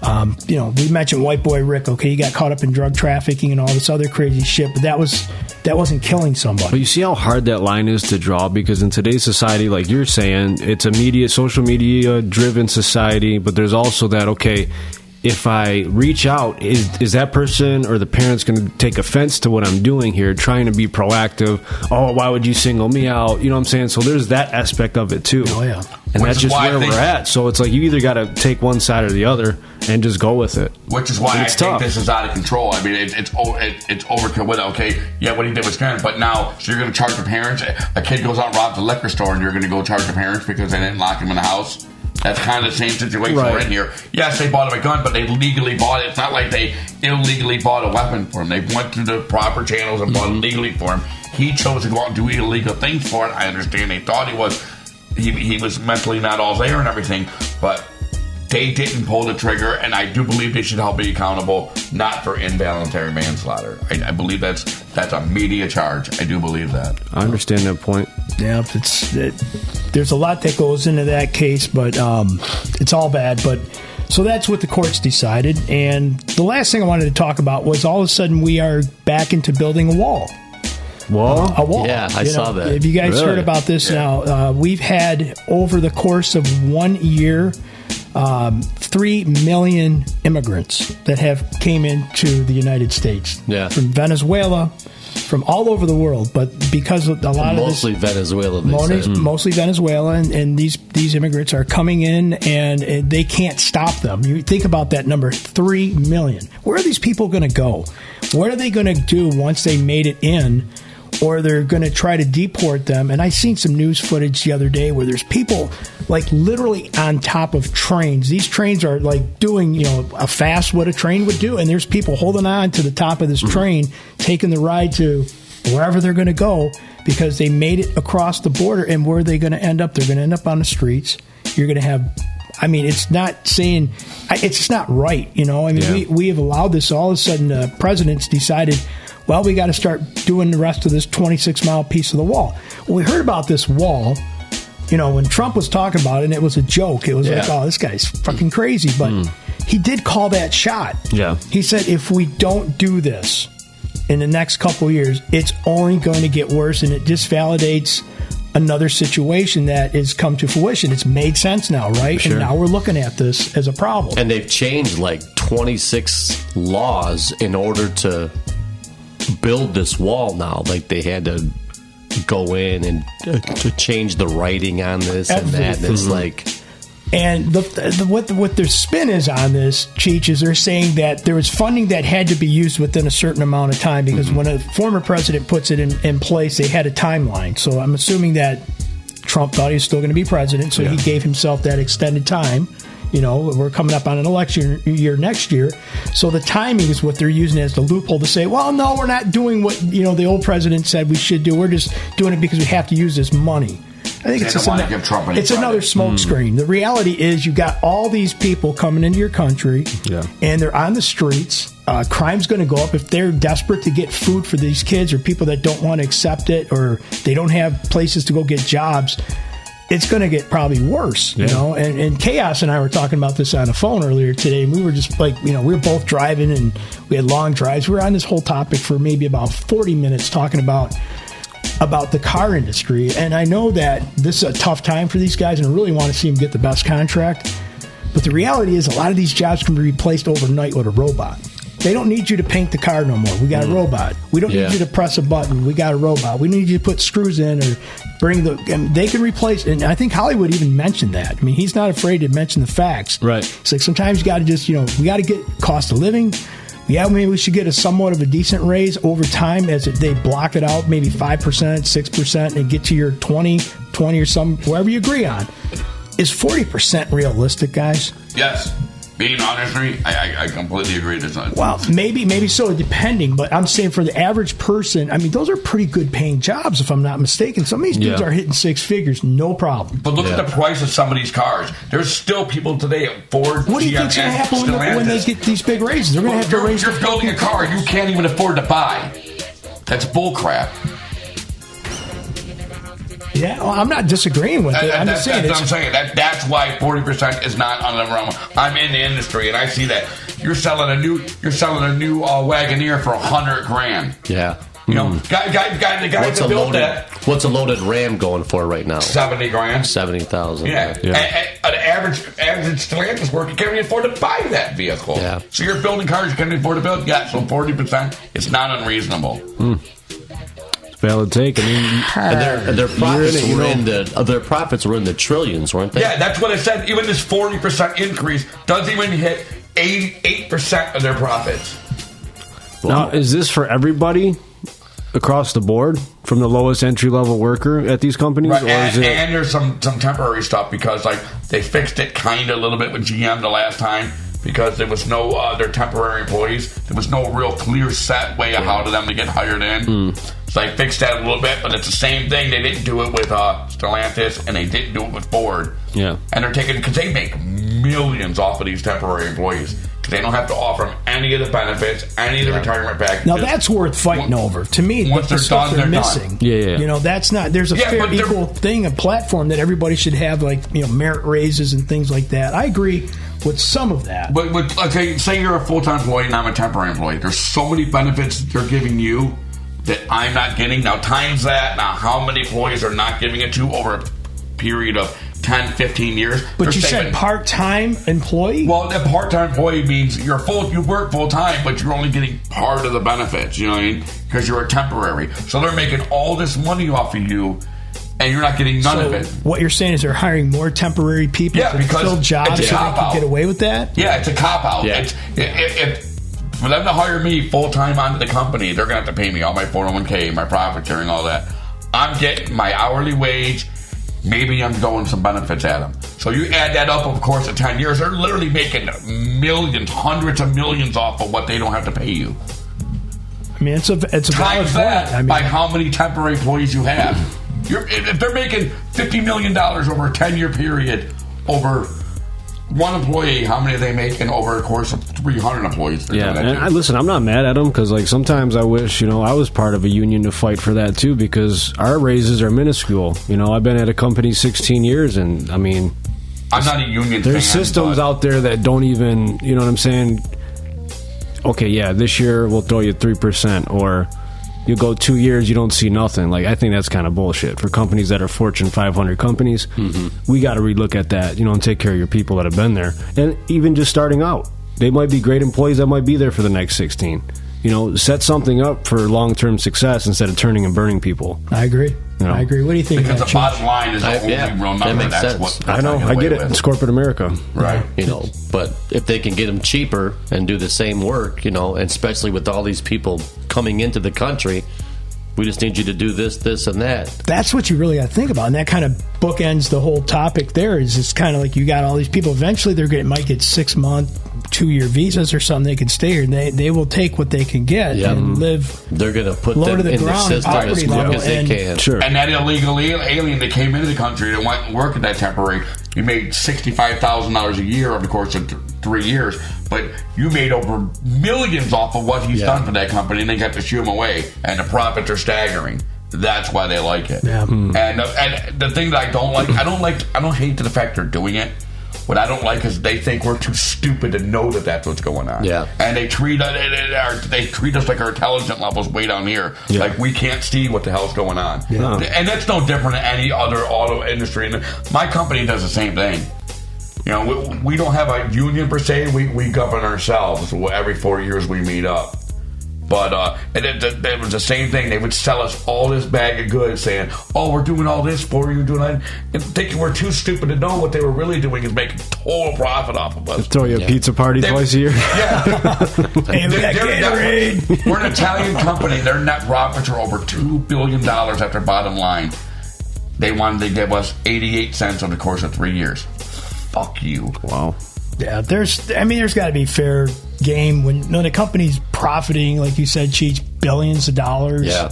E: Um, you know, we mentioned White Boy Rick. Okay, he got caught up in drug trafficking and all this other crazy shit, but that was that wasn't killing somebody.
B: But you see how hard that line is to draw because in today's society, like you're saying, it's a media, social media driven society, but there's also that, okay, if I reach out, is, is that person or the parents going to take offense to what I'm doing here, trying to be proactive? Oh, why would you single me out? You know what I'm saying? So there's that aspect of it too. Oh, yeah. And
C: Which
B: that's
C: is
B: just
C: why I
B: where
C: think-
B: we're at. So it's like you either got to take one side or the other and just go with it.
C: Which is why
B: But
C: I
B: it's
C: think
B: tough.
C: this is out of control. I mean, it, it's o- it, it's overkill. With it. okay, yeah, what he did was parents, but now so you're going to charge the parents. A kid goes out and robs a liquor store, and you're going to go charge the parents because they didn't lock him in the house. That's kind of the same situation we're
B: Right.
C: in here. Yes, they bought him a gun, but they legally bought it. It's not like they illegally bought a weapon for him. They went through the proper channels and bought it legally for him. He chose to go out and do illegal things for it. I understand they thought he was he, he was mentally not all there and everything, but they didn't pull the trigger, and I do believe they should help be accountable, not for involuntary manslaughter. I, I believe that's that's a media charge. I do believe that.
B: I understand that point.
E: Yeah, it's it, there's a lot that goes into that case, but um, it's all bad. But so that's what the courts decided. And the last thing I wanted to talk about was all of a sudden we are back into building a wall.
B: Wall?
E: A wall.
D: Yeah, I
E: You
D: saw that.
E: Have you guys
D: Really?
E: heard about this now? Uh, we've had over the course of one year. Um, three million immigrants that have came into the United States
D: Yeah.
E: from Venezuela, from all over the world. But because of a lot of this,
D: Mostly Venezuela. They
E: Moni-
D: said.
E: mostly Venezuela, and, and these these immigrants are coming in, and uh, they can't stop them. You think about that number, three million. Where are these people going to go? What are they going to do once they made it in? Or they're going to try to deport them. And I seen some news footage the other day where there's people like literally on top of trains. These trains are like doing you know a fast what a train would do, and there's people holding on to the top of this train, taking the ride to wherever they're going to go because they made it across the border and where are they going to end up they're going to end up on the streets you're going to have i mean it's not saying I- it's just not right you know i mean
O: Yeah.
E: we, we have allowed this all of a sudden the president's decided well we got to start doing the rest of this 26 mile piece of the wall well, we heard about this wall you know when trump was talking about it and it was a joke it was like
O: Yeah. Hmm.
E: oh this guy's fucking crazy but he did call that shot
B: Yeah.
E: he said, if we don't do this in the next couple years, it's only going to get worse, and it just validates another situation that has come to fruition. It's made sense now, right?
D: Sure.
E: And now we're looking at this as a problem.
D: And they've changed like 26 laws in order to build this wall now. Like they had to go in and uh, to change the writing on this and that. And it's
E: Everything.
D: like,
E: And the, the, what what their spin is on this, Cheech, is they're saying that there was funding that had to be used within a certain amount of time because
C: Mm-hmm.
E: when a former president puts it in, in place, they had a timeline. So I'm assuming that Trump thought he was still going to be president, so he gave himself that extended time. You know, we're coming up on an election year next year, so the timing is what they're using as the loophole to say, "Well, no, we're not doing what you know the old president said we should do. We're just doing it because we have to use this money." I think
C: They
E: it's
C: don't
E: just
C: wanna
E: ano-
C: give Trump any
E: it's another
C: credit.
E: smokescreen. The reality is, you got all these people coming into your country,
B: Yeah.
E: and they're on the streets. Uh, crime's going to go up if they're desperate to get food for these kids or people that don't want to accept it or they don't have places to go get jobs. It's going to get probably worse, you
O: Yeah.
E: know. And, and chaos and I were talking about this on the phone earlier today. And we were just like, you know, we were both driving and we had long drives. We were on this whole topic for maybe about forty minutes talking about about the car industry. And I know that this is a tough time for these guys, and I really want to see them get the best contract. But the reality is, a lot of these jobs can be replaced overnight with a robot. They don't need you to paint the car no more. We got a robot. We don't
D: Yeah.
E: need you to press a button. We got a robot. We need you to put screws in or bring the. And they can replace. And I think Hollywood even mentioned that. I mean, he's not afraid to mention the facts.
I: Right.
E: It's like sometimes you got to just, you know, we got to get cost of living. Yeah, maybe we should get a somewhat of a decent raise over time as it- they block it out, maybe 5%, 6%, and get to your 20, 20 or some, wherever you agree on. Is 40% realistic, guys?
C: Yes, being honest with me, I, I, I completely agree. There's not.
E: Well, maybe, maybe so, depending. But I'm saying for the average person, I mean, those are pretty good paying jobs, if I'm not mistaken. Some of these dudes
C: Yeah.
E: are hitting six figures, no problem.
C: But look at the price of some of these cars. There's still people today at Ford.
E: What do you
C: GM,
E: think's going
C: and
E: to happen when,
C: Stellantis.
E: when they get these big raises? They're going to have to
C: you're,
E: raise.
C: you're building a car you can't even afford to buy. That's bullcrap.
E: Yeah, well, I'm not disagreeing with
C: That,
E: it.
C: that,
E: I'm
C: that's
E: just saying
C: that's what I'm saying.
E: it's
C: That, that's why 40% is not on the realm. I'm in the industry and I see that. You're selling a new you're selling a new uh, Wagoneer for 100 grand.
D: Yeah.
C: You
E: Hmm.
C: know, guy, guy, guy, the guy
D: what's
C: that
D: a
C: built
D: loaded
C: that.
D: What's a loaded Ram going for right now?
C: Seventy grand.
D: Seventy thousand.
C: Yeah, A- a- an average average Stellantis worker can't even afford to buy that vehicle.
D: Yeah.
C: So you're building cars you can't afford to build. Yeah, so forty percent, it's not unreasonable.
B: Valid take. I mean,
D: And their, and their
B: You're
D: profits
B: in it, you
D: were
B: know.
D: in the uh, their profits were in the trillions, weren't they?
C: Yeah, that's what I said. Even this forty percent increase doesn't even hit eighty-eight percent of their profits.
B: Now, is this for everybody across the board, from the lowest entry level worker at these companies,
C: Right,
B: or
C: and,
B: is it?
C: and there's some some temporary stuff because like they fixed it kind of a little bit with GM the last time because there was no uh, their temporary employees. There was no real clear set way of how to them to get hired in.
B: Hmm.
C: So they fixed that a little bit, but it's the same thing. They didn't do it with uh, Stellantis and they didn't do it with Ford.
B: Yeah.
C: And they're taking because they make millions off of these temporary employees because they don't have to offer them any of the benefits, any of the retirement packages.
E: Now that's worth fighting over. To me,
C: Once
E: that's the
C: they're
E: stuff
C: done,
E: they're
C: they're
E: missing.
C: done. Yeah, yeah.
E: You know, that's not. There's a
C: Yeah,
E: fair,
C: but they're-
E: equal thing, a platform that everybody should have, like you know, merit raises and things like that. I agree with some of that.
C: But, but okay, say you're a full time employee and I'm a temporary employee. There's so many benefits they're giving you that I'm not getting. Now, times that. Now, how many employees are not giving it to over a period of 10, 15 years?
E: But
C: They're
E: you said
C: saving-
E: part time employee.
C: Well, that part time employee means you're full. You work full time, but you're only getting part of the benefits. You know what I mean? Because you're a temporary. So they're making all this money off of you, and you're not getting none
E: So
C: of it.
E: What you're saying is they're hiring more temporary people
C: Yeah,
E: to
C: because
E: fill jobs
C: it's a
E: so they
C: cop-out.
E: can get away with that.
C: Yeah, it's a cop out.
E: Yeah.
C: It's i- i- if for them to hire me full time onto the company, they're gonna have to pay me all my 401k, my profit sharing, all that. I'm getting my hourly wage. Maybe I'm throwing some benefits at them. So you add that up, of course, in ten years, they're literally making millions, hundreds of millions off of what they don't have to pay you.
E: I mean, it's a it's a valid
C: Times
E: point.
C: that
E: I mean,
C: by how many temporary employees you have. You're, if if they're making fifty million dollars over a ten-year period, over one employee, how many are they making over a course of three hundred employees? They're
B: Yeah,
C: doing that
B: and
C: too.
B: I, listen, I'm not mad at them because like sometimes I wish you know I was part of a union to fight for that too because our raises are minuscule. You know, I've been at a company 16 years, and I mean,
C: I'm not a union.
B: there's
C: fan,
B: systems out there that don't even you know what I'm saying. Okay, yeah, this year we'll throw you three percent, or you go two years you don't see nothing. Like I think that's kind of bullshit for companies that are Fortune 500 companies. We got to relook at that, you know, and take care of your people that have been there, and even just starting out, they might be great employees that might be there for the next 16. You know, set something up for long term success instead of turning and burning people.
E: I agree.
B: Yeah.
E: I agree. What do you think?
C: because
E: about
C: the
E: you?
C: bottom line is the
D: I-
C: only
D: yeah,
C: real
D: that
C: number.
D: makes
C: That's
D: sense.
C: what
B: I know, I get it. It's corporate America.
C: Right.
D: You know, but if they can get them cheaper and do the same work, you know, and especially with all these people coming into the country, We just need you to do this, this, and that.
E: That's what you really got to think about, and that kind of bookends the whole topic. There is it's kind of like you got all these people. Eventually, they're getting might get six month, two year visas or something. They can stay here. and They they will take what they can get
D: Yeah.
E: and live.
D: They're going to put
E: Low
D: them
E: to the
D: in the
E: ground,
D: system as
E: poverty
D: quick
E: level,
D: as they
E: and-
D: can.
C: And that illegal al- alien that came into the country that went and worked at that temporary, you made sixty-five thousand dollars a year over the course of th- three years, but you made over millions off of what he's done for that company, and they got to shoo him away, and the profits are staggering. That's why they like it.
E: Yeah. Hmm.
C: And the, and the thing that I don't like, I don't like, I don't hate the fact they're doing it. What I don't like is they think we're too stupid to know that that's what's going on.
D: Yeah.
C: and they treat uh, they- they- our- they treat us like our intelligent levels way down here,
D: Yeah.
C: like we can't see what the hell's going on.
D: Yeah.
C: And that's no different than any other auto industry. And my company does the same thing. You know, we, we don't have a union per se. We, we govern ourselves. Every four years we meet up. But uh, and it, it, it was the same thing. They would sell us all this bag of goods, saying, "Oh, we're doing all this for you, doing that," and thinking we're too stupid to know what they were really doing is making total profit off of us.
B: Throw you a pizza party twice a year.
C: They- they're- they're- we're an Italian company. Their net profits are over two billion dollars after bottom line. They wanted to give us eighty-eight cents over the course of three years. Fuck you.
B: Wow.
E: Yeah, there's. I mean, there's got to be fair game when you know, the company's profiting, like you said, Cheech, billions of dollars.
D: Yeah.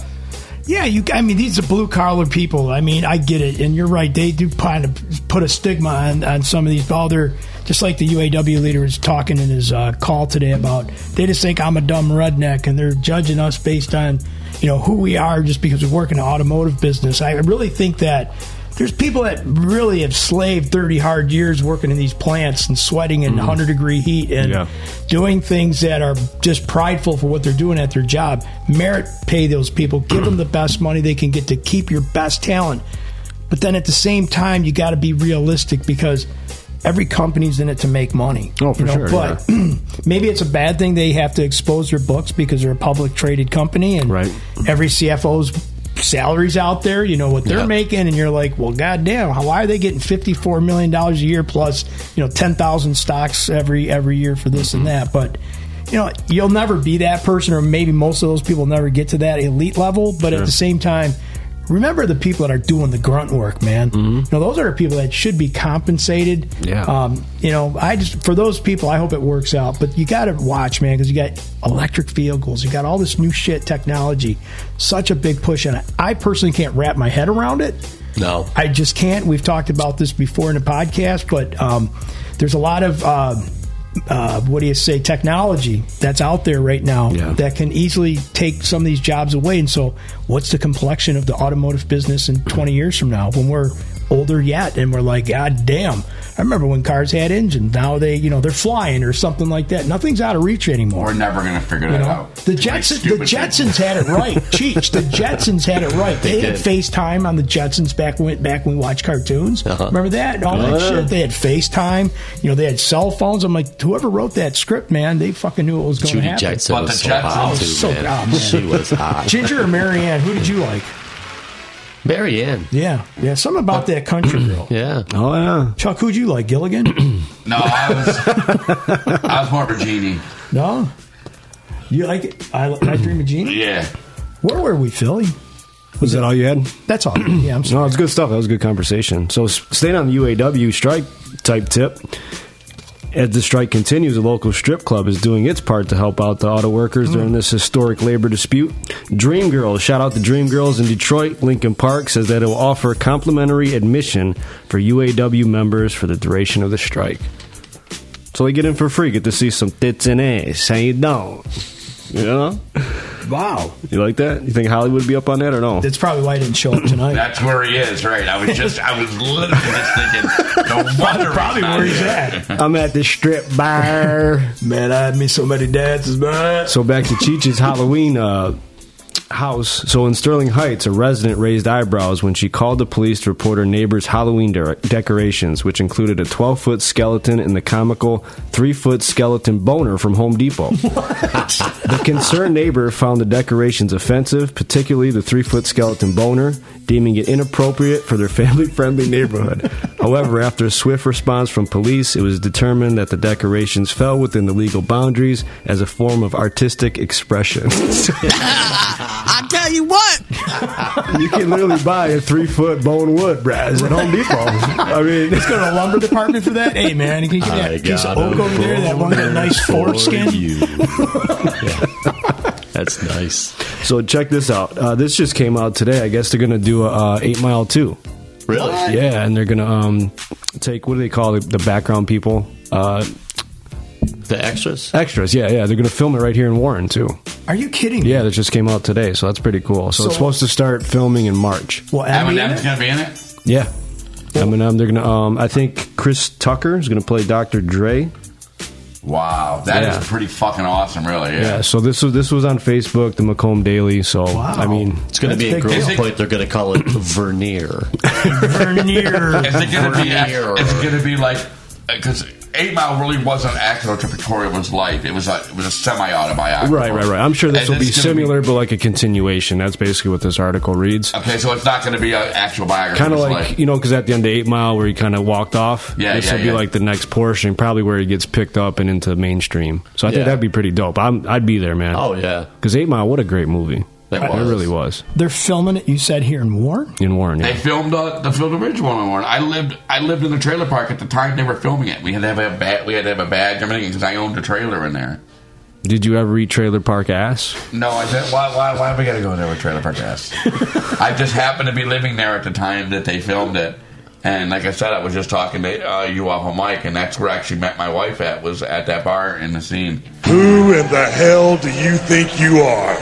E: Yeah, you. I mean, these are blue collar people. I mean, I get it, and you're right. They do kind of put a stigma on, on some of these. All they're just like the UAW leader is talking in his uh, call today about. They just think I'm a dumb redneck, and they're judging us based on, you know, who we are just because we work in the automotive business. I really think that there's people that really have slaved 30 hard years working in these plants and sweating in 100 degree heat and doing things that are just prideful for what they're doing at their job. Merit pay those people, give them the best money they can get to keep your best talent. But then at the same time, you got to be realistic because every company's in it to make money. Oh,
B: for sure,
E: But [clears throat] maybe it's a bad thing they have to expose their books because they're a public traded company and every CFO's salaries out there, you know what they're making, and you're like, well, goddamn, how- why are they getting fifty four million dollars a year plus you know ten thousand stocks every every year for this and that? But you know, you'll never be that person, or maybe most of those people never get to that elite level. But at
B: Sure.
E: the same time. Remember the people that are doing the grunt work, man. You know, those are the people that should be compensated.
B: Yeah.
E: Um, you know, I just for those people, I hope it works out. But you got to watch, man, because you got electric vehicles, you got all this new shit technology, such a big push on it. I personally can't wrap my head around it.
D: No.
E: I just can't. We've talked about this before in a podcast, but um, there's a lot of uh, uh, what do you say technology that's out there right now that can easily take some of these jobs away. And so, what's the complexion of the automotive business in 20 years from now when we're older yet and we're like, God damn! I remember when cars had engines. Now they, you know, they're flying or something like that. Nothing's out of reach anymore.
C: We're never going to figure that
E: You know,
C: out.
E: The Jetsons, the
C: stupid
E: Jetsons had it
D: [laughs]
E: right. Cheech, the Jetsons had it right.
C: They
E: They, had
C: did.
E: FaceTime on the Jetsons back when back when we watched cartoons.
D: Uh-huh.
E: Remember that and all that
D: Yeah.
E: shit. They had FaceTime. You know, they had cell phones. I'm like, whoever wrote that script, man, they fucking knew what was going to
D: Judy
E: happen.
D: Jackson But was the so Jetsons- hot,
E: Oh,
D: too,
E: so
D: man.
E: hot, man.
D: She was hot.
E: Ginger or Marianne? Who did you like?
D: Mary Ann.
E: Yeah, yeah. Something about that
D: [clears throat]
E: country girl.
D: Yeah.
B: Oh yeah.
E: Chuck, who'd you like?
D: [clears throat]
E: Gilligan?
C: No, I was I was more of a genie.
E: no. You like it? I, I dream of Genie.
C: Yeah.
E: Where were we, Philly?
B: Was that all you had?
E: That's all. Yeah, I'm
B: No, it's good stuff. That was a good conversation. So s- staying on the UAW strike type tip. As the strike continues, a local strip club is doing its part to help out the auto workers during this historic labor dispute. Dream Girls, shout out to Dream Girls in Detroit, Lincoln Park, says that it will offer complimentary admission for UAW members for the duration of the strike. So they get in for free, get to see some tits and ass. How you doing? You know?
E: Wow.
B: You like that? You think Hollywood would be up on that or no?
E: That's probably why I didn't show up tonight.
C: That's where he is, right? I was just, I was literally just thinking, no wonder he's
E: Probably
C: not
E: where he's
C: here.
E: at.
B: I'm at the strip bar.
E: Man, I miss so many dances, man.
B: So back to Cheech's Halloween uh, house. So in Sterling Heights, a resident raised eyebrows when she called the police to report her neighbor's Halloween de- decorations, which included a 12 foot skeleton and the comical 3 foot skeleton boner from Home Depot. the concerned neighbor found the decorations offensive, particularly the 3 foot skeleton boner, deeming it inappropriate for their family friendly neighborhood. However, after a swift response from police, it was determined that the decorations fell within the legal boundaries as a form of artistic expression.
K: I
O: I tell you what.
B: You can literally buy a three foot bone wood, Braz, at Home Depot. I mean,
E: let's go to the lumber department for that. Hey man, can you get that piece of oak over there? That one with that nice fork skin.
D: [laughs] That's nice.
B: So check this out. Uh, this just came out today. I guess they're gonna do a uh, Eight Mile two.
D: Really?
B: Yeah, and they're gonna um, take what do they call it? the background people? Uh,
D: the extras.
B: extras. Yeah, yeah. They're gonna film it right here in Warren too.
E: Are you kidding? me?
B: Yeah, that just came out today, so that's pretty cool. So,
E: So-
B: it's supposed to start filming in March.
E: Well, Abby,
C: Eminem's gonna be in it.
B: Yeah. Eminem. They're gonna. Um, I think Chris Tucker is gonna play Dr. Dre.
C: Wow, that is
B: Yeah.
C: pretty fucking awesome, really.
B: Yeah.
C: Yeah.
B: so this was this was on Facebook, the Macomb Daily. So I mean,
D: It's going to be at Grosse Point. They're going to
E: [clears throat]
D: call it Vernier.
E: Vernier.
C: Is it gonna be?
D: Vernier.
C: It's gonna be like because Eight Mile really wasn't actual to Pretoria was like it was like it was a semi-autobiography.
B: Right, right, right. I'm sure this
C: And
B: will be
C: it's gonna
B: similar, but like a continuation. That's basically what this article reads.
C: Okay, so it's not going to be an actual biography.
B: Kind of
C: It's
B: like, you know, because at the end of Eight Mile, where he kind of walked off.
C: Yeah,
B: this
C: yeah,
B: will be
C: yeah.
B: like the next portion, probably where he gets picked up and into the mainstream. So I
D: Yeah.
B: think that'd be pretty dope. I'm, I'd be there, man.
D: Oh, yeah.
B: because Eight Mile, what a great movie!
D: That
B: it
D: was.
B: really was
E: They're filming it. You said here in Warren.
B: in Warren.
C: They
B: Yeah.
C: filmed uh, the Field of Ridge one on one. I lived I lived in the trailer park at the time they were filming it. We had to have a ba- we had to have a badge and everything because I owned a trailer in there.
B: Did you ever eat Trailer Park ass?
C: No, I said why why why we got to go there with trailer park ass? I just happened to be living there at the time that they filmed it. And like I said, I was just talking to uh, you off a mic, and that's where I actually met my wife at was at that bar in the scene.
L: Who in the hell do you think you are?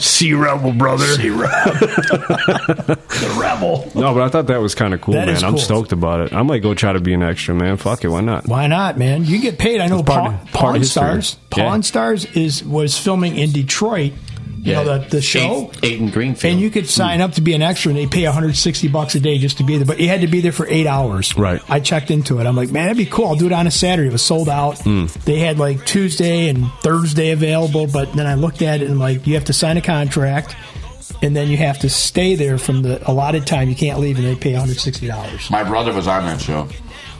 I: Sea Rebel, brother. Sea Rebel. the Rebel.
B: No, but I thought that was kind of cool,
E: That
B: man.
E: is
B: I'm
E: cool.
B: stoked about it. I might go try to be an extra, man. Fuck it, why not?
E: Why not, man? You get paid. I know
B: It's part
E: Pawn,
B: of- part of
E: Pawn
B: history.
E: Stars.
B: Yeah.
E: Pawn Stars is was filming in Detroit. You
D: Yeah.
E: know the, the show.
D: Eight in Greenfield.
E: And you could sign up to be an extra, and they pay 160 bucks a day just to be there. But you had to be there for eight hours.
B: Right.
E: I checked into it. I'm like, man, that'd be cool. I'll do it on a Saturday. It was sold out. They had like Tuesday and Thursday available, but then I looked at it and like, you have to sign a contract, and then you have to stay there from the allotted time. You can't leave, and they pay 160 dollars.
C: My brother was on that show.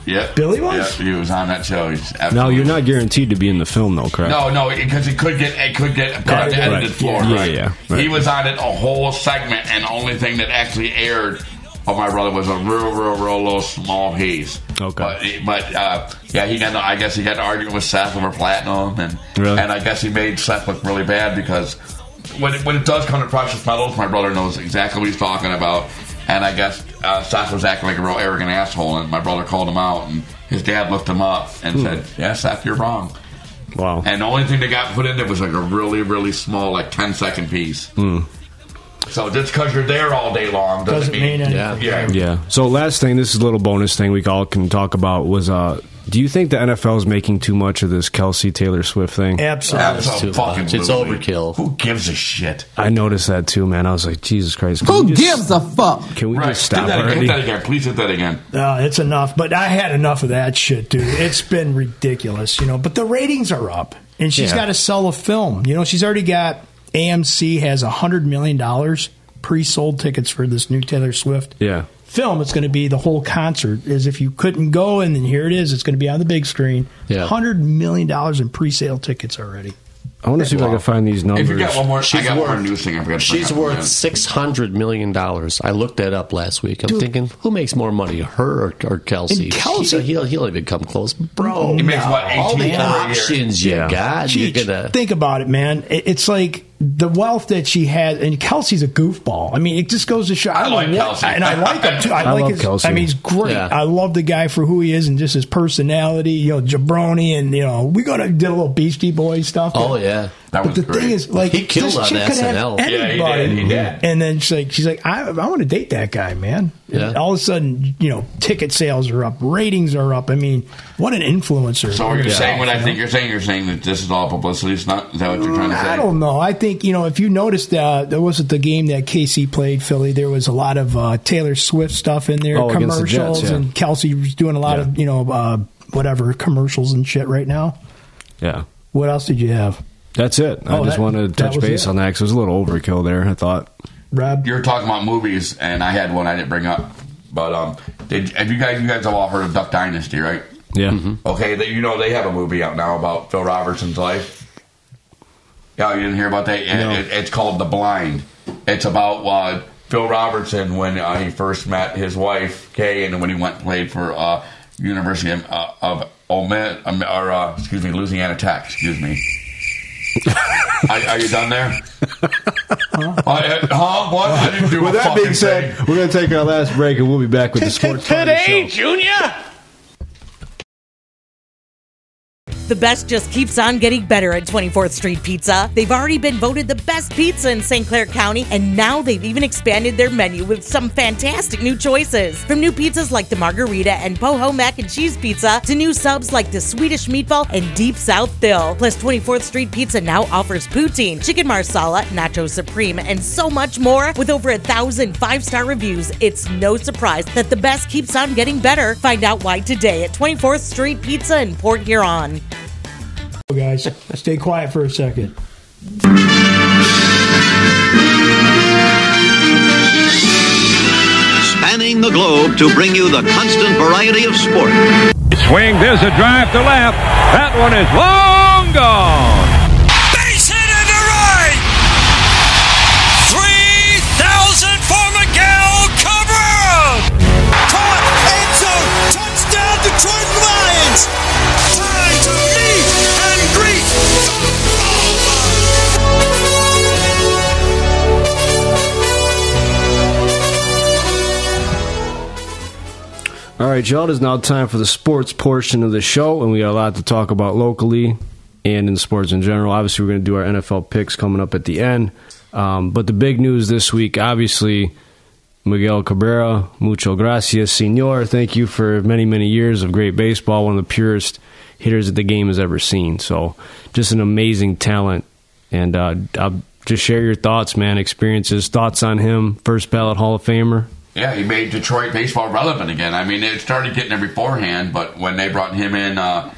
C: Yeah,
E: Billy was?
C: Yeah, he was on that show. He's
B: No,
C: absolutely-
B: you're not guaranteed to be in the film, though, correct?
C: No, no, because it could get it could get put on the
B: Right.
C: edited floor.
B: Yeah,
C: right?
B: yeah, right.
C: He was on it a whole segment, and the only thing that actually aired on my brother was a real, real, real little small piece.
B: Okay.
C: but, it- but uh, yeah, he got. in- I guess he got in an argument with Seth over platinum, and
B: Really?
C: and I guess he made Seth look really bad because when it, when it does come to precious metals, my brother knows exactly what he's talking about. And I guess uh, Seth was acting like a real arrogant asshole, and my brother called him out, and his dad looked him up and
B: Hmm.
C: said, "Yeah, Seth, you're wrong."
B: Wow.
C: And the only thing that got put in there was like a really, really small, like 10 second piece.
B: Hmm.
C: So just because you're there all day long doesn't,
E: Doesn't mean anything.
C: Yeah. yeah.
B: Yeah. So last thing, this is a little bonus thing we all can talk about was uh do you think the NFL is making too much of this Kelsey Taylor Swift thing?
E: Absolutely.
D: It's too
C: fucking
D: much. It's
C: movie.
D: overkill.
C: Who gives a shit?
B: I noticed that too, man. I was like, Jesus Christ. Can
O: Who
B: we just,
O: gives a fuck?
B: Can we
C: Right.
B: just stop
C: hit that,
B: already?
C: hit that again. Please hit that again.
E: No, Oh, it's enough. But I had enough of that shit, dude. It's been ridiculous, you know. But the ratings are up, and she's
B: Yeah.
E: got to sell a film. You know, she's already got AMC has a hundred million dollars pre-sold tickets for this new Taylor Swift
B: Yeah.
E: film. It's going to be the whole concert. Is if you couldn't go, and then here it is. It's going to be on the big screen.
D: Yeah.
E: hundred million dollars in pre-sale tickets already.
B: I want to see if I can find these numbers.
C: If you got one more,
D: She's
C: I got
D: worth-
C: one news thing I forgot to
D: She's
C: bring up.
D: worth six hundred million dollars. I looked that up last week. I'm thinking, who makes more money, her or, or Kelsey?
E: And Kelsey-
D: he'll, he'll, he'll even come close, bro.
C: He makes, what, 18
D: all the
C: grand a year?
D: options you
B: Yeah.
D: got,
E: Gee,
D: you're gonna.
E: think about it, man. It- It's like the wealth that she had, and Kelsey's a goofball. I mean, it just goes to show. I, don't
C: like
E: know what-
C: Kelsey.
E: and I like
D: [laughs]
E: him too. I,
B: I
E: like
B: love
E: his,
B: Kelsey.
E: I mean, he's great.
D: Yeah.
E: I love the guy for who he is and just his personality. You know, jabroni, and you know, we gotta did a little Beastie Boy stuff.
D: oh yeah,
C: That
E: But
C: was
E: the
C: great.
E: thing is, like,
D: He killed
E: this
D: on
E: chick could have
D: SNL. Yeah, he
C: did, he
E: Anybody.
C: did.
E: And then she's like, she's like, I, I want to date that guy, man.
D: Yeah.
E: And all of a sudden, you know, ticket sales are up, ratings are up. I mean, what an influencer!
C: so you're
E: Yeah.
C: saying what I think you're saying? You're saying that this is all publicity stunt? Is that what you're trying to say?
E: Mm, I don't know. I think you know if you noticed uh, there was the game that KC played Philly. There was a lot of uh, Taylor Swift stuff in there,
B: Oh, against the
E: commercials,
B: Jets, yeah.
E: and Kelsey was doing a lot of you know uh, whatever commercials and shit right now.
B: Yeah.
E: What else did you have,
B: That's it. I
E: Oh,
B: just
E: that-
B: wanted to
E: that
B: touch
E: was
B: base
E: it.
B: on that because it was a little overkill there, I thought.
E: Rob?
C: You're talking about movies, and I had one I didn't bring up, but um, did have you guys? You guys have all heard of Duck Dynasty, right?
B: Yeah.
C: Okay, they, you know they have a movie out now about Phil Robertson's life. Yeah, you didn't hear about that. Yeah, It, it's called The Blind. It's about uh, Phil Robertson when uh, he first met his wife Kay, and when he went and played for uh, University of, uh, of Ole Miss, um, or uh, excuse me, Louisiana Tech.
B: [laughs]
C: Excuse me. are, are you done there? I, huh? What? I didn't do
B: With
C: a
B: that
C: fucking
B: being said, we're going to take our last break and we'll be back with the sports.
O: Today, Junior.
P: The best just keeps on getting better at 24th Street Pizza. They've already been voted the best pizza in St. Clair County, and now they've even expanded their menu with some fantastic new choices. From new pizzas like the margarita and poho mac and cheese pizza to new subs like the Swedish meatball and deep south dill. Plus, 24th Street Pizza now offers poutine, chicken marsala, nacho supreme, and so much more. With over a thousand five star reviews, it's no surprise that the best keeps on getting better. Find out why today at 24th Street Pizza in Port Huron.
E: guys, stay quiet for a second.
Q: Spanning the globe to bring you the constant variety of sport.
R: Swing, there's a drive to left. That one is long gone.
K: Base hit into right. 3,000 for Miguel Cabrera. Caught, end zone, touchdown Detroit Lions. Time to meet and greet
B: All right, y'all. It is now time for the sports portion of the show, and we got a lot to talk about locally and in sports in general. Obviously, we're going to do our NFL picks coming up at the end. Um, but the big news this week, obviously, Miguel Cabrera, mucho gracias, senor. Thank you for many, many years of great baseball. One of the purest hitters that the game has ever seen. So, just an amazing talent. And uh, I'll just share your thoughts, man, experiences, thoughts on him. First ballot Hall of Famer.
C: Yeah, he made Detroit baseball relevant again. I mean, it started getting there beforehand, but when they brought him in uh,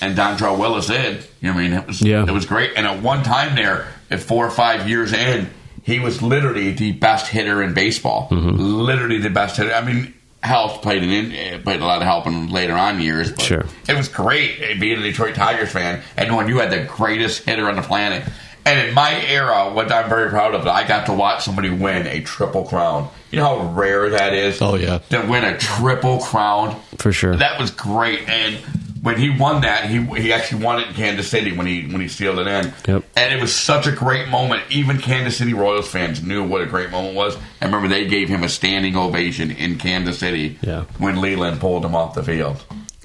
C: and Dontrell Willis in, I mean, it was
B: Yeah.
C: it was great. And at one time there, at four or five years in, he was literally the best hitter in baseball. Literally the best hitter. I mean, Health played an in, played a lot of help in later on years. But
B: Sure.
C: It was great eh, being a Detroit Tigers fan and knowing you had the greatest hitter on the planet. And in my era, what I'm very proud of, I got to watch somebody win a triple crown. You know how rare that is. Oh yeah, to win a triple crown
B: For sure.
C: that was great. And when he won that, he he actually won it in Kansas City when he when he sealed it in.
B: Yep.
C: And it was such a great moment. Even Kansas City Royals fans knew what a great moment was. I remember they gave him a standing ovation in Kansas City
B: Yeah.
C: when Leland pulled him off the field.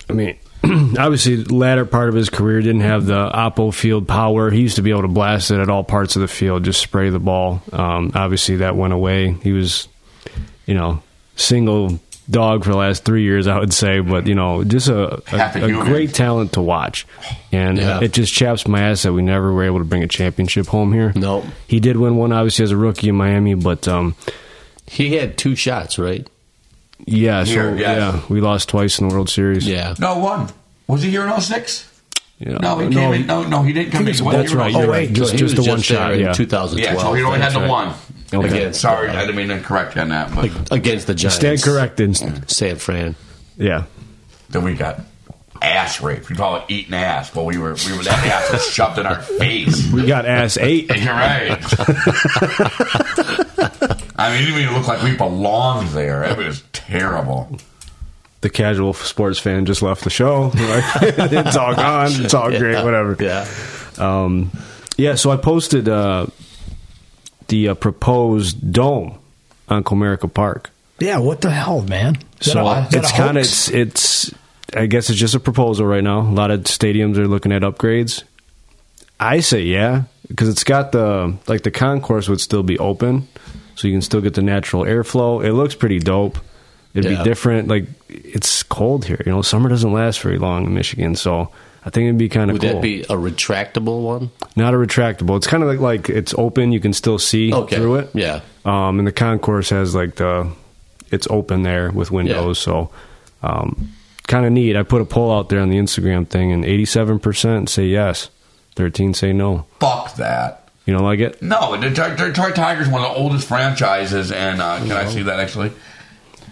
B: I mean, [clears throat] obviously, the latter part of his career didn't have the oppo field power. He used to be able to blast it at all parts of the field, just spray the ball. Um, obviously, that went away. He was, you know, single dog for the last three years, I would say. But you know, just a,
C: Half a
B: a, a
C: human.
B: great talent to watch, and uh,
D: Yeah.
B: it just chaps my ass that we never were able to bring a championship home here. No, he did win one, obviously, as a rookie in Miami, but um,
D: He had two shots, right?
B: yeah, so
D: Here, yes.
B: yeah, we lost twice in the World Series.
D: Yeah.
C: No one was he here in 06?
B: Yeah.
C: No, he
B: No,
C: came
B: he-
C: in. No, no, he didn't come in. He wasn't
B: That's
C: here in
B: right.
C: 06.
B: You're right. Just,
D: he
B: just the
D: was
B: one
D: just there
B: shot.
D: in
B: yeah.
D: 2012.
C: Yeah, so he only had
D: That's
C: the
D: right.
C: one.
B: Okay.
C: Again, sorry, I didn't mean to correct you on that. But
D: against the Giants.
B: Stand corrected. San
D: Fran.
B: Yeah.
C: Then we got ass raped. We call it eating ass. Well, we were we were that ass was shoved in our face.
B: [laughs] We got ass eight.
C: And you're right. I mean, it didn't even look like we belonged there. It was terrible.
B: The casual f- sports fan just left the show. [laughs] Like, it's all gone. It's all great.
D: Yeah.
B: Whatever.
D: Yeah.
B: Um, yeah. So I posted uh, the uh, proposed dome on Comerica Park.
E: Yeah, what the hell, man? Is that
B: So uh,
E: a- is that
B: it's
E: a
B: kind of
E: hoax?
B: it's, it's I guess it's just a proposal right now. A lot of stadiums are looking at upgrades. I say yeah because it's got the like the concourse would still be open, so you can still get the natural airflow. It looks pretty dope. It'd
D: Yeah.
B: be different. Like it's cold here. You know, summer doesn't last very long in Michigan, so I think it'd be kind of
D: Would
B: cool.
D: that be a retractable one?
B: Not a retractable. It's kind of like, like it's open. You can still see
D: Okay.
B: through it.
D: Yeah.
B: Um, and the concourse has like the it's open there with windows. So, um, kind of neat. I put a poll out there on the Instagram thing, and eighty-seven percent say yes, thirteen say no.
C: Fuck that.
B: You don't like it?
C: No, the Detroit Detroit Tigers, one of the oldest franchises, and uh, can I see that actually?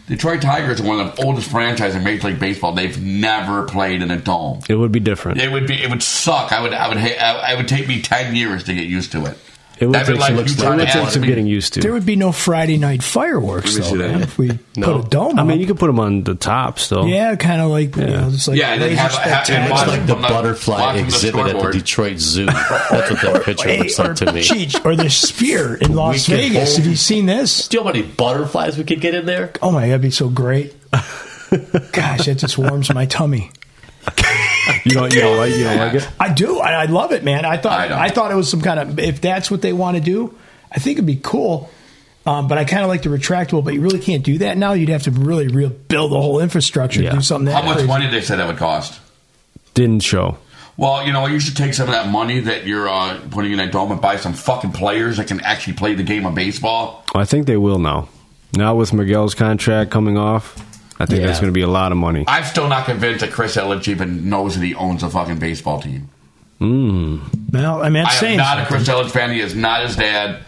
C: Detroit Tigers are one of the oldest franchises in Major League Baseball. They've never played in a dome.
B: It would be different.
C: It would be. It would suck. I would. I would. hate- I I would take me ten years to get used to it.
B: It would
C: That'd be
B: take some,
C: like
B: it
C: Utah
B: would take
C: Jazz.
B: some getting used to.
E: There would be no Friday night
B: Let
E: fireworks
B: me
E: though,
B: see that.
E: man, if we put a dome.
B: I
E: up.
B: mean, you could put them on the top still.
E: yeah, kind of like you know, just like
C: Yeah, and then
E: laser
C: have- have-
E: spectacular.
C: and watch
D: It's like the butterfly exhibit at the Detroit Zoo. That's what that picture looks like to me.
E: Cheech, or the Sphere in Las
D: We could
E: Vegas.
D: hold-
E: Have you seen this?
D: Do you know how many butterflies we could get in there?
E: Oh my, that'd be so great. Gosh, that just warms my tummy.
B: You don't, you don't like you don't like it.
E: I do. I, I love it, man. I
C: I
E: thought
C: don't.
E: I, thought it was some kind of if that's what they want to do, I think it'd be cool. Um, but I kind of like the retractable, but you really can't do that now. You'd have to really, real build the whole infrastructure, do something that
C: How much
E: crazy.
C: money did they say that would cost?
B: Didn't show.
C: Well, you know, you should take some of that money that you're uh, putting in that dome and buy some fucking players that can actually play the game of baseball.
B: I think they will now. Now with Miguel's contract coming off, I think
C: Yeah.
B: that's going to be a lot of money.
C: I'm still not convinced that Chris Ellich even knows that he owns a fucking baseball team.
B: Mm.
E: Now, I mean,
C: I
E: that's
C: am
E: saying
C: not a Chris Ellich fan. He is not his dad.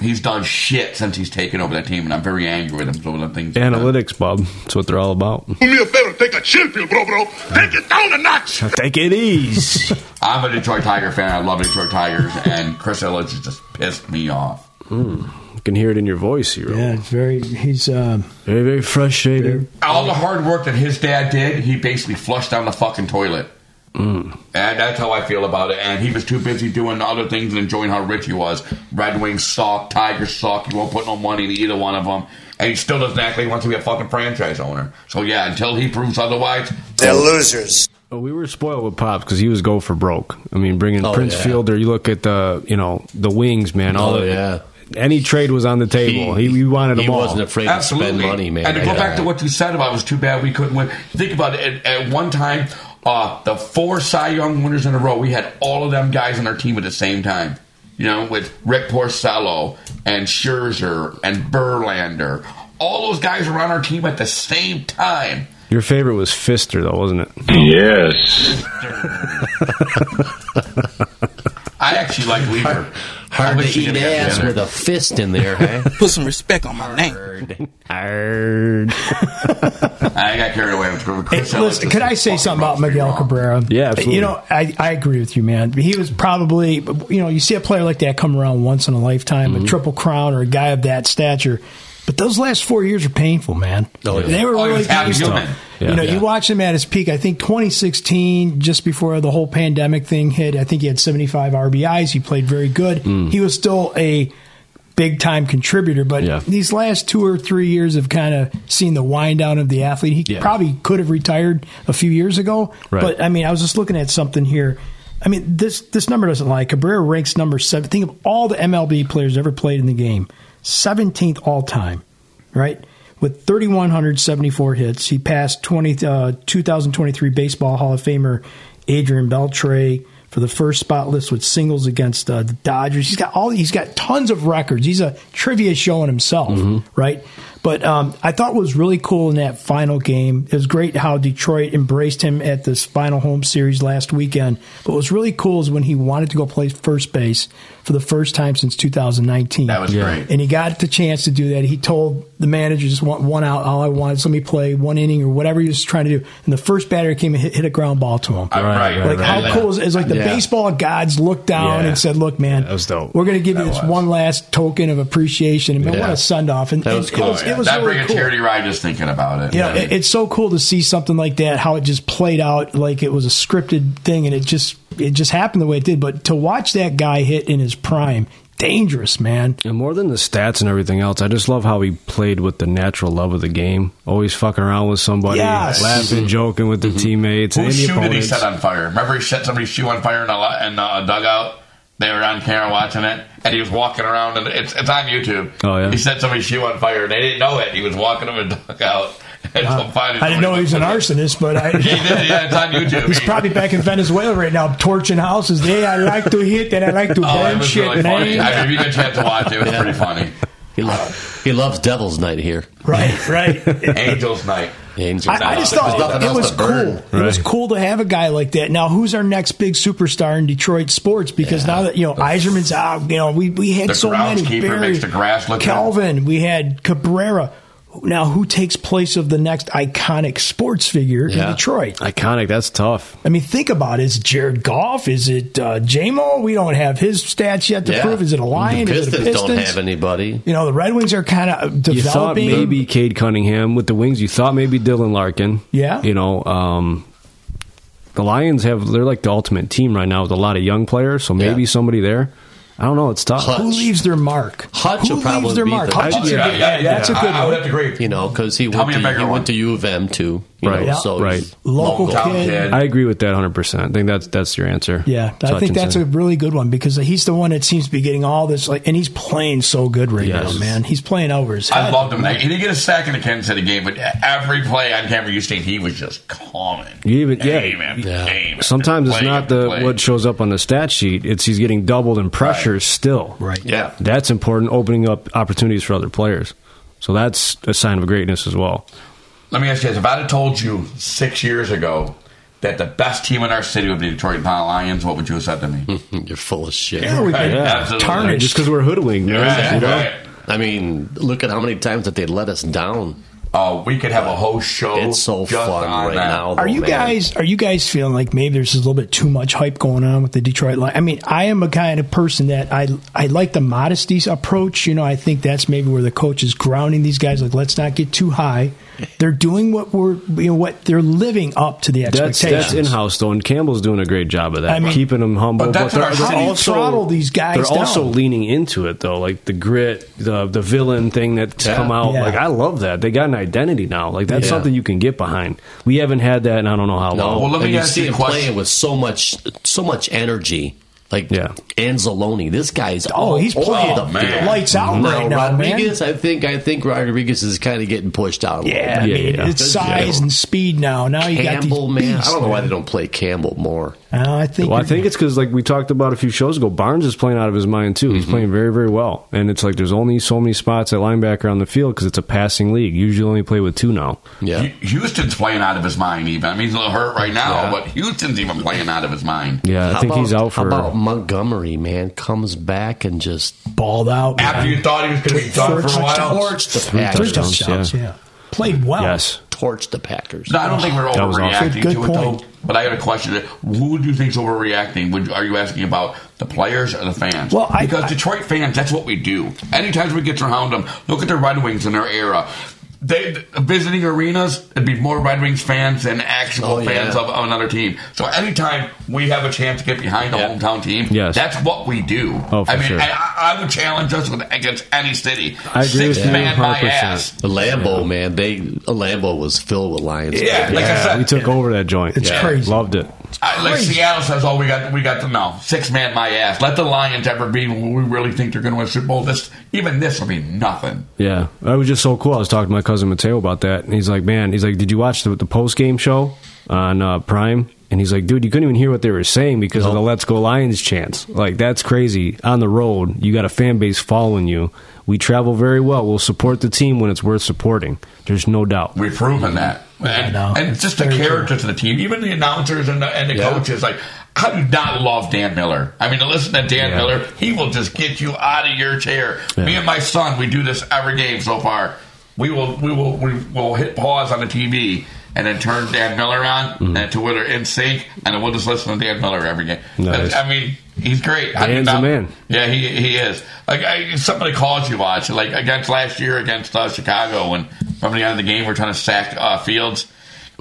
C: He's done shit since he's taken over that team, and I'm very angry with him for the things.
B: Analytics, Bob. That's what they're all about.
C: Do me a favor, take a chill pill, bro, bro. Take it down a notch.
B: Take it easy.
C: I'm a Detroit Tiger fan. I love Detroit Tigers, and Chris Ellich has just pissed me off.
B: Mm. You can hear it in your voice, hero.
E: [laughs] Yeah, it's very. He's um,
B: very, very frustrated.
C: All the hard work that his dad did, he basically flushed down the fucking toilet.
B: Mm.
C: And that's how I feel about it. And he was too busy doing other things and enjoying how rich he was. Red Wings suck, Tigers suck. You won't put no money in either one of them. And he still doesn't actually want to be a fucking franchise owner. So yeah, until he proves otherwise,
B: They're
C: losers.
B: But we were spoiled with Pops because he was go for broke. I mean, bringing
C: Oh,
B: Prince
C: yeah.
B: Fielder. You look at the, you know, the wings, man. All
D: Oh,
B: the-
D: yeah.
B: Any trade was on the table. He, he, wanted them
D: he
B: all.
D: wasn't afraid to spend money, man.
C: And to
D: Yeah.
C: go back to what you said about it was too bad we couldn't win. Think about it. At, at one time, uh, the four Cy Young winners in a row, we had all of them guys on our team at the same time. You know, with Rick Porcello and Scherzer and Burlander. All those guys were on our team at the same time.
B: Your favorite was Fister, though, wasn't it?
R: Yes.
C: I actually like Lever.
D: Hard to eat ass with a fist in there, huh?
O: Put some respect on my name.
B: Hard.
C: I got carried away with Chris.
E: Hey, listen, could I say something about Miguel Cabrera?
B: Yeah, absolutely.
E: You know, I, I agree with you, man. He was probably, you know, you see a player like that come around once in a lifetime,
B: Mm-hmm.
E: a triple crown or a guy of that stature. But those last four years are painful, man.
B: Oh, yeah.
E: They were
B: Oh, he
E: really
B: was half
E: painful.
B: human. Yeah.
E: You know,
B: Yeah.
E: you watch him at his peak. I think 2016, just before the whole pandemic thing hit, I think he had 75 RBIs. He played very good.
B: Mm.
E: He was still a big time contributor, but
B: Yeah.
E: these last two or three years have kind of seen the wind down of the athlete. He
B: Yeah.
E: probably could have retired a few years ago,
B: Right.
E: but I mean, I was just looking at something here. I mean, this this number doesn't lie. Cabrera ranks number seven. Think of all the MLB players ever played in the game, seventeenth all time, right? With 3,174 hits, he passed 20, uh, 2023 Baseball Hall of Famer Adrian Beltre for the first spot list with singles against uh, the Dodgers. He's got all he's got tons of records. He's a trivia show in himself, right? But um, I thought what was really cool in that final game. It was great how Detroit embraced him at this final home series last weekend. But what was really cool is when he wanted to go play first base for the first time since 2019. That
C: was Yeah. great.
E: and he got the chance to do that. He told the manager, "Just want one out. All I want is let me play one inning or whatever he was trying to do." And the first batter came and hit, hit a ground ball to him.
B: Right, right,
E: like
B: right,
E: how
B: right.
E: cool is, is like the
B: Yeah.
E: baseball gods looked down
B: Yeah.
E: and said, "Look, man,
B: That was dope.
E: we're going to give you this one last token of appreciation." And man, what
C: Yeah.
E: a send off! And, and it was, it was
C: Oh, that
E: really
C: bring
E: cool.
C: a charity ride just thinking about it.
E: You know, it- it's so cool to see something like that, how it just played out like it was a scripted thing, and it just it just happened the way it did. But to watch that guy hit in his prime, dangerous man.
B: And more than the stats and everything else, I just love how he played with the natural love of the game. Always fucking around with somebody,
C: Yes.
B: laughing,
C: Mhm.
B: joking with the teammates. and
C: Whose
B: the
C: shoe did he
B: opponents.
C: set on fire? Remember he set somebody's shoe on fire in a, lo- in a dugout? They were on camera watching it, and he was walking around, and it's, it's on YouTube.
B: Oh, yeah?
C: He set somebody's shoe on fire, and they didn't know it. He was walking in a [laughs] dugout. And so finally
E: I didn't know he was an arsonist, but I,
C: [laughs] He did, yeah, it's on YouTube.
E: [laughs] he's probably back in Venezuela right now, torching houses. Hey, I like to hit and I like to
C: [laughs] Oh,
E: burn
C: it was
E: shit.
C: really
E: and I-
C: funny. I [laughs] mean, if you get a chance to watch it, it was
D: Yeah.
C: pretty funny.
D: He, lo- he loves Devil's Night here.
E: Right, right.
C: Angels Night.
D: Angels
E: I, I just thought it was cool. It was cool to have a guy like that. Now, who's our next big superstar in Detroit sports? Because now that you know Eiserman's out, you know we we had
C: The
E: so many.
C: groundskeeper
E: Barry,
C: makes the grass look good.
E: Calvin. We had Cabrera. now who takes place of the next iconic sports figure in Detroit?
B: Iconic. That's tough.
E: I mean, think about it. Is it Jared Goff? Is it uh, J-Mo? We don't have his stats yet to
D: Yeah.
E: prove. Is it a Lion?
D: The
E: Is
D: Pistons,
E: it a Pistons?
D: don't have anybody.
E: You know, the Red Wings are kind of
B: You thought
E: developing.
B: maybe Cade Cunningham with the wings. You thought maybe Dylan Larkin.
E: Yeah.
B: You know, um, the Lions have they're like the ultimate team right now with a lot of young players. So maybe somebody there. I don't know. It's tough.
E: Who leaves their mark?
D: Hutch
E: Who
D: will probably
E: leaves their
D: be
E: mark?
D: the-
E: Hutch is a
D: Yeah,
E: good-
D: yeah,
E: that's a
D: yeah.
E: good
D: I- I
E: one.
D: would have to You know, because he
E: Tell
D: went
E: me
D: to
E: a bigger
D: he
E: one.
D: went to U of M too. You
B: Right.
D: Know, so
B: right.
D: he's-
E: Local Local kid. kid.
B: I agree with that 100. percent I think that's that's your answer.
E: Yeah, I think that's a really good one because he's the one that seems to be getting all this like, and he's playing so good right
C: Yes.
E: now, man. He's playing over his head.
C: I loved him. He didn't get a sack in the Kansas City game, but every play on Cameron Houston, he was just calming.
B: You even yeah.
C: Game after game.
B: Sometimes it's
C: Play
B: not
C: after
B: the
C: play.
B: what shows up on the stat sheet. It's he's getting doubled in pressure still.
E: Right.
D: Yeah.
B: That's important. Opening up opportunities for other players. So that's a sign of greatness as well.
C: Let me ask you this: If I'd have told you six years ago that the best team in our city would be the Detroit Lions, what would you have said to me?
D: [laughs] You're full of shit.
C: Yeah, we've been Yeah. absolutely. tarnished. Just 'cause
B: we're hoodwinked,
C: man, Right, you know? right.
D: I mean, look at how many times that they let us down.
C: Oh, we could have a whole show.
D: It's so
C: just
D: fun
C: on
D: right
C: that.
D: now.
E: Are you guys are you guys feeling like maybe there's a little bit too much hype going on with the Detroit line? I mean, I am a kind of person that I I like the modesty approach. You know, I think that's maybe where the coach is grounding these guys. Like, let's not get too high. They're doing what we're you know what they're living up to the
B: That's
E: expectations.
B: that's in house though, and Campbell's doing a great job of that,
E: I mean-
B: keeping them humble.
E: But that's what our
B: they're-
E: city-
B: they're
E: How do you
B: also-
E: throttle these guys
B: They're
E: down?
B: also leaning into it though, like the grit, the the villain thing that's
I: Yeah.
B: come out.
I: Yeah.
B: Like I love that. They got an identity now. Like that's
D: Yeah.
B: something you can get behind. We haven't had that, and I don't know how long.
D: No, and you see him playing with so much, so much energy. Like Anzalone, this guy's
E: Oh, he's playing
D: the field.
E: lights out right now, man.
D: Rodriguez, I think, I think Rodriguez is kind of getting pushed out. A little
E: yeah, I
D: bit.
E: mean, it's size and speed now. Now you
D: Campbell,
E: got these
D: man, I
E: beasts,
D: don't know why they
E: man.
D: don't play Campbell more.
E: Uh, I think
B: well, I
E: you're-
B: think it's because, like we talked about a few shows ago, Barnes is playing out of his mind too.
D: Mm-hmm.
B: He's playing very, very well, and it's like there's only so many spots at linebacker on the field because it's a passing league. Usually, only play with two now.
D: Yeah,
C: Houston's playing out of his mind. Even I mean, he's a little hurt right now, but Houston's even playing out of his mind.
B: yeah. I
D: How
B: think
D: about-
B: he's out for.
D: How about Montgomery, man, comes back and just
E: balled out
C: After you thought he was going to be done for a while,
D: Torched the
B: Three
D: Packers.
B: touchdowns, Touchdowns, yeah.
E: played well.
B: Yes.
D: Torched the Packers.
C: No, I don't think we're
B: That was awesome.
C: overreacting
B: Good
C: to
B: point.
C: it, though. But I got a question: Who do you think's overreacting? Would, are you asking about the players or the fans? Well, I, because Detroit fans, that's what we do. Anytime we get around them, look at the Red Wings in their era. They visiting arenas, it'd be more Red Wings fans than actual
D: Oh, yeah.
C: fans of, of another team. So anytime we have a chance to get behind a hometown team,
B: Yes.
C: that's what we do.
B: Oh, for
C: I mean,
B: sure.
C: I- I, I would challenge us with, against any city.
B: I agree
C: Six
B: with you
C: man my
B: 100%.
C: ass.
D: The Lambo, man, they Lambo was filled with lions.
C: Yeah, like I
B: Yeah,
C: said-
B: we took over that joint.
C: It's Yeah. crazy.
B: Loved it.
C: I, like
D: Crazy.
C: Seattle says, oh, we got we got the no six man my ass. Let the Lions ever be when we really think they're going to win a Super Bowl. This even this will be nothing.
B: Yeah, that was just so cool. I was talking to my cousin Mateo about that, and he's like, "Man, he's like, did you watch the, the post game show on uh, Prime?" And he's like, "Dude, you couldn't even hear what they were saying because of the Let's Go Lions chants. Like, that's crazy. On the road, you got a fan base following you. We travel very well. We'll support the team when it's worth supporting. There's no doubt.
C: We've proven that, and, and just the characters of the team, even the announcers and the, and the coaches. Like, how do you not love Dan Miller? I mean, to listen to Dan
B: Yeah.
C: Miller, he will just get you out of your chair. Me
B: Yeah.
C: and my son, we do this every game so far. We will we will we will hit pause on the TV. And then turn Dan Miller on,
B: Mm-hmm.
C: and to whether in sync, and then we'll just listen to Dan Miller every game.
B: Nice.
C: I mean, he's great. I
B: Dan's
C: mean,
B: the man.
C: Yeah, he he is. Like I, some of the calls you watch, like against last year against uh, Chicago, when from the end of the game we're trying to sack uh, Fields.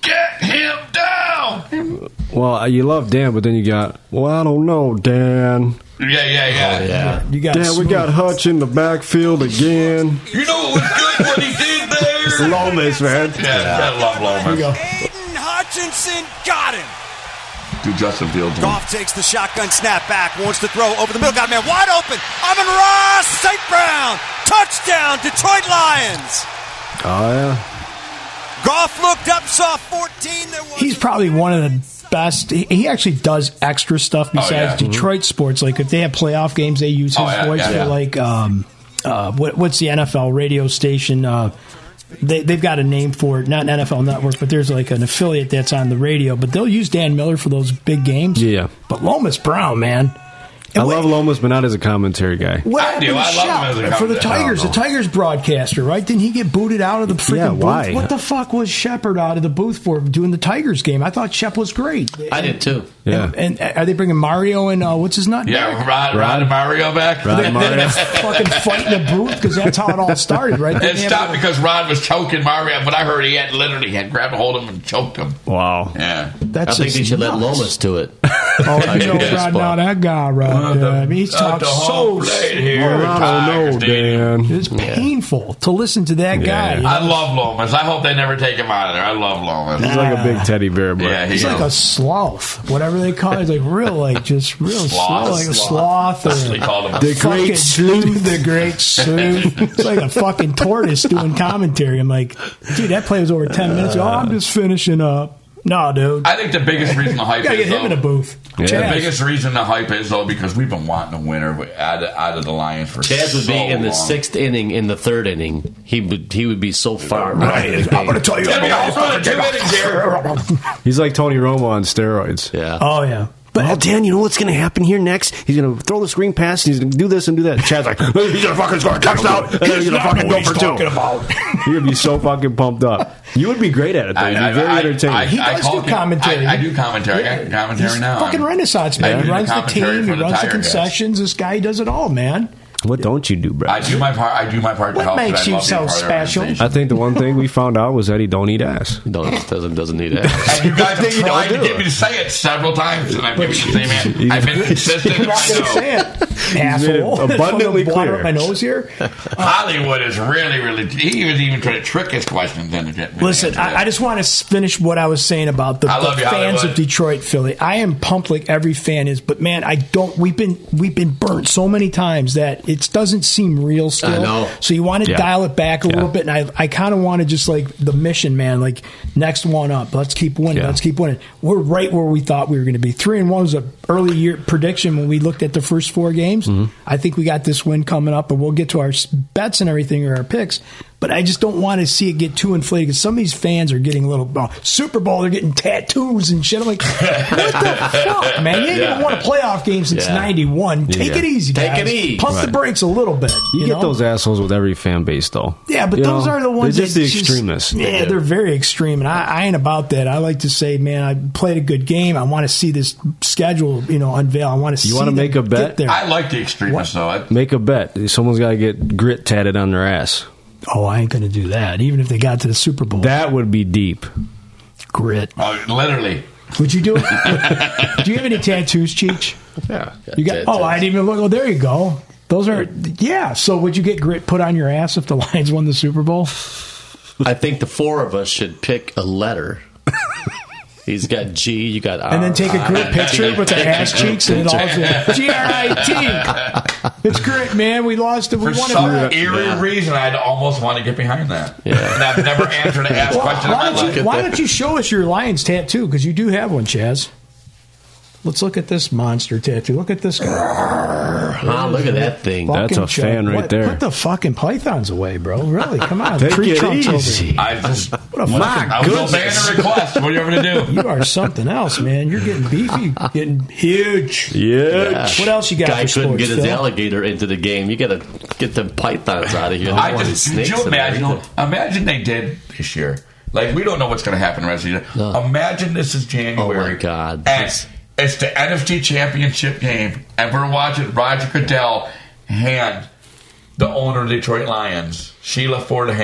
C: Get him down.
B: Well, uh, you love Dan, but then you got, well, I don't know, Dan.
C: Yeah, yeah, yeah.
E: Oh,
D: yeah.
E: You got
B: Dan, we
E: smooth.
B: got Hutch in the backfield again.
C: You know what was good? What he did there? It's
B: Lomas, man.
C: Yeah, I love Lomas.
K: Aiden Hutchinson got him.
C: Do Justin Fields. win?
K: Goff takes the shotgun snap back, wants to throw over the middle, got a man wide open. Amon Ross, St. Brown, touchdown, Detroit Lions.
B: Oh yeah,
K: Goff looked up, saw 14. There was
E: he's probably one of the best. He, he actually does extra stuff
K: Oh,
E: besides
K: yeah.
E: Detroit sports. Like if they have playoff games, they use his
K: Oh, yeah,
E: voice
K: yeah,
E: for
K: yeah.
E: like um, uh, what, what's the NFL radio station? Uh, they, they've got a name for it, not NFL Network, but there's like an affiliate that's on the radio. But they'll use Dan Miller for those big games.
B: yeah.
E: But Lomas Brown, man,
B: I love Lomas, but not as a commentary guy.
E: What happened to Shout for the Tigers? The Tigers broadcaster, right? Didn't he get booted out of the freaking
B: Yeah, why?
E: booth? What the fuck was Shepard out of the booth for doing the Tigers game? I thought Shep was great.
D: I did too.
B: Yeah.
E: And are they bringing Mario and uh, what's his nut?
C: Yeah, Rod, Rod and Mario back.
E: Rod
C: [laughs]
E: and Mario. fucking fight in the booth because that's how it all started, right?
C: It
E: Didn't they have
C: stopped because Rod was choking Mario, but I heard he had literally had grabbed a hold of him and choked him.
B: Wow.
C: Yeah.
D: I think they should let Lomas do it. [laughs]
E: Oh, you know,
D: Yeah,
E: right
D: spot.
E: now that guy right there. I
C: uh,
E: mean, he's talking so
C: here,
B: I don't know, Dan.
E: It's painful to listen to that guy. you
C: I
E: know?
C: love Lomas. I hope they never take him out of there. I love Lomas.
B: He's like a big teddy bear, but
C: Yeah, he
E: He's
C: is.
E: like a sloth, whatever they call it. He's like real, like just real sloth,
C: Sloth.
E: like a sloth.
C: That's what they called him.
B: The
E: fucking-
B: great sleuth.
E: The great sleuth. It's like a fucking tortoise doing commentary. I'm like, dude, that play was over ten minutes. Oh, I'm just finishing up. No, dude.
C: I think the biggest reason the hype
E: Gotta
C: is
E: get him
C: though,
E: in a booth.
C: The
E: Chaz.
C: biggest reason the hype is though because we've been wanting a winner out of, out of the Lions for
D: Chaz would
C: so
D: be in the
C: long.
D: sixth inning, in the third inning. He would he would be so far
C: Right.
D: behind.
C: I'm gonna tell you- Give me all sort of two innings
D: [laughs]
C: here.
B: He's like Tony Romo on steroids. Yeah.
E: Oh yeah.
B: But well, Dan, you know what's going to happen here next? He's going to throw the screen pass. And he's going to do this and do that. Chad's like, [laughs] he's going to fucking score a touchdown. And then he's going to fucking go for two. You're going to be so fucking pumped up. You would be great at it. Though. You'd be very entertaining.
C: I- I
E: does do
C: call-
E: commentary.
C: I, I do commentary. I got commentary
E: He's
C: now.
E: fucking
C: I'm-
E: renaissance
C: I
E: man.
C: do
E: He runs the
C: commentary
E: team.
C: for
E: He runs the
C: Tiger guys.
E: concessions. This guy he does it all, man.
B: what don't you do, bro?
C: I do my part. I do my part to
E: What
C: help. but
E: makes
C: I
E: you
C: love
E: so
C: being part of the
E: special?
C: organization.
B: I think the one thing we found out was that he don't eat ass.
D: Don't doesn't doesn't
E: [laughs]
D: need it.
C: You guys have
B: You don't
C: tried to
B: do
C: get me to say it several times, and I've given you the same answer. I've
E: [laughs]
C: been consistent.
E: I'm not gonna
C: so-
E: say it, asshole. [laughs]
B: made it abundantly
E: Fucking water
B: clear.
E: up my nose here.
C: Hollywood is really, really. He was even trying to trick his questions into getting. me to
E: Listen,
C: answer
E: I,
C: that.
E: I just want to finish what I was saying about the,
C: I
E: the
C: love you,
E: fans
C: Hollywood.
E: of Detroit, Philly. I am pumped like every fan is, but man, I don't. We've been we've been burnt so many times that it doesn't seem real still.
D: know.
E: So you want to
D: Yeah.
E: dial it back a little bit, and I I kind of want to just like the mission, man. Like next one up, let's keep winning,
B: Yeah.
E: let's keep winning. We're right where we thought we were going to be. Three and one was an early year prediction when we looked at the first four games.
B: Mm-hmm.
E: I think we got this win coming up, and we'll get to our s- bets and everything or our picks. But I just don't want to see it get too inflated because some of these fans are getting a little oh, Super Bowl. They're getting tattoos and shit. I'm like, what
B: [laughs]
E: the fuck, man? You ain't
D: Yeah.
E: gonna won a playoff game since
D: Yeah.
E: '91. Take
B: Yeah.
E: it easy,
D: Take it
E: guys.
D: easy.
E: Pump the
B: Right.
E: brakes a little bit.
B: You,
E: You,
B: get
E: know?
B: those assholes with every fan base, though.
E: Yeah, but
B: You
E: those
B: know,
E: are the ones
B: They're just
E: that
B: the extremists.
E: Yeah, they're very extreme, and I, I ain't about that. I like to say, man, I played a good game. I want to see this schedule, you know, unveil. I want to.
B: You
E: see
B: wanna
E: them
B: make a bet?
E: get there.
C: I like the extremists, though. I,
B: Make a bet. Someone's got to get grit tatted on their ass.
E: oh, I ain't going to do that. Even if they got to the Super Bowl,
B: That would be deep.
E: grit.
C: oh, literally.
E: Would you do it? [laughs] do you have any tattoos, Cheech?
B: Yeah.
E: You got? Oh, I didn't even look. Oh, there you go. Those are yeah. So would you get grit put on your ass if the [laughs] Lions won the Super Bowl?
D: I think the four of us should pick a letter. He's got G, you got R.
E: And then take a grit
D: [laughs] I,
E: picture
D: Uh, take a-
E: with their
D: take a
E: ass
D: grit
E: cheeks and it all
D: picture.
E: G R I T. It's grit, man. We lost it. We
C: For
E: won
C: some
E: it.
C: eerie
D: Yeah.
C: reason, I'd almost want to get behind that. And I've never answered an ass
E: Well,
C: question in my
E: why,
C: life.
E: don't you, why don't you show us your lion's tattoo? Because you do have one, Chaz. Let's look at this monster tattoo. Look at this guy.
D: Ah, look at that thing.
B: That's
E: Fucking
B: a fan right
E: What-
B: there.
E: Put the fucking pythons away, bro. Really? Come on.
B: Take
E: Tree
B: it
E: trunks over
B: easy.
E: here.
C: I just.
E: What a fucking-
C: I was obeying a request. What are you going to
E: [laughs]
C: do?
E: You are something else, man. You're getting beefy, getting huge.
B: Yeah.
E: What else you got
D: Guy
E: for
D: couldn't
E: sports,
D: get his
E: Phil?
D: alligator into the game. You got to get them pythons out of here.
C: I
D: They wanted
C: just
D: snakes
C: could you
D: and
C: imagine?
D: everything.
C: Imagine they did this year. Like we don't know what's going to happen the rest of the year. Imagine this is January.
D: Oh, my God.
C: And
D: This-
C: it's the NFC Championship game, and we're watching Roger Goodell hand the owner of the Detroit Lions, Sheila Fordham,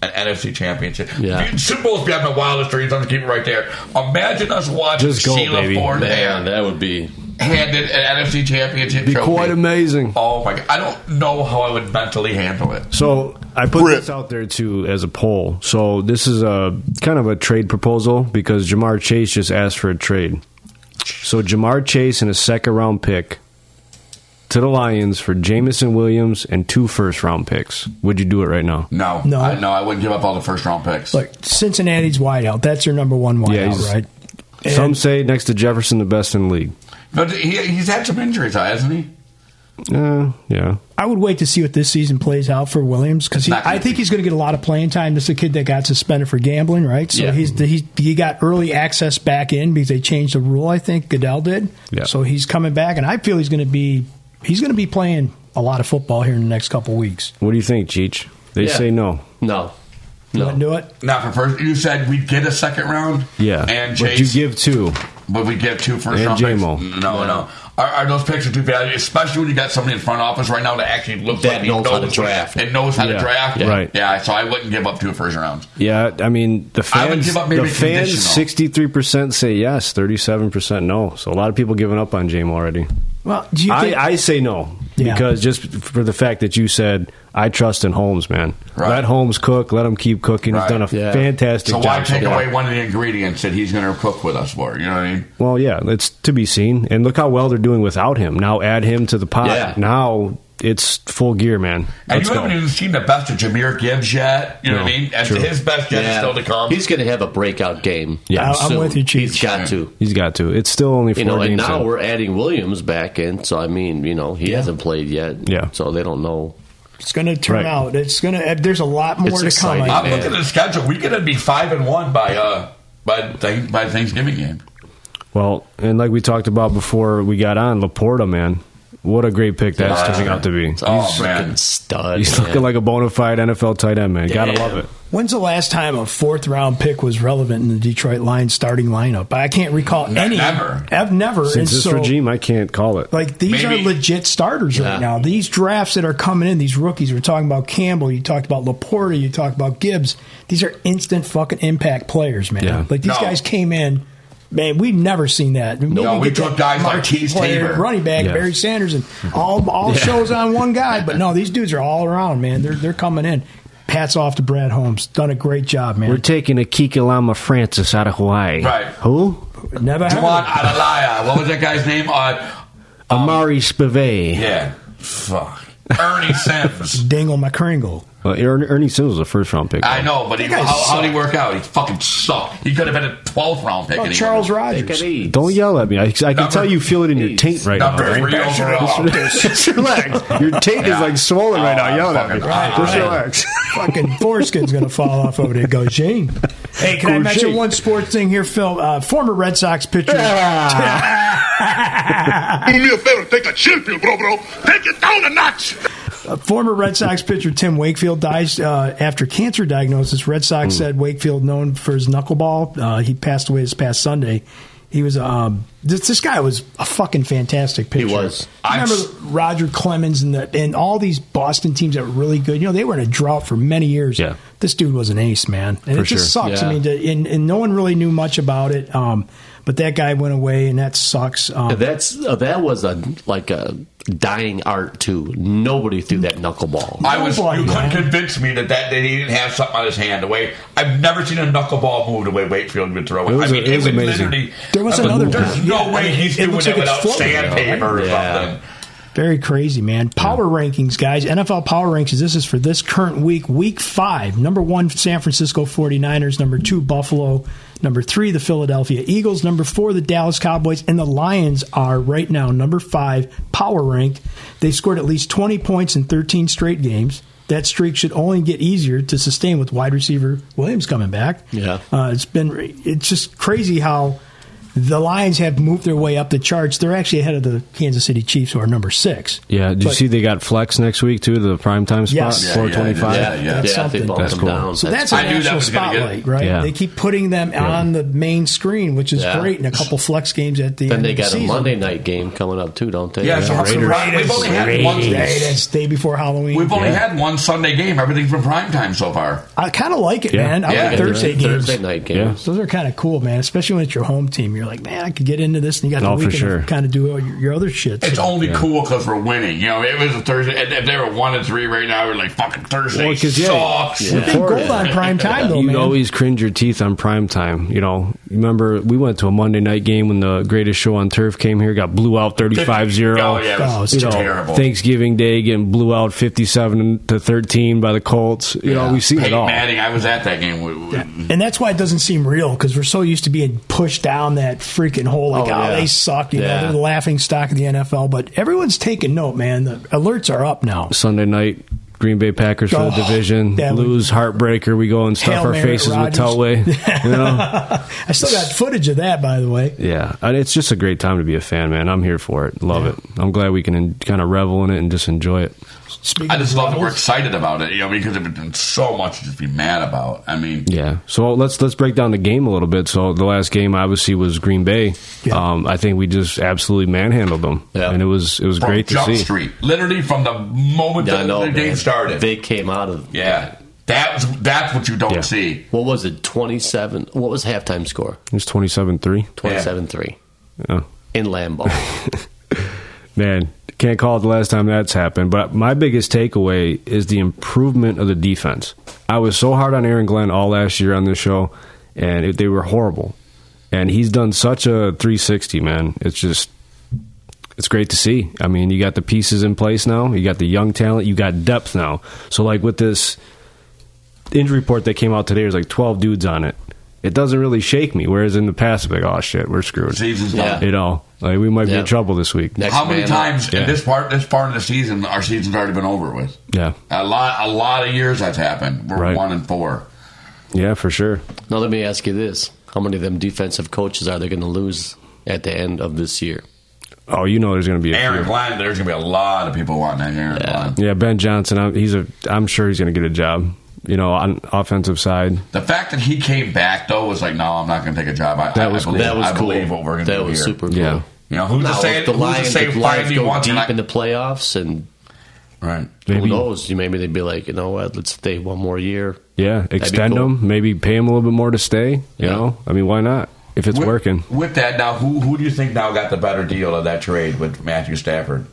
C: an NFC Championship.
D: Yeah.
C: Dude, Super Bowl's beyond my wildest dreams. I'm going to keep it right there. Imagine us watching
B: Just go,
C: Sheila
B: baby.
D: Man,
C: Fordham
D: that would be.
C: handed an NFC Championship
B: Be
C: trophy.
B: quite amazing.
C: Oh my god! I don't know how I would mentally handle it.
B: So I put this out there too as a poll. So this is a kind of a trade proposal because Jamar Chase just asked for a trade. So Jamar Chase and a second round pick to the Lions for Jamison Williams and two first round picks. Would you do it right now?
C: No,
E: No.
C: I, no, I wouldn't give up all the first round picks.
E: Look, Cincinnati's wideout. That's your number one
B: Yeah,
E: wideout,
B: he's-
E: right?
B: Some say next to Jefferson, the best in the league.
C: But he, he's had some injuries, hasn't he?
B: Uh, yeah.
E: I would wait to see what this season plays out for Williams because I think he's going to get a lot of playing time. This is a kid that got suspended for gambling, right? So
B: Yeah.
E: he's he he got early access back in because they changed the rule. I think Goodell did.
B: Yeah.
E: So he's coming back, and I feel he's going to be he's going to be playing a lot of football here in the next couple weeks.
B: What do you think, Cheech? They
E: Yeah.
B: say no.
D: No.
E: You wouldn't do it.
C: Not for first. You said we'd get a second round.
B: Yeah.
C: and
B: But
C: Chase.
B: you give two.
C: But we give two first
B: And
C: round
B: J-Mo.
C: picks. No, no. Are, are those picks are too valuable, especially when you got somebody in front office right now that actually looks
D: That
C: like
D: knows
C: he
D: how to draft.
C: and knows how
B: Yeah.
C: to draft.
B: Yeah. Right.
C: Yeah. So I wouldn't give up two first rounds.
B: Yeah, I mean the
C: I would
B: fans.
C: give up maybe
B: The fans,
C: conditional.
B: sixty-three percent say yes, thirty-seven percent no. So a lot of people giving up on James already.
E: Well, do you
B: I,
E: think-
B: I say no
E: Yeah.
B: because just for the fact that you said I trust in Holmes, man. Let Holmes cook. Let him keep cooking.
C: Right.
B: He's done a
C: Yeah.
B: fantastic
C: So
B: job.
C: why take
B: far.
C: away one of the ingredients that he's going to cook with us for? You know what I mean?
B: Well, yeah, it's to be seen. And look how well they're doing without him. Now add him to the pot.
C: Yeah.
B: Now it's full gear, man.
C: And
B: Let's
C: you
B: go.
C: haven't even seen the best of Jameer Gibbs yet. You know what I
B: No,
C: mean? And
B: true.
C: his best yet is
D: Yeah.
C: still to come.
D: He's going to have a breakout game.
B: Yeah. I- I'm
D: soon.
B: with you, Chief.
D: He's got to.
B: He's got to. It's still only four
D: You know, and
B: games.
D: now
B: in.
D: we're adding Williams back in. So I mean, you know, he hasn't played yet. Yeah. So they don't know.
E: It's going to turn
D: Right.
E: out. It's going to. There's a lot more
D: It's
E: to
D: exciting,
E: come. I
C: I'm
E: think.
C: looking Uh, at the schedule. We're going to be five and one by uh by th- by Thanksgiving game.
B: Well, and like we talked about before we got on, Laporta, man. What a great pick that's
D: Yeah.
B: turning out to be.
D: Oh,
B: he's,
D: man. Stud.
B: He's
D: man.
B: looking like a bona fide NFL tight end, man. Gotta
D: Damn.
B: love it.
E: When's the last time a fourth round pick was relevant in the Detroit Lions starting lineup? I can't recall any.
B: never.
E: I've never. and
B: Since this
E: so,
B: regime, I can't call it.
E: Like these
B: Maybe.
E: are legit starters
B: Yeah.
E: right now. These drafts that are coming in, these rookies. We're talking about Campbell. You talked about Laporta. You talked about Gibbs. These are instant fucking impact players, man.
B: Yeah.
E: Like these
C: No.
E: guys came in. Man, we've never seen that.
C: No,
E: can
C: we
E: get that
C: took guys like
E: marquee
C: Keith
E: player,
C: Tabor.
E: running back
C: Yeah.
E: Barry Sanders, and all all
C: Yeah.
E: shows on
B: [laughs]
E: one guy. But no, these dudes are all around, man. They're they're coming in. Hats off to Brad Holmes. Done a great job, man.
B: We're taking a Kikalama Francis out of Hawaii.
C: Right.
B: Who?
E: Never heard
C: Juwan Adelaya. What was that guy's name? Uh,
B: Amari Spivey.
C: yeah. Fuck. Ernie Sims.
E: Dingle McCringle.
B: Well, Ernie, Ernie Sims was a first round pick.
C: I know, but he,
E: That
C: how,
E: guy
C: how did
E: sucked.
C: he work out? He fucking sucked. He could have been a 12th round pick.
E: Oh,
C: and he
E: Charles
C: would've-
E: Rogers.
B: Don't yell at me. I, I can
C: Number-
B: tell you feel it in your taint right
C: Number
B: now.
C: three overall.
B: [laughs]
C: Oh,
B: Just relax. Your taint is like swollen right now. Yell at me. Just relax.
E: fucking foreskin's gonna fall off over there. Go Shane. Hey, can I mention
B: Gauching.
E: one sports thing here, Phil? Uh, former Red Sox pitcher. [laughs]
L: Do me a favor, take a chill pill, bro, bro. Take it down a notch.
E: Uh, former Red Sox pitcher Tim Wakefield dies uh, after cancer diagnosis. Red Sox said Wakefield, known for his knuckleball, uh, he passed away this past Sunday. He was um, this, this guy was a fucking fantastic pitcher. He was. I remember Roger Clemens and the and all these Boston teams that were really good. You know, they were in a drought for many years. Yeah. This dude was an ace, man, and
B: For
E: it just
B: sure.
E: sucks.
B: Yeah.
E: I mean, to, and, and no one really knew much about it. Um, but that guy went away, and that sucks. Um,
D: That's uh, that was a like a dying art too. Nobody threw that knuckleball.
C: I was.
D: Nobody,
C: You couldn't
D: man.
C: convince me that that that he didn't have something on his hand. The way I've never seen a knuckleball move the way Wakefield would throw it.
B: It was
C: I mean,
B: a- it was
C: would
B: amazing.
C: literally.
E: There was
C: I mean,
E: another
C: There's
E: one.
C: no
E: Yeah,
C: way
E: I mean,
C: he's
E: it
C: doing
E: looks
C: it
E: like it's
C: without
E: floating.
C: sandpaper or
E: Yeah.
C: something.
E: Very crazy, man. Power rankings, guys. NFL power rankings. This is for this current week, week five. Number one, San Francisco 49ers. Number two, Buffalo. Number three, the Philadelphia Eagles. Number four, the Dallas Cowboys. And the Lions are right now number five, power ranked. They scored at least 20 points in 13 straight games. That streak should only get easier to sustain with wide receiver Williams coming back.
D: Yeah.
E: Uh, it's been it's just crazy how the Lions have moved their way up the charts. They're actually ahead of the Kansas City Chiefs, who are number six.
B: Yeah, did you
E: But-
B: see they got flex next week too? The primetime spot,
E: Yes. Yeah, yeah,
B: four twenty-five.
E: yeah, yeah. That's Yeah, they something. bumped
B: That's
E: them
B: cool.
E: down. So that's a
C: I knew that
E: national
C: was gonna get-
E: spotlight, right?
B: Yeah.
E: They keep putting them on the main screen, which is
D: Yeah.
E: great. And a couple flex games at the
D: Then
E: end
D: they
E: of the
D: got a
E: season.
D: Monday night game coming up too, don't they?
C: Yeah, so so Rod- we've only had one.
E: Raiders, day before Halloween.
C: We've only had one Sunday game. Everything's been prime time so far.
E: I kind of like it,
C: Yeah.
E: man. I
C: Yeah,
E: like Thursday
C: Thursday-
E: games.
C: Thursday night games.
E: Those are kind of cool, man. Especially when it's your home team. You're like, man, I could get into this, and you got
C: Oh,
E: the
C: for
E: weekend
C: sure.
E: to kind of do all your, your other shit.
C: It's
E: So-
C: only cool because we're winning. You know, it was a Thursday. and If they were one and three right now, we're like fucking Thursday
B: Well, 'cause, yeah,
C: sucks.
B: yeah. Big goal on
E: prime time, though,
B: you
E: Oh, man.
B: always cringe your teeth on prime time. You know, remember we went to a Monday night game when the greatest show on turf came here, got blew out 35-0.
C: Oh, yeah, it was Oh, it's
B: You know,
C: terrible.
B: Thanksgiving Day getting blew out fifty-seven to thirteen by the Colts. You know, we've seen
C: Peyton
B: it all.
C: Manning, I was at that game. We- we-
E: And that's why it doesn't seem real because we're so used to being pushed down that freaking hole. Like, oh,
D: Oh, yeah.
E: they suck. You know,
D: Yeah.
E: they're the laughing stock of the NFL. But everyone's taking note, man. The alerts are up now.
B: Sunday night, Green Bay Packers for the
E: Oh,
B: division.
E: that would-
B: Lose heartbreaker. We go and stuff
E: Hail
B: our
E: Mary
B: faces with
E: Rodgers.
B: Telway. You know?
E: [laughs] I still got footage of that, by the way.
B: Yeah, and it's just a great time to be a fan, man. I'm here for it. Love it. I'm glad we can en- kind of revel in it and just enjoy it.
C: I just love that we're excited about it, you know, because there's been so much to just be mad about. I mean,
B: Yeah. So let's let's break down the game a little bit. So the last game obviously was Green Bay. Um, I think we just absolutely manhandled them, and it was it was
C: from
B: great to
C: Jump
B: see.
C: Street, literally from the moment
B: Yeah, I
C: the,
B: know,
C: the game
B: man.
C: started.
D: They came out of
C: yeah. That's that's what you don't see.
D: What was it? Twenty seven. What was halftime score?
B: It was twenty seven three.
D: Twenty seven three
B: Oh
C: [laughs]
D: in Lambeau.
B: man, can't call it the last time that's happened. But my biggest takeaway is the improvement of the defense. I was so hard on Aaron Glenn all last year on this show, and it, they were horrible. And he's done such a three sixty, man. It's just it's great to see. I mean, you got the pieces in place now. You got the young talent. You got depth now. So, like with this injury report that came out today, there's like 12 dudes on it. It doesn't really shake me. Whereas in the past, I'm like, oh shit, we're screwed.
C: Season's done. Yeah.
B: You know, like we might be in trouble this week.
C: How many
B: uh,
C: times
B: Yeah.
C: in this part this part of the season our season's already been over with?
B: yeah,
C: A lot a lot of years that's happened. We're
B: Right.
C: one and four.
B: yeah, for sure.
D: now let me ask you this: How many of them defensive coaches are they going to lose at the end of this year?
B: Oh, you know, there's going to be a
C: Aaron
B: few.
C: Glenn, there's gonna be a lot of people wanting that Aaron Glenn.
B: Yeah, Ben Johnson. I'm, he's a. I'm sure he's going to get a job. You know, on offensive side.
C: The fact that he came back though was like, no, I'm not gonna take a job. I,
B: That
C: I-
B: was
C: I
B: cool.
C: believe,
B: That was
C: I
B: cool.
C: believe what we're gonna
D: That
C: do
D: was
C: here.
D: super cool.
B: Yeah.
C: You know, who's to
D: Now,
C: say
D: if the
C: who's to
D: Lions,
C: say
D: if the Lions
C: finally
D: go
C: wants
D: deep
C: an
D: in the playoffs and
C: right?
D: Who
B: Maybe.
D: knows? You maybe they'd be like, you know what? Let's stay one more year.
B: Yeah,
D: be
B: extend
D: cool.
B: him. Maybe pay him a little bit more to stay. You
D: Yeah.
B: know, I mean, why not? If it's working.
C: With that, now who who do you think now got the better deal of that trade with Matthew Stafford?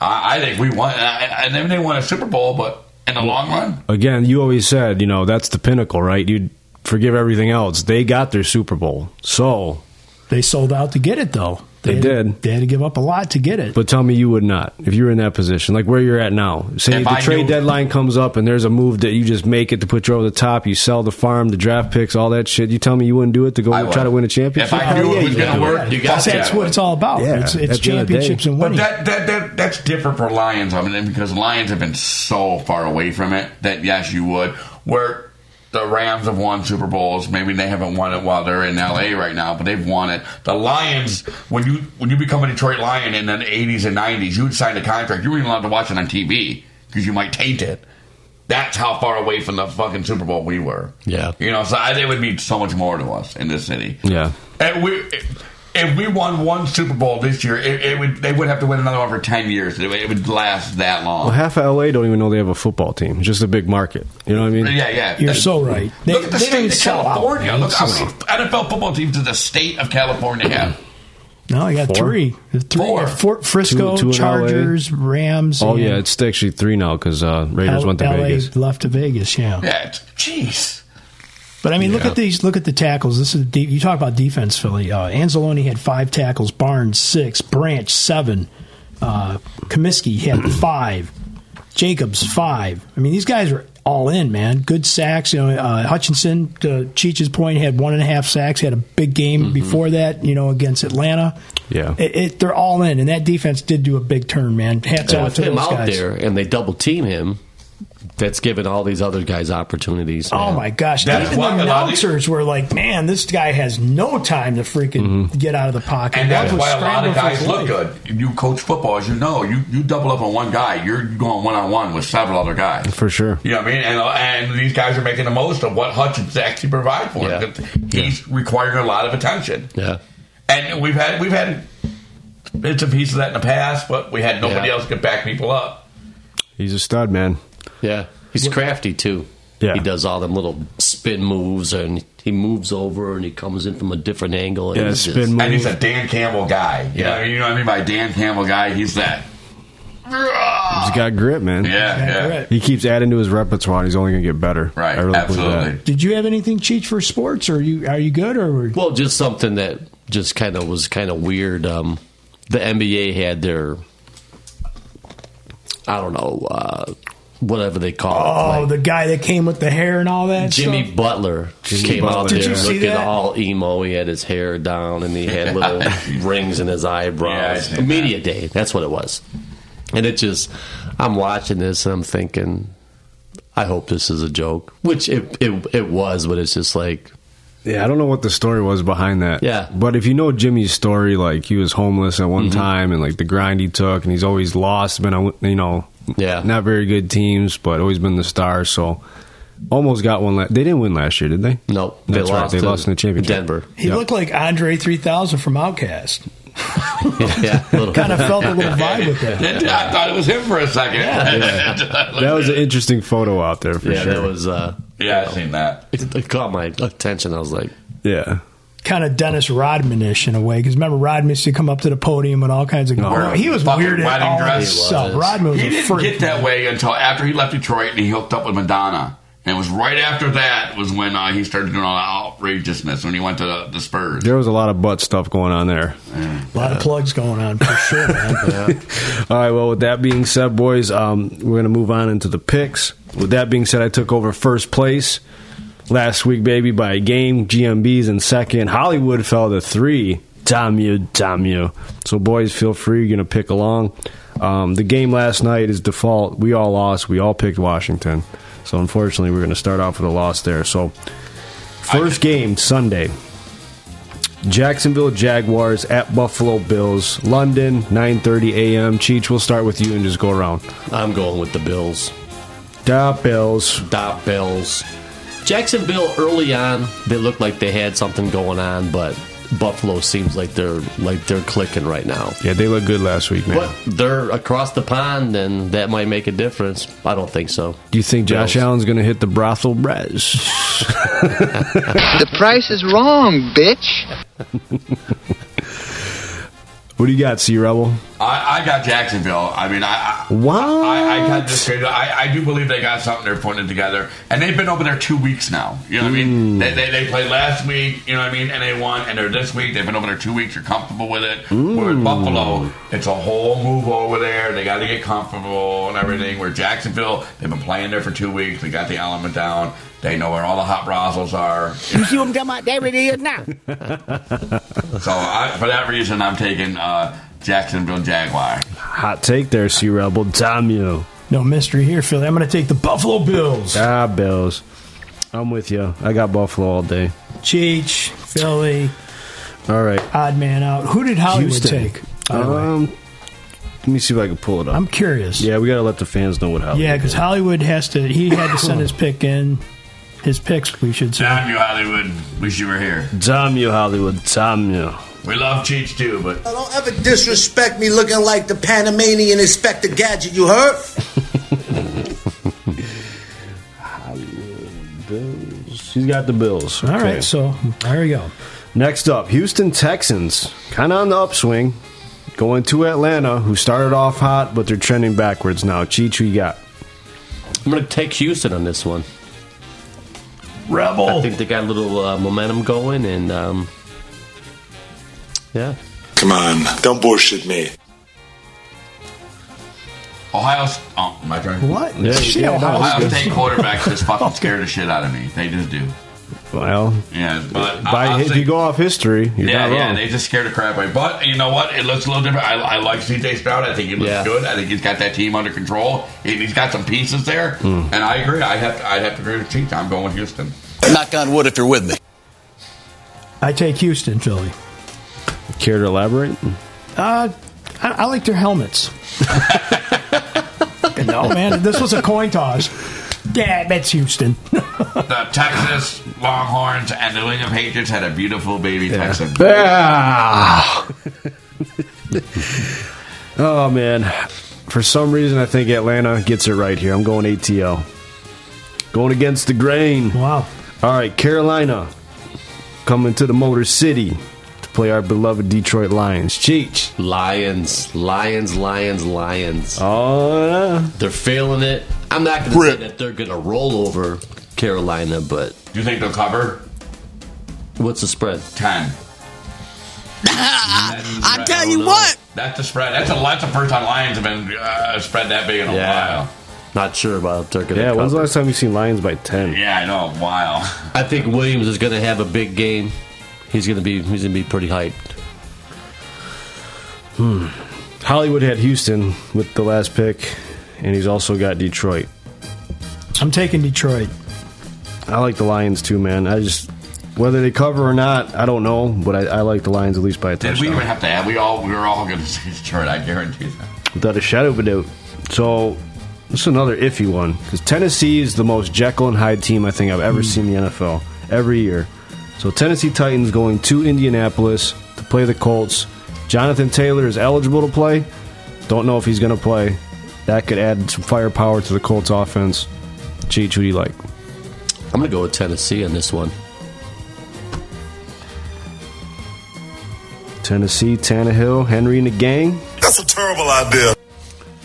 C: I, I think we won. I, I, and then they won a Super Bowl, but in the long run,
B: again, you always said, you know, that's the pinnacle, right? You forgive everything else. They got their Super Bowl. So,
E: They sold out to get it, though.
B: They
E: had to-
B: did.
E: they had to give up a lot to get it.
B: but tell me you would not if you were in that position, like where you're at now. Say
E: If
B: the
E: I
B: trade
E: knew-
B: deadline comes up and there's a move that you just make it to put you over the top, you sell the farm, the draft picks, all that shit. You tell me you wouldn't do it to go
C: I would.
B: try to win a championship?
C: If I knew it was gonna work, you got
E: that's
C: that.
E: what it's all about.
B: Yeah,
E: it's it's
B: at the end of the day.
E: championships and
C: But
E: winning.
C: that, that, that that's different for Lions, I mean, because Lions have been so far away from it that yes, you would. Where the Rams have won Super Bowls, maybe they haven't won it while they're in LA right now, but they've won it. The Lions, when you when you become a Detroit Lion in the '80s and '90s, you'd sign a contract. You weren't allowed to watch it on TV because you might taint it. That's how far away from the fucking Super Bowl we were.
D: Yeah.
C: You know, so I, it would mean so much more to us in this city.
B: Yeah.
C: And we, if we won one Super Bowl this year, it, it would they would have to win another one for ten years. It, would- it would last that long.
B: Well, half of LA don't even know they have a football team. It's just a big market. You know what I mean?
C: Yeah, yeah.
E: You're so right. They,
C: Look at the
E: they
C: state
E: don't
C: of
E: sell out,
C: California.
E: man.
C: Look how
E: It's
C: many NFL football teams does the state of California have.
E: No, I got
B: Four?
E: three. There's three.
C: Four.
E: Fort Frisco,
B: Two- two in
E: Chargers, Rams.
B: Oh
E: and
B: yeah, it's actually three now because uh, Raiders
E: L-
B: went to
E: LA
B: Vegas.
E: left to Vegas. Yeah.
C: Yeah, jeez.
E: But I mean, look
B: Yeah.
E: at these. Look at the tackles. This is deep. You talk about defense, Philly. Uh, Anzalone had five tackles. Barnes six. Branch seven. Uh, Comiskey had [clears throat] five. Jacobs five. I mean, these guys were all in, man. Good sacks. You know, uh, Hutchinson to Cheech's point had one and a half sacks. He had a big game before that. You know, against Atlanta.
B: Mm-hmm. Yeah.
E: It, it, they're all in, and that defense did do a big turn, man. Hats
D: And
E: off
D: with
E: to
D: him
E: those
D: out
E: guys.
D: there and they double team him, that's given all these other guys opportunities.
E: Oh
D: man.
E: my gosh!
D: That's
E: Even the
D: why a lot of these-
E: announcers were like, "Man, this guy has no time to freaking get out of the pocket."
C: Mm-hmm. And that's
E: That was
C: why a lot
E: scrambling
C: of
E: for
C: guys
E: his
C: look
E: life.
C: good. You coach football, as you know. You you double up on one guy. You're going one on one with several other guys.
B: For sure.
C: You know what I mean? And, and these guys are making the most of what Hutchins actually provides for them. He's requiring a lot of attention.
D: Yeah.
C: And we've had we've had bits and pieces of that in the past, but we had nobody
D: Yeah.
C: else could back people up.
B: He's a stud, man.
D: Yeah, he's crafty too.
B: Yeah.
D: he does all them little spin moves, and he moves over, and he comes in from a different angle. and he's just-
C: And he's a Dan Campbell guy. You,
D: Yeah.
C: know, you know what I mean by Dan Campbell guy? He's that.
B: He's got grit, man.
C: Yeah, yeah. grit.
B: He keeps adding to his repertoire. and He's only going to get better. Right. I really
C: absolutely.
B: Believe
E: Did you have anything cheat for sports, or are you are you good, or were-
D: Well, just something that just kind of was kind of weird. Um, the NBA had their, I don't know, uh, whatever they call it.
E: Oh, the guy that came with the hair and all that.
D: Jimmy
E: stuff.
D: Butler
E: Jimmy
D: came out
E: Butler. Did
D: there
E: you see
D: looking
E: that?
D: all emo. He had his hair down and he
E: [laughs]
D: had little rings in his eyebrows. Media day. That's what it was. And it just, I'm watching this and I'm thinking, I hope this is a joke, which it it, it was, but it's just like,
B: Yeah, I don't know what the story was behind that.
D: Yeah. Mm-hmm.
B: But if you know Jimmy's story, like he was homeless at one time and like the grind he took and he's always lost, been, on, you know,
D: yeah.
B: not very good teams, but always been the star. So almost got one. La- they didn't win last year, did they?
D: No.
B: That's
D: They
B: right.
D: lost
B: They
D: to
B: lost in the championship.
D: Denver.
E: He looked like Andre 3000 from Outcast.
D: [laughs] yeah,
E: Kind of felt a
C: [laughs]
E: little vibe with that.
C: I thought it was him for a [laughs] second.
D: Yeah.
B: That was an interesting photo out there for
D: yeah,
B: sure.
D: that was, uh,
C: yeah, I've seen that.
D: It, it caught my attention. I was like,
B: yeah.
E: Kind of Dennis Rodman-ish in a way, because remember Rodman used to come up to the podium and all kinds of. Oh,
C: Or
E: he was
C: fucking
E: weird at
C: wedding
E: all
C: dress.
E: himself. Rodman was
C: he
E: a
C: didn't
E: freak.
C: get that way until after he left Detroit and he hooked up with Madonna. And it was right after that was when uh, he started doing all the outrageousness when he went to the, the Spurs.
B: There was a lot of butt stuff going on there.
E: A lot of plugs going on for sure, man.
C: [laughs]
B: All right. Well, with that being said, boys, um, we're going to move on into the picks. With that being said, I took over first place last week, baby, by a game. GMB's in second. Hollywood fell to three. Damn you, damn you. So, boys, feel free. You're going to pick along. Um, the game last night is default. We all lost. We all picked Washington. So, unfortunately, we're going to start off with a loss there. So, first game Sunday. Jacksonville Jaguars at Buffalo Bills. London, 9:30 a.m. Cheech, we'll start with you and just go around.
D: I'm going with the Bills.
B: Da Bills.
D: Dot Bills. Jacksonville early on, they looked like they had something going on, but Buffalo seems like they're like they're clicking right now.
B: Yeah, they looked good last week, man.
D: But they're across the pond, and that might make a difference. I don't think so.
B: Do you think Josh Allen's going to hit the brothel brez?
O: the price is wrong, bitch.
B: what do you got, C Rebel?
C: I, I got Jacksonville. I mean, I I,
B: What?
C: I, I got this. I, I do believe they got something they're putting together, and they've been over there two weeks now. You know what I mean?
S: Hmm.
C: They, they they played last week. You know what I mean? And they won, and they're this week. They've been over there two weeks. You're comfortable with it. Where
S: Hmm.
C: in Buffalo, it's a whole move over there. They got to get comfortable and everything. Where Jacksonville, they've been playing there for two weeks. They got the element down. They know where all the hot rosals are.
S: You see what I'm talking about? There it is now.
C: [laughs] So I, for that reason, I'm taking uh, Jacksonville Jaguar.
B: Hot take there, C Rebel. Damn you.
E: No mystery here, Philly. I'm going to take the Buffalo Bills.
B: Da Bills. I'm with you. I got Buffalo all day.
E: Cheech, Philly,
B: All right.
E: odd man out. Who did Hollywood take? by the way?
B: Um, let me see if I can pull it up. I'm
E: curious.
B: Yeah, we got to let the fans know what Hollywood.
E: yeah, because
B: did.
E: Hollywood has to. He had to send [laughs] his pick in. His picks, we should say.
C: Damn you, Hollywood. Wish you were here.
B: Damn you, Hollywood. Damn you.
C: We love Cheech too, but
G: Now, Don't ever disrespect me looking like the Panamanian Inspector Gadget, you heard?
B: Bills. He's got the Bills.
E: All right, so there we go.
B: Next up, Houston Texans, kind of on the upswing, going to Atlanta, who started off hot, but they're trending backwards now. Cheech, who you got?
D: I'm going to take Houston on this one.
E: Rebel.
C: Oh.
D: I think they got a little uh, momentum going, and um, yeah,
L: Come on, don't bullshit me.
C: Ohio. S- Oh, my turn.
E: What? Yeah, Shit, yeah, Ohio
C: Ohio
E: State.
C: State
B: [laughs]
C: quarterbacks just fucking scare the shit out of me. They just do.
B: Well,
C: Yeah, but I- I'll
B: by, if
C: say-
B: you go off history, you're
C: yeah,
B: not
C: yeah,
B: wrong.
C: they just scared the crap away. But you know what? It looks a little different. I, I like CJ Stroud. I think he looks
B: Yeah.
C: good. I think he's got that team under control. He- He's got some pieces there,
B: Hmm.
F: Mm.
C: and I agree. I have to, I have to agree with Cheech. I'm going with Houston.
F: Knock on wood if you're with me.
E: I take Houston, Philly.
B: Care to elaborate?
E: Uh, I, I like their [laughs] helmets. no, man, this was a coin toss. Damn, it's Houston. [laughs]
C: the Texas Longhorns and the England Patriots had a beautiful baby Texan.
B: Ah. [laughs] oh man, for some reason I think Atlanta gets it right here. I'm going ATL, going against the grain.
E: Wow.
B: All right, Carolina coming to the Motor City to play our beloved Detroit Lions. Cheech.
D: Lions, Lions, Lions, Lions.
B: Oh,
D: they're feeling it. I'm not going to say that they're going to roll over Carolina, but
C: do you think they'll cover?
D: What's the spread?
S: [laughs]
C: Ten.
S: I tell
C: don't
S: you
C: know.
S: what.
C: That's the spread. That's a that's the first time Lions have been uh, spread that big in a
D: Yeah.
C: while.
D: Not sure about they're gonna
B: Yeah, when's the
D: cover.
B: last time you seen Lions by ten?
C: Yeah, I know. Wow.
D: I think Williams is going to have a big game. He's going to be he's going to be pretty hyped.
B: Hmm. Hollywood had Houston with the last pick, and he's also got Detroit.
E: I'm taking Detroit.
B: I like the Lions too, man. I just whether they cover or not, I don't know, but I, I like the Lions at least by a
C: Did we
B: touchdown.
C: even have to add? We all we were all going to [laughs] say Detroit. I guarantee that.
B: Without a shadow of a doubt. So this is another iffy one because Tennessee is the most Jekyll and Hyde team I think I've ever seen in the NFL every year. So Tennessee Titans going to Indianapolis to play the Colts. Jonathan Taylor is eligible to play. Don't know if he's going to play. That could add some firepower to the Colts offense. Cheech, who do you like?
D: I'm going to go with Tennessee on this one.
B: Tennessee, Tannehill, Henry, and the gang.
L: That's a terrible idea.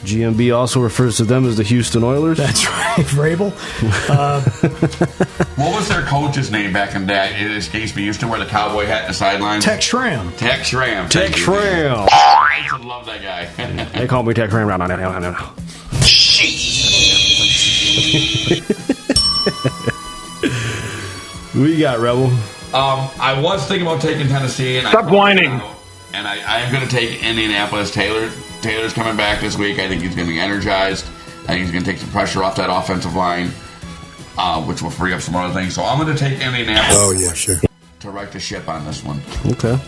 B: GMB also refers to them as the Houston Oilers.
E: That's right, [laughs] Vrabel.
C: What was their coach's name back in the day? It escapes me. He used to wear the cowboy hat in the sidelines.
E: Tech Schramm.
C: Tech Schramm.
B: Tech
C: Thank you.
B: Schramm.
C: I used to love that guy. [laughs]
B: They call me Tech Ram. No, no, no, no, no, no. We got Rebel.
C: Um, I was thinking about taking Tennessee, and stop I, whining. And I, I am going to take Indianapolis. Taylor Taylor's coming back this week. I think he's going to be energized. I think he's going to take some pressure off that offensive line, uh, which will free up some other things. So I'm going to take Indianapolis.
L: Oh, yeah, sure.
C: To right the ship on this one.
B: Okay.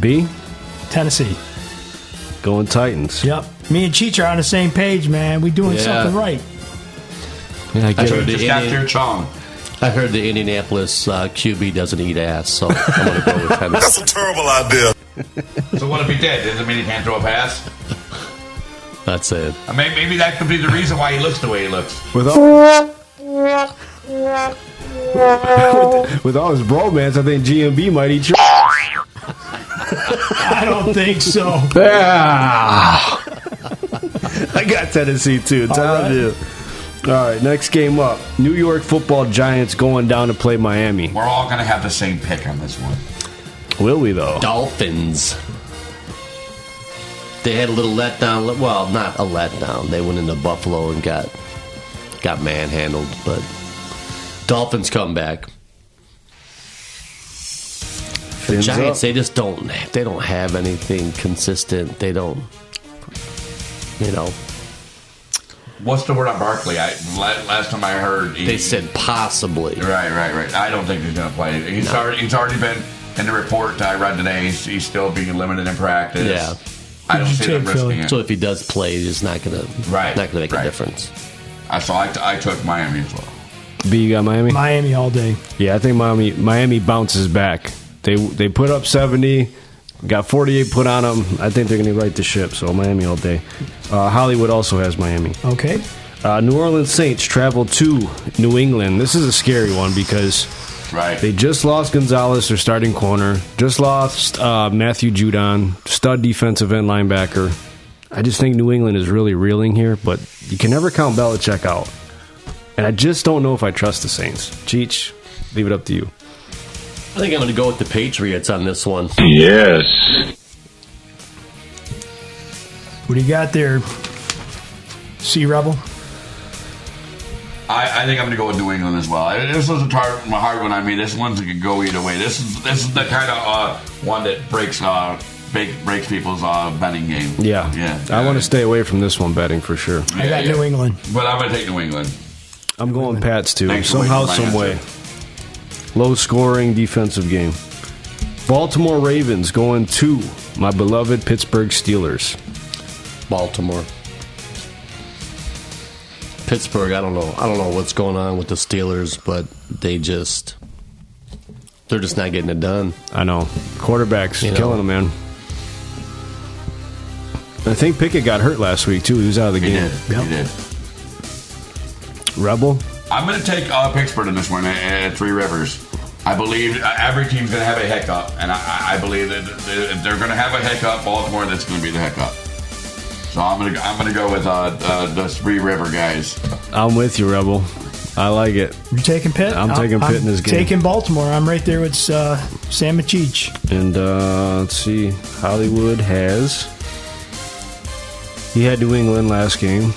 B: B.
E: Tennessee.
B: Going Titans.
E: Yep. Me and Cheech are on the same page, man. We doing
D: Yeah.
E: something right.
B: Yeah, I
D: get it.
C: Just got your chong.
D: I heard the Indianapolis uh, QB doesn't eat ass, so I'm going to go with
L: That's
B: [laughs]
D: Tennessee.
L: a terrible idea.
C: So what if he did? Doesn't mean he can't throw a pass.
D: That's it.
C: I mean, maybe that could be the reason why he looks the way he looks.
B: With all, [laughs] with all his bromance, I think GMB might eat
E: [laughs]
B: your.
E: I don't think
B: [laughs]
E: so.
B: Ah. [laughs] I got Tennessee too. Time
E: All right.
B: to. All right, next game up. New York football Giants going down to play Miami.
C: We're all going to have the same pick on this one.
B: Will we, though?
D: Dolphins. They had a little letdown. Well, not a letdown. They went into Buffalo and got got manhandled, but Dolphins come back. The
B: Fins
D: Giants,
B: up.
D: they just don't. They don't have anything consistent. They don't. You know,
C: What's the word on Barkley? I la- last time I heard, he,
D: they said possibly.
C: right, right, right. I don't think he's going to play. He's
D: No.
C: already he's already been in the report I read today. He's, he's still being limited in practice.
D: Yeah.
C: I don't see them risking
B: uh,
C: it.
D: So if he does play, he's not gonna
C: Right,
D: not gonna make
C: right.
D: a difference.
C: I so I, I took Miami as well.
B: B, you got Miami.
E: Miami all day.
B: Yeah, I think Miami Miami bounces back. They they put up 70, got 48 put on them. I think they're going to right the ship. So Miami all day. Uh, Hollywood also has Miami.
E: Okay.
B: Uh, New Orleans Saints travel to New England. This is a scary one because
C: Right.
B: they just lost Gonzalez, their starting corner. Just lost uh, Matthew Judon, stud defensive end linebacker. I just think New England is really reeling here, but you can never count Belichick out. And I just don't know if I trust the Saints. Cheech, leave it up to you.
D: I think I'm gonna go with the Patriots on this one.
R: Yes.
E: What do you got there? Sea Rebel.
C: I, I think I'm going to go with New England as well. I- This was a tar- a hard one. I mean, this one's that could go either way. This is this is the kind of uh, one that breaks uh, break, breaks people's uh, betting game.
B: Yeah.
C: yeah.
B: I want to stay away from this one betting for sure.
E: I got
C: Yeah,
E: New
C: yeah.
E: England.
C: But I'm going to take New England.
B: I'm going Pats too.
C: Thanks for
B: Somehow,
C: waiting for my
B: some way. Low scoring defensive game. Baltimore Ravens going to my beloved Pittsburgh Steelers.
D: Baltimore. Pittsburgh, I don't know. I don't know what's going on with the Steelers, but they just they're just not getting it done.
B: I know. Quarterbacks
D: You know.
B: killing them, man. I think Pickett got hurt last week too. He was out of the
C: He
B: game.
C: did. He did.
B: Rebel.
C: I'm going to take uh, Pittsburgh in this one at, at Three Rivers. I believe uh, every team's going to have a hiccup, and I- I, I believe that th- if they're going to have a hiccup, Baltimore, that's going to be the hiccup. So I'm going to I'm going to go with uh, uh, the Three River guys.
B: I'm with you, Rebel. I like it.
E: You taking Pitt?
B: I'm taking Pitt in this game.
E: Taking Baltimore. I'm right there with uh, Sam and Cheech.
B: And uh, let's see, Hollywood has. He had New England last game.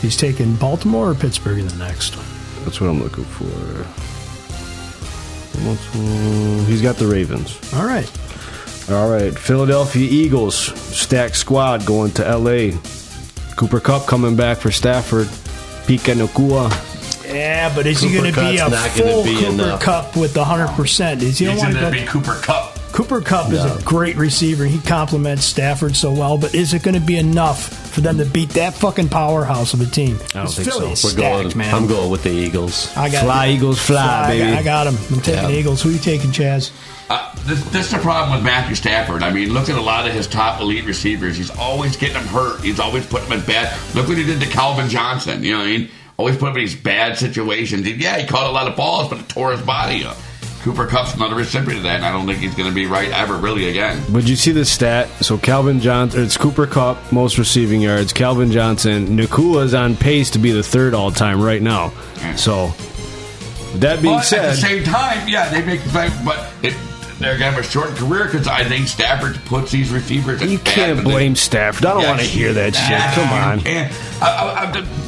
E: He's taking Baltimore or Pittsburgh in the next.
B: That's what I'm looking for. Multiple- He's got the Ravens.
E: All right.
B: All right. Philadelphia Eagles, stacked squad going to L.A. Cooper Cup coming back for Stafford. Pika Nakua.
E: Yeah, but is he
B: Cooper
E: going to be
B: Cup's
E: a
B: not gonna
E: full
B: be
E: Cooper
B: enough.
E: Cup with the hundred percent? Is he?
C: He's
E: want
C: going
E: to
C: to
E: go,
C: be Cooper Cup.
E: Cooper Cup is
C: No.
E: a great receiver. He complements Stafford so well, but is it going to be enough for them to beat that fucking powerhouse of a team?
D: I
E: This Philly is
D: We're
E: stacked,
D: going.
E: man.
D: I'm going with the Eagles.
E: I got
C: Fly, Eagles, fly,
E: I got-
C: baby.
E: I got him. I'm taking
C: Yeah.
E: Eagles. Who you taking, Chaz?
C: Uh, this, this is the problem with Matthew Stafford. I mean, look at a lot of his top elite receivers. He's always getting them hurt. He's always putting them in bad. Look what he did to Calvin Johnson. You know what I mean? Always put him in these bad situations. And yeah, he caught a lot of balls, but it tore his body up. Cooper Cup's another recipient of that, and I don't think he's going to be right ever really again.
B: But you see the stat. So Calvin Johnson, it's Cooper Cup, most receiving yards. Calvin Johnson, Nakua is on pace to be the third all time right now. So that being
C: but at the
B: said,
C: same time, yeah, they make the fact, but it, they're going to have a short career because I think Stafford puts these receivers. You
B: can't blame Stafford. I don't want to hear that shit. Come on.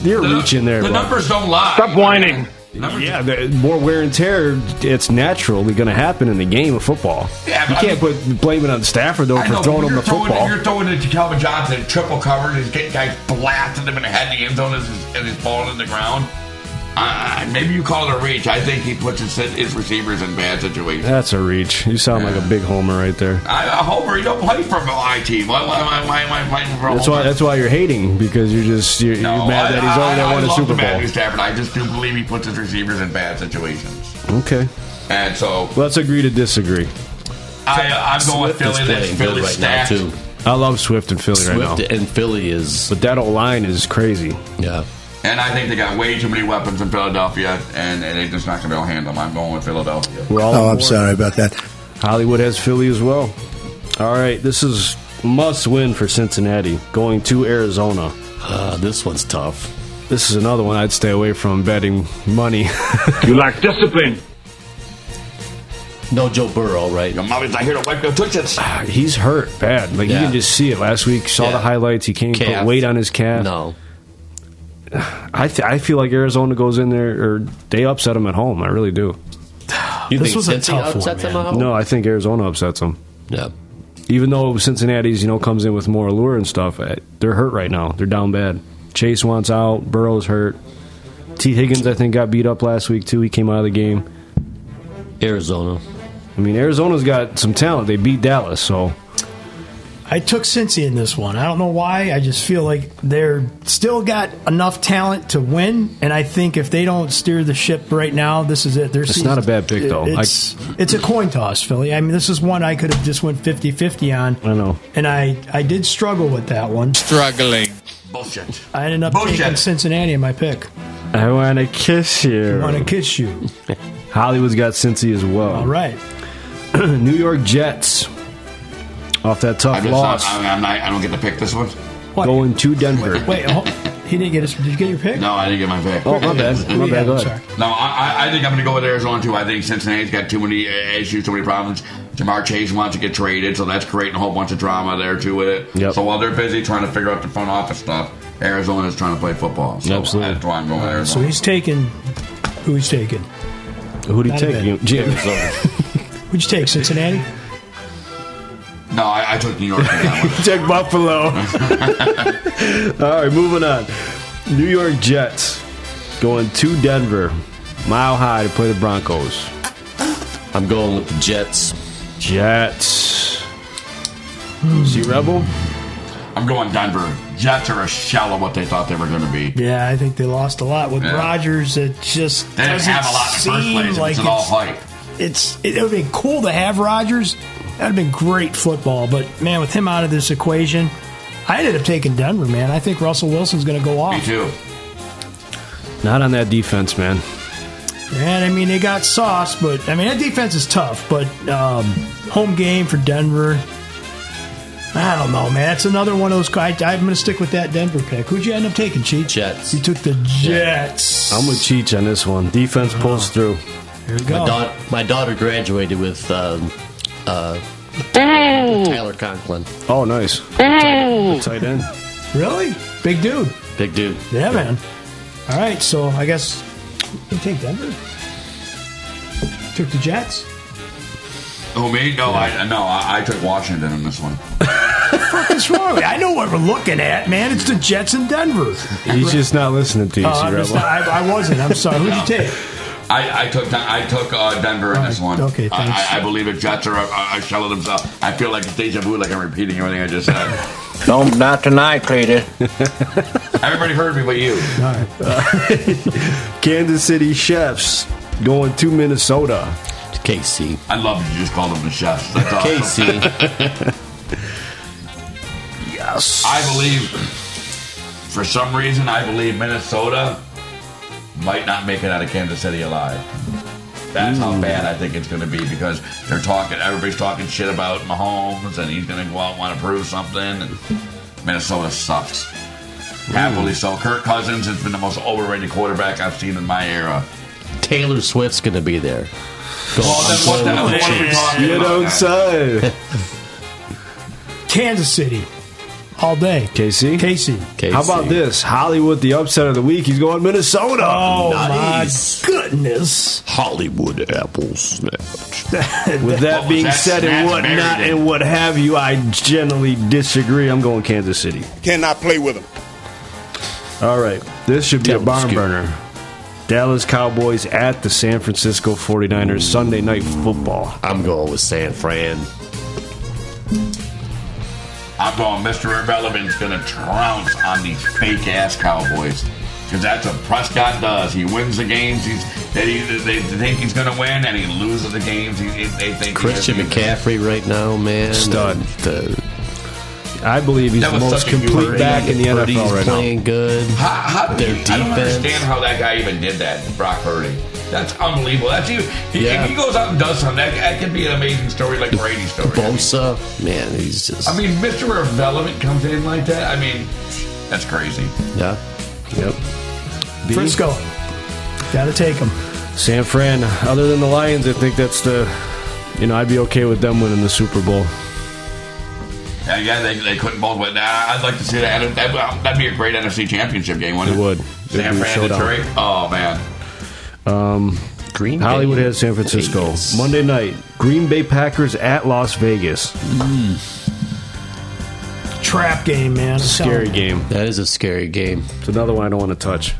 B: You're reaching there.
C: The
B: bud.
C: numbers don't lie.
B: Stop whining.
C: Numbers
B: Yeah, the more wear and tear, it's naturally going to happen in the game of football.
C: Yeah,
B: you
C: but I
B: can't put blame it on Stafford though
C: I
B: for
C: know,
B: throwing
C: but
B: him
C: you're
B: the football.
C: You're throwing it to Calvin Johnson, triple covered, and he's getting guys blasting him in the head, the end zone, is and he's falling in the ground. Uh, maybe you call it a reach. I think he puts his, his receivers in bad situations.
B: That's a reach. You sound like a big homer right there.
C: I, I hope you don't play for my team. Why, why, why, why am I playing for?
B: That's why. That's why you're hating because you're just you're, you're mad that he's
C: I,
B: only there
C: I,
B: won
C: I
B: a
C: love
B: Super Bowl.
C: Matthew Stafford. I just do believe he puts his receivers in bad situations,
B: Okay,
C: and so
B: let's agree to disagree.
C: I, I'm going
D: Swift
C: Philly.
D: is
C: That's
D: playing good
C: Philly
D: right now,
C: stacked.
D: too.
B: I love Swift and Philly right now.
D: Swift and Philly is,
B: but that old line is crazy.
D: Yeah,
C: And I think they got way too many weapons in Philadelphia, and, and they're just not going to be able to handle them. I'm going with Philadelphia.
B: We're all
C: Oh, I'm
B: sorry about that. Hollywood has Philly as well. All right, this is must win for Cincinnati going to Arizona. Uh,
D: Ah,
B: this one's tough. This is another one I'd stay away from betting money. [laughs] you lack discipline.
D: no Joe Burrow, right?
C: Your mommy's not here to wipe your twitches.
B: Ah, He's hurt bad. Like you
D: Yeah.
B: can just see it. Last week, saw the
D: Yeah.
B: highlights. He can't
D: Calf.
B: put weight on his calf.
D: No,
B: I th- I feel like Arizona goes in there or they upset him at home. I really do.
D: You This think was a Cincy tough one, upsets them man. at home?
B: No, I think Arizona upsets them.
D: Yeah.
B: Even though Cincinnati's, you know, comes in with more allure and stuff, eh, they're hurt right now. They're down bad. Chase wants out. Burrow's hurt. T. Higgins, I think, got beat up last week too. He came out of the game.
D: Arizona.
B: I mean, Arizona's got some talent. They beat Dallas, so
E: I took Cincy in this one. I don't know why. I just feel like they're still got enough talent to win, and I think if they don't steer the ship right now, this is it. They're
B: It's not a bad pick, though.
E: It's, it's a coin toss, Philly. I mean, this is one I could have just went 50-50 on.
B: I know.
E: And I, I did struggle with that one.
F: Struggling.
C: Bullshit.
E: I ended up taking Cincinnati in my pick.
B: I want to kiss you.
E: I wanna kiss you.
B: Hollywood's got Cincy as well. All
E: right.
B: New York Jets off that tough
C: I'm just not,
B: loss,
C: I'm, I'm not, I don't get to pick this one.
B: going to Denver.
E: Wait, oh, he didn't get his. Did you get your pick?
C: No, I didn't get my pick.
B: Oh, my bad. My bad. Go ahead.
C: No, I, I- I think I'm going to go with Arizona too. I think Cincinnati's got too many uh, issues, too many problems. Jamar Chase wants to get traded, so that's creating a whole bunch of drama there too with it.
B: Yep.
C: So while they're busy trying to figure out the front office stuff, Arizona's trying to play football. So Absolutely. That's why I'm going with Arizona.
E: So he's taking. Who he's taking?
B: Who'd he
E: Not
B: take?
E: bad.
B: You- Jim.
E: Who'd you take? Cincinnati.
C: No, I, I took New [laughs] York.
B: Check Buffalo. [laughs] All right, moving on. New York Jets going to Denver, mile high to play the Broncos.
D: I'm going with the Jets.
B: Jets. See Rebel?
C: I'm going Denver. Jets are a shell of what they thought they were going to be.
E: Yeah, I think they lost a lot with
C: Yeah.
E: Rodgers. It just
C: They didn't
E: doesn't
C: have a lot in the
E: seem
C: first place.
E: Like
C: it's all hype.
E: it's it would have been cool to have Rodgers. That'd have been great football, but man, with him out of this equation, I ended up taking Denver. Man, I think Russell Wilson's going to go off.
C: Me too.
B: Not on that defense, man.
E: And I mean, they got sauce, but I mean that defense is tough. But um, home game for Denver. I don't know, man. That's another one of those. I, I'm going to stick with that Denver pick. Who'd you end up taking, Cheat?
D: Jets.
E: You took the Jets.
B: I'm with Cheech on this one. Defense pulls through.
E: Here we
D: My,
E: go.
D: daughter, my daughter graduated with um, uh, Tyler Conklin.
B: Oh, nice.
D: Tight
B: end.
E: Really? Big dude.
D: Big dude.
E: Yeah, man. All right, so I guess we take Denver. Took the Jets.
C: Oh me? No, I no, I, I took Washington in this one.
E: What's wrong? with you? I know what we're looking at, man. It's the Jets in
B: [laughs]
E: Denver.
B: He's just not listening to you,
E: Oh,
B: see,
E: I'm just-
B: Rebel.
E: I, I wasn't. I'm sorry. Who'd you take?
C: I, I took Den- I took uh, Denver in this one.
E: Okay,
C: I,
E: thanks.
C: I, I believe it. Jets are a, a shell of themselves. I feel like it's deja vu, like I'm repeating everything I just
E: [laughs]
C: said.
T: No, not tonight, Cletus.
C: Everybody heard me, but you.
B: Kansas City Chefs going to Minnesota.
D: KC.
C: I love you just called them the chefs. That's awesome.
B: KC.
C: yes. I believe, for some reason, I believe Minnesota might not make it out of Kansas City alive. That's how bad I think it's going to be because they're talking. Everybody's talking shit about Mahomes, and he's going to go out and want to prove something. And Minnesota sucks. Happily so. Kirk Cousins has been the most overrated quarterback I've seen in my era.
D: Taylor Swift's going to be there. Go
C: Well, Oh, then what the- what are we talking
B: You don't say.
E: Kansas City. All day.
B: KC?
E: KC.
B: How about this? Hollywood, the upset of the week. He's going Minnesota.
E: Oh, my goodness.
B: Hollywood apple snatch. With that
E: What was
B: being
E: that
B: said
E: snatch
B: and whatnot
E: buried in?
B: and what have you, I generally disagree. I'm going Kansas City.
L: Cannot play with him.
B: All right. This should be a barn burner. Dallas Cowboys at the San Francisco 49ers Sunday night football.
D: I'm going with San Fran.
C: I'm going Mr. Irrelevant's going to trounce on these fake ass Cowboys. Because that's what Prescott does. He wins the games he's, that he, they think he's going to win, and he loses the games he, they think
D: Christian
C: he
D: McCaffrey right now, man.
B: Stud.
D: And uh, The,
B: I believe he's
D: That
B: the
D: was
B: most
D: such a
B: complete
D: great-
B: back in the NFL
D: Purdy's
B: right
D: playing
B: now.
D: good.
C: How, how did
D: Their
C: he, I don't
D: defense.
C: understand how that guy even did that, Brock Purdy. That's unbelievable. That's even, he,
D: Yeah.
C: If he goes out and does something, that, that could be an amazing story like Brady's story.
D: Bosa, man, he's just.
C: I mean, Mr. Irrelevant comes in like that. I mean, that's crazy.
D: Yeah. Yep.
E: Frisco. Gotta take him.
B: San Fran, other than the Lions, I think that's the you know, I'd be okay with them winning the Super Bowl.
C: Yeah, yeah they, they couldn't both win. Nah, I'd like to see that. That'd, that'd- that'd be a great NFC Championship game, wouldn't it?
B: It would.
C: San
B: It'd be a
C: Fran,
B: showdown.
C: Detroit. Oh man,
B: Um,
D: Green
B: Hollywood has San Francisco Monday night. Green Bay Packers at Las Vegas.
E: Trap game, man. I'm telling
B: Scary
E: you.
B: game.
D: That is a scary game.
B: It's another one I don't want to touch.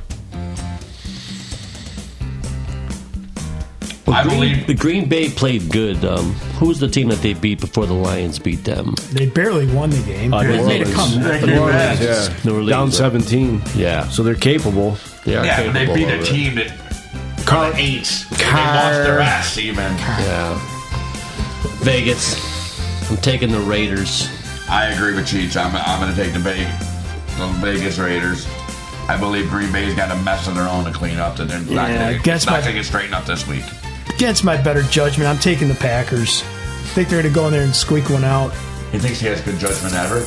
D: I believe the Green Bay played good. Um, who was the team that they beat before the Lions beat them?
E: They barely won the game.
D: Uh,
E: they
D: New
E: made a
D: Orleans.
E: comeback.
D: New Orleans,
B: Yeah.
D: New Orleans.
B: Down 17.
D: Yeah.
B: So they're capable.
C: yeah, but they beat a team that Car- eight. They lost their ass even.
D: Yeah. Vegas. I'm taking the Raiders.
C: I agree with Cheech. I'm, I'm going to take the, Ve- the Vegas Raiders. I believe Green Bay's got a mess of their own to clean up. That they're not
E: Yeah,
C: going
E: guess my-
C: to get straightened up this week.
E: Against my better judgment, I'm taking the Packers. I think they're gonna go in there and squeak one out.
C: He thinks he has good judgment ever.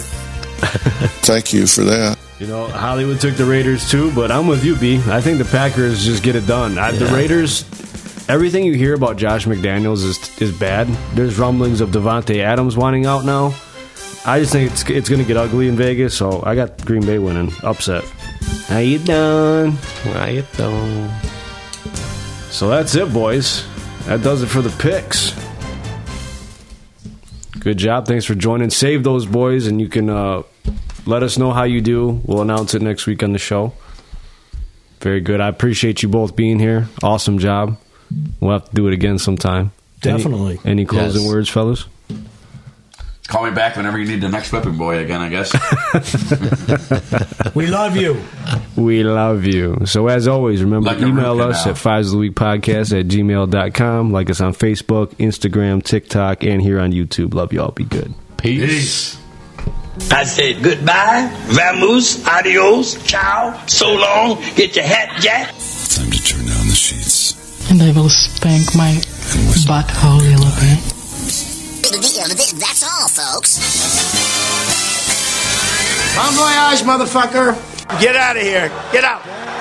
L: Thank you for that.
B: You know, Hollywood took the Raiders too, but I'm with you, B. I think the Packers just get it done. I, The
D: Yeah.
B: Raiders, everything you hear about Josh McDaniels is is bad. There's rumblings of Devontae Adams wanting out now. I just think it's it's going to get ugly in Vegas, so I got Green Bay winning. Upset. How you done?
D: How you done?
B: So that's it, boys. That does it for the picks. Good job. Thanks for joining. Save those boys, and you can uh, let us know how you do. We'll announce it next week on the show. Very good. I appreciate you both being here. Awesome job. We'll have to do it again sometime. Any-
E: Definitely.
B: Any, closing
E: Yes.
B: words, fellas?
C: Call me back whenever you need the next weapon boy again. I guess.
E: We love you.
B: We love you. So, as always, remember
C: Like a
B: email
C: root
B: us
C: canal.
B: at fives of the week podcast at gmail.com. Like us on Facebook, Instagram, TikTok, and here on YouTube. Love y'all. Be good.
D: Peace.
U: I said goodbye, vamoose, adios, ciao, so long, get your hat jack.
F: Time to turn down the sheets.
N: And I will spank my butthole a little bit.
V: That's all, folks.
J: Bon voyage, motherfucker. Get out of here. Get out.